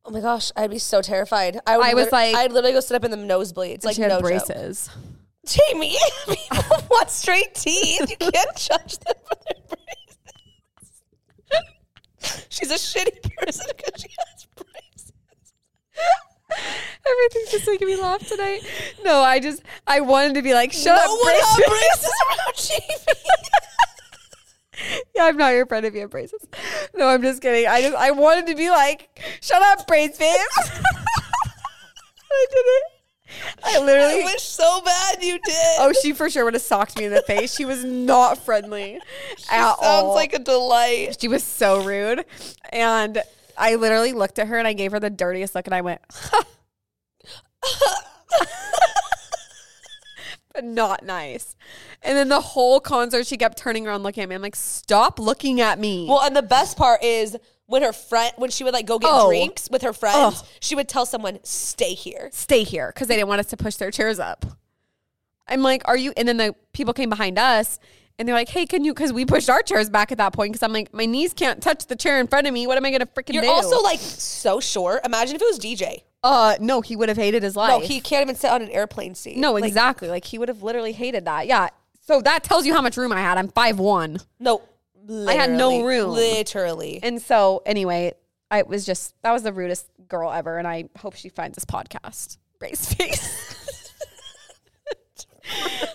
[SPEAKER 2] oh my gosh, I'd be so terrified. I, would
[SPEAKER 1] I was
[SPEAKER 2] lit-
[SPEAKER 1] like-
[SPEAKER 2] I'd literally go sit up in the nosebleeds. Like
[SPEAKER 1] she had
[SPEAKER 2] no joke. *laughs*
[SPEAKER 1] braces.
[SPEAKER 2] Jamie, *laughs* people want straight teeth. You can't *laughs* judge them for their braces. *laughs* She's a shitty person because she has braces.
[SPEAKER 1] Everything's just making me laugh tonight. No, I just I wanted to be like,
[SPEAKER 2] no
[SPEAKER 1] shut up,
[SPEAKER 2] one
[SPEAKER 1] braces.
[SPEAKER 2] had braces around Jamie. *laughs*
[SPEAKER 1] Yeah, I'm not your friend if you have braces. No, I'm just kidding. I just I wanted to be like, shut up, braids, babe. *laughs* I didn't. I
[SPEAKER 2] I
[SPEAKER 1] *laughs* literally.
[SPEAKER 2] wish so bad you did.
[SPEAKER 1] oh, she for sure would have socked me in the face. She was not friendly at
[SPEAKER 2] sounds
[SPEAKER 1] all.
[SPEAKER 2] like a delight.
[SPEAKER 1] she was so rude, and I literally looked at her and I gave her the dirtiest look, and I went, *laughs* but not nice. And then the whole concert, she kept turning around looking at me. I'm like, stop looking at me.
[SPEAKER 2] Well, and the best part is when her friend, when she would like go get
[SPEAKER 1] Oh.
[SPEAKER 2] drinks with her friends,
[SPEAKER 1] Ugh.
[SPEAKER 2] she would tell someone, "Stay here."
[SPEAKER 1] stay here because they didn't want us to push their chairs up. I'm like, are you? And then the people came behind us and they're like, hey, can you? Because we pushed our chairs back at that point because I'm like, my knees can't touch the chair in front of me. What am I going to freaking
[SPEAKER 2] You're
[SPEAKER 1] do?
[SPEAKER 2] also like so short. Imagine if it was DJ.
[SPEAKER 1] uh, no, he would have hated his
[SPEAKER 2] No,
[SPEAKER 1] life.
[SPEAKER 2] he can't even sit on an airplane seat.
[SPEAKER 1] no,
[SPEAKER 2] Like,
[SPEAKER 1] exactly. Like he would have literally hated that. Yeah. So that tells you how much room I had. I'm five one.
[SPEAKER 2] No,
[SPEAKER 1] had no
[SPEAKER 2] literally,
[SPEAKER 1] room.
[SPEAKER 2] Literally,
[SPEAKER 1] And so anyway, I was just, that was the rudest
[SPEAKER 2] *laughs*
[SPEAKER 1] girl ever. And I hope she finds this podcast. Brace face.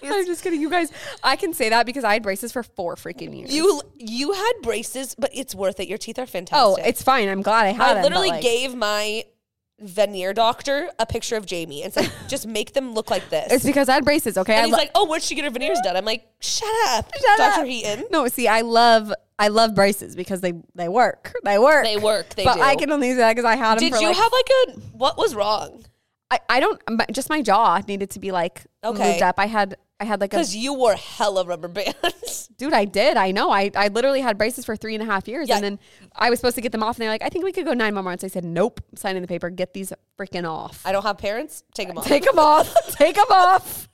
[SPEAKER 1] I'm just kidding. You guys, I can say that because I had braces for four freaking years.
[SPEAKER 2] You you had braces, but it's worth it. Your teeth are
[SPEAKER 1] oh,
[SPEAKER 2] fantastic.
[SPEAKER 1] it's fine. I'm glad I had
[SPEAKER 2] I
[SPEAKER 1] them, but,
[SPEAKER 2] literally
[SPEAKER 1] like,
[SPEAKER 2] gave my veneer doctor a picture of Jamie and
[SPEAKER 1] *laughs*
[SPEAKER 2] said, "Just make them look like this."
[SPEAKER 1] It's because I had braces, okay? I
[SPEAKER 2] and he's
[SPEAKER 1] lo-
[SPEAKER 2] like, "Oh, where'd she get her veneers done?" I'm like, "Shut up,
[SPEAKER 1] Shut
[SPEAKER 2] Doctor
[SPEAKER 1] up.
[SPEAKER 2] Heaton."
[SPEAKER 1] No, see, I love I love braces because they they work. They work.
[SPEAKER 2] They work, they
[SPEAKER 1] but
[SPEAKER 2] do.
[SPEAKER 1] I can only do that because I had them.
[SPEAKER 2] Did
[SPEAKER 1] for
[SPEAKER 2] you
[SPEAKER 1] like,
[SPEAKER 2] have like a what was wrong?
[SPEAKER 1] I, I don't. my- Just my jaw needed to be like
[SPEAKER 2] Okay.
[SPEAKER 1] moved up. I had I had like a
[SPEAKER 2] Because you wore hella rubber bands.
[SPEAKER 1] dude. I did. I know. I I literally had braces for three and a half years,
[SPEAKER 2] Yeah.
[SPEAKER 1] and then I was supposed to get them off, and they're like, I think we could go nine more months. I said, Nope. Signing the paper. Get these freaking off.
[SPEAKER 2] *laughs* I don't have parents. Take them off.
[SPEAKER 1] Take them off. *laughs* Take them off.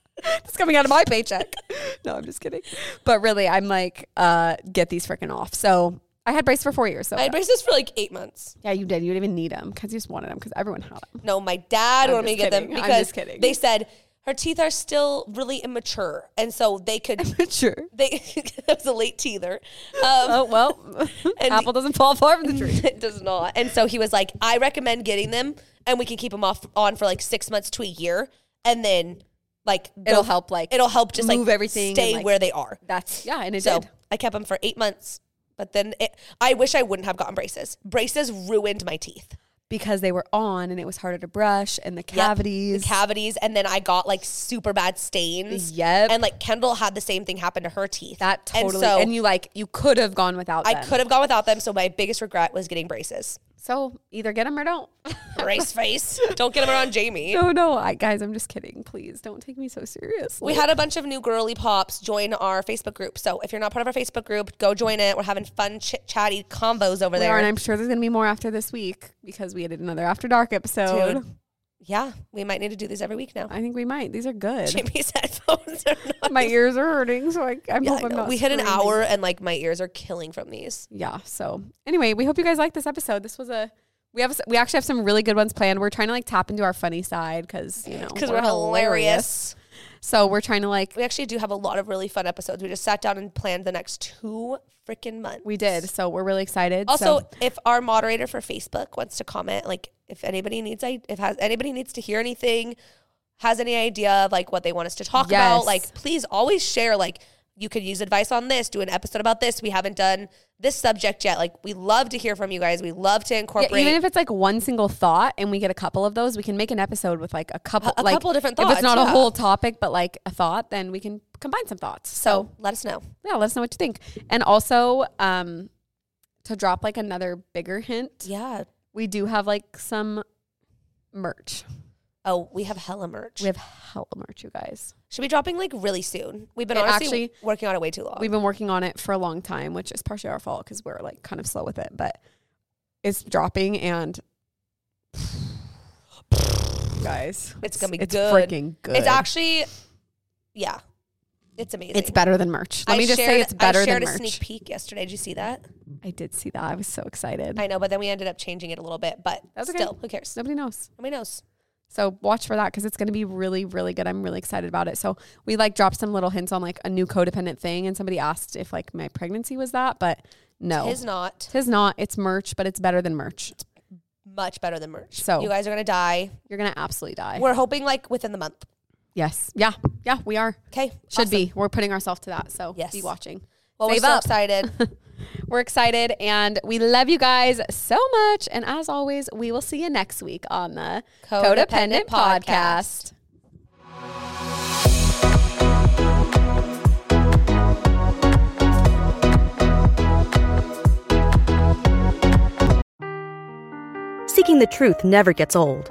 [SPEAKER 1] It's coming out of my paycheck. *laughs* No, I'm just kidding. But really, I'm like, uh, get these freaking off. So I had braces for four years. So
[SPEAKER 2] I had braces for like eight months.
[SPEAKER 1] yeah, you did. You didn't even need them because you just wanted them because everyone had them.
[SPEAKER 2] *laughs*
[SPEAKER 1] *laughs*
[SPEAKER 2] No, my dad wanted me to get
[SPEAKER 1] just
[SPEAKER 2] them
[SPEAKER 1] kidding. I'm
[SPEAKER 2] because
[SPEAKER 1] just kidding.
[SPEAKER 2] they said her teeth are still really immature, and so they
[SPEAKER 1] *laughs*
[SPEAKER 2] could.
[SPEAKER 1] sure.
[SPEAKER 2] They *laughs* that was a late teether. Um, *laughs*
[SPEAKER 1] Oh well,
[SPEAKER 2] And-
[SPEAKER 1] apple doesn't fall
[SPEAKER 2] *laughs*
[SPEAKER 1] far from the tree.
[SPEAKER 2] it does not. And so he was like, I recommend getting them, and we can keep them off on for like six months to a year, and then like go-
[SPEAKER 1] It'll help, like,
[SPEAKER 2] it'll help just like
[SPEAKER 1] move everything and,
[SPEAKER 2] stay
[SPEAKER 1] like-
[SPEAKER 2] where they are.
[SPEAKER 1] That's yeah, and it
[SPEAKER 2] So
[SPEAKER 1] did.
[SPEAKER 2] I kept them for eight months, but then it, I wish I wouldn't have gotten braces. Braces ruined my teeth.
[SPEAKER 1] because they were on and it was harder to brush and the
[SPEAKER 2] Yep.
[SPEAKER 1] cavities.
[SPEAKER 2] the cavities, and then I got like super bad stains.
[SPEAKER 1] Yep.
[SPEAKER 2] and like Kendall had the same thing happen to her teeth.
[SPEAKER 1] that
[SPEAKER 2] And
[SPEAKER 1] totally. And,
[SPEAKER 2] so
[SPEAKER 1] you like you could have gone without
[SPEAKER 2] I
[SPEAKER 1] them.
[SPEAKER 2] could have gone without them. So my biggest regret was getting braces.
[SPEAKER 1] So either get them or don't.
[SPEAKER 2] Brace face. Don't get them around Jamie.
[SPEAKER 1] *laughs* no, no, I, guys, I'm just kidding. Please don't take me so seriously.
[SPEAKER 2] We had a bunch of new girly pops join our Facebook group. So if you're not part of our Facebook group, go join it. We're having fun, chit chatty combos over
[SPEAKER 1] We are,
[SPEAKER 2] there.
[SPEAKER 1] and I'm sure there's gonna be more after this week because we had another After Dark episode.
[SPEAKER 2] Dude, yeah, we might need to do these every week now.
[SPEAKER 1] I think we might. These are
[SPEAKER 2] *laughs*
[SPEAKER 1] good.
[SPEAKER 2] Jamie's headphones are not.
[SPEAKER 1] *laughs* My ears are hurting, so I, I
[SPEAKER 2] Yeah, I
[SPEAKER 1] hope I'm
[SPEAKER 2] know.
[SPEAKER 1] not.
[SPEAKER 2] we hit an
[SPEAKER 1] screaming.
[SPEAKER 2] hour and like my ears are killing from these.
[SPEAKER 1] yeah. So anyway, we hope you guys like this episode. This was a we have we actually have some really good ones planned. We're trying to like tap into our funny side because you know
[SPEAKER 2] Because we're, hilarious.
[SPEAKER 1] So we're trying to like
[SPEAKER 2] We actually do have a lot of really fun episodes. We just sat down and planned the next two freaking months.
[SPEAKER 1] we did. So we're really excited.
[SPEAKER 2] Also,
[SPEAKER 1] so,
[SPEAKER 2] if our moderator for Facebook wants to comment, like if anybody needs, i- if has anybody needs to hear anything, has any idea of like what they want us to talk
[SPEAKER 1] Yes.
[SPEAKER 2] about, like please always share. Like you could use advice on this, do an episode about this. We haven't done this subject yet. Like we love to hear from you guys. We love to
[SPEAKER 1] yeah,
[SPEAKER 2] incorporate.
[SPEAKER 1] even if it's like one single thought and we get a couple of those, we can make an episode with like a couple
[SPEAKER 2] A
[SPEAKER 1] like
[SPEAKER 2] couple different
[SPEAKER 1] If it's
[SPEAKER 2] thoughts,
[SPEAKER 1] not a
[SPEAKER 2] yeah.
[SPEAKER 1] whole topic, but like a thought, then we can combine some thoughts. So
[SPEAKER 2] so let us know.
[SPEAKER 1] yeah, let us know what you think. And also, um, to drop like another bigger hint,
[SPEAKER 2] Yeah.
[SPEAKER 1] we do have like some merch.
[SPEAKER 2] Oh, we have hella merch.
[SPEAKER 1] We have hella merch, you guys.
[SPEAKER 2] Should be dropping like really soon. We've been
[SPEAKER 1] It
[SPEAKER 2] honestly
[SPEAKER 1] actually-
[SPEAKER 2] working on it way too long.
[SPEAKER 1] We've been working on it for a long time, which is partially our fault because we're like kind of slow with it, but it's dropping and *sighs* guys,
[SPEAKER 2] It's gonna be
[SPEAKER 1] it's
[SPEAKER 2] good.
[SPEAKER 1] freaking good.
[SPEAKER 2] It's actually, yeah, it's amazing.
[SPEAKER 1] it's better than merch. Let
[SPEAKER 2] I
[SPEAKER 1] me just say
[SPEAKER 2] shared-
[SPEAKER 1] it's better
[SPEAKER 2] I
[SPEAKER 1] than
[SPEAKER 2] shared a
[SPEAKER 1] merch.
[SPEAKER 2] sneak peek yesterday. Did you see that?
[SPEAKER 1] I did see that. I was so excited.
[SPEAKER 2] I know, but then we ended up changing it a little bit. But
[SPEAKER 1] That's okay.
[SPEAKER 2] still, who cares?
[SPEAKER 1] Nobody knows.
[SPEAKER 2] Nobody knows.
[SPEAKER 1] So watch for that because it's going to be really, really good. I'm really excited about it. So we like dropped some little hints on like a new codependent thing, and somebody asked if like my pregnancy was that, but no,
[SPEAKER 2] His not
[SPEAKER 1] tis not. It's merch, but it's better than merch.
[SPEAKER 2] much better than merch.
[SPEAKER 1] So-
[SPEAKER 2] you guys are gonna die.
[SPEAKER 1] You're gonna absolutely die.
[SPEAKER 2] We're hoping like within the month.
[SPEAKER 1] yes, yeah, yeah, we are.
[SPEAKER 2] Okay,
[SPEAKER 1] Should be. We're putting ourselves to that. So
[SPEAKER 2] Yes.
[SPEAKER 1] be watching.
[SPEAKER 2] Well,
[SPEAKER 1] Save
[SPEAKER 2] we're so
[SPEAKER 1] up. *laughs*
[SPEAKER 2] excited.
[SPEAKER 1] We're excited and we love you guys so much. And as always, we will see you next week on the
[SPEAKER 2] Codependent
[SPEAKER 1] Codependent, Podcast.
[SPEAKER 2] Podcast.
[SPEAKER 3] Seeking the truth never gets old.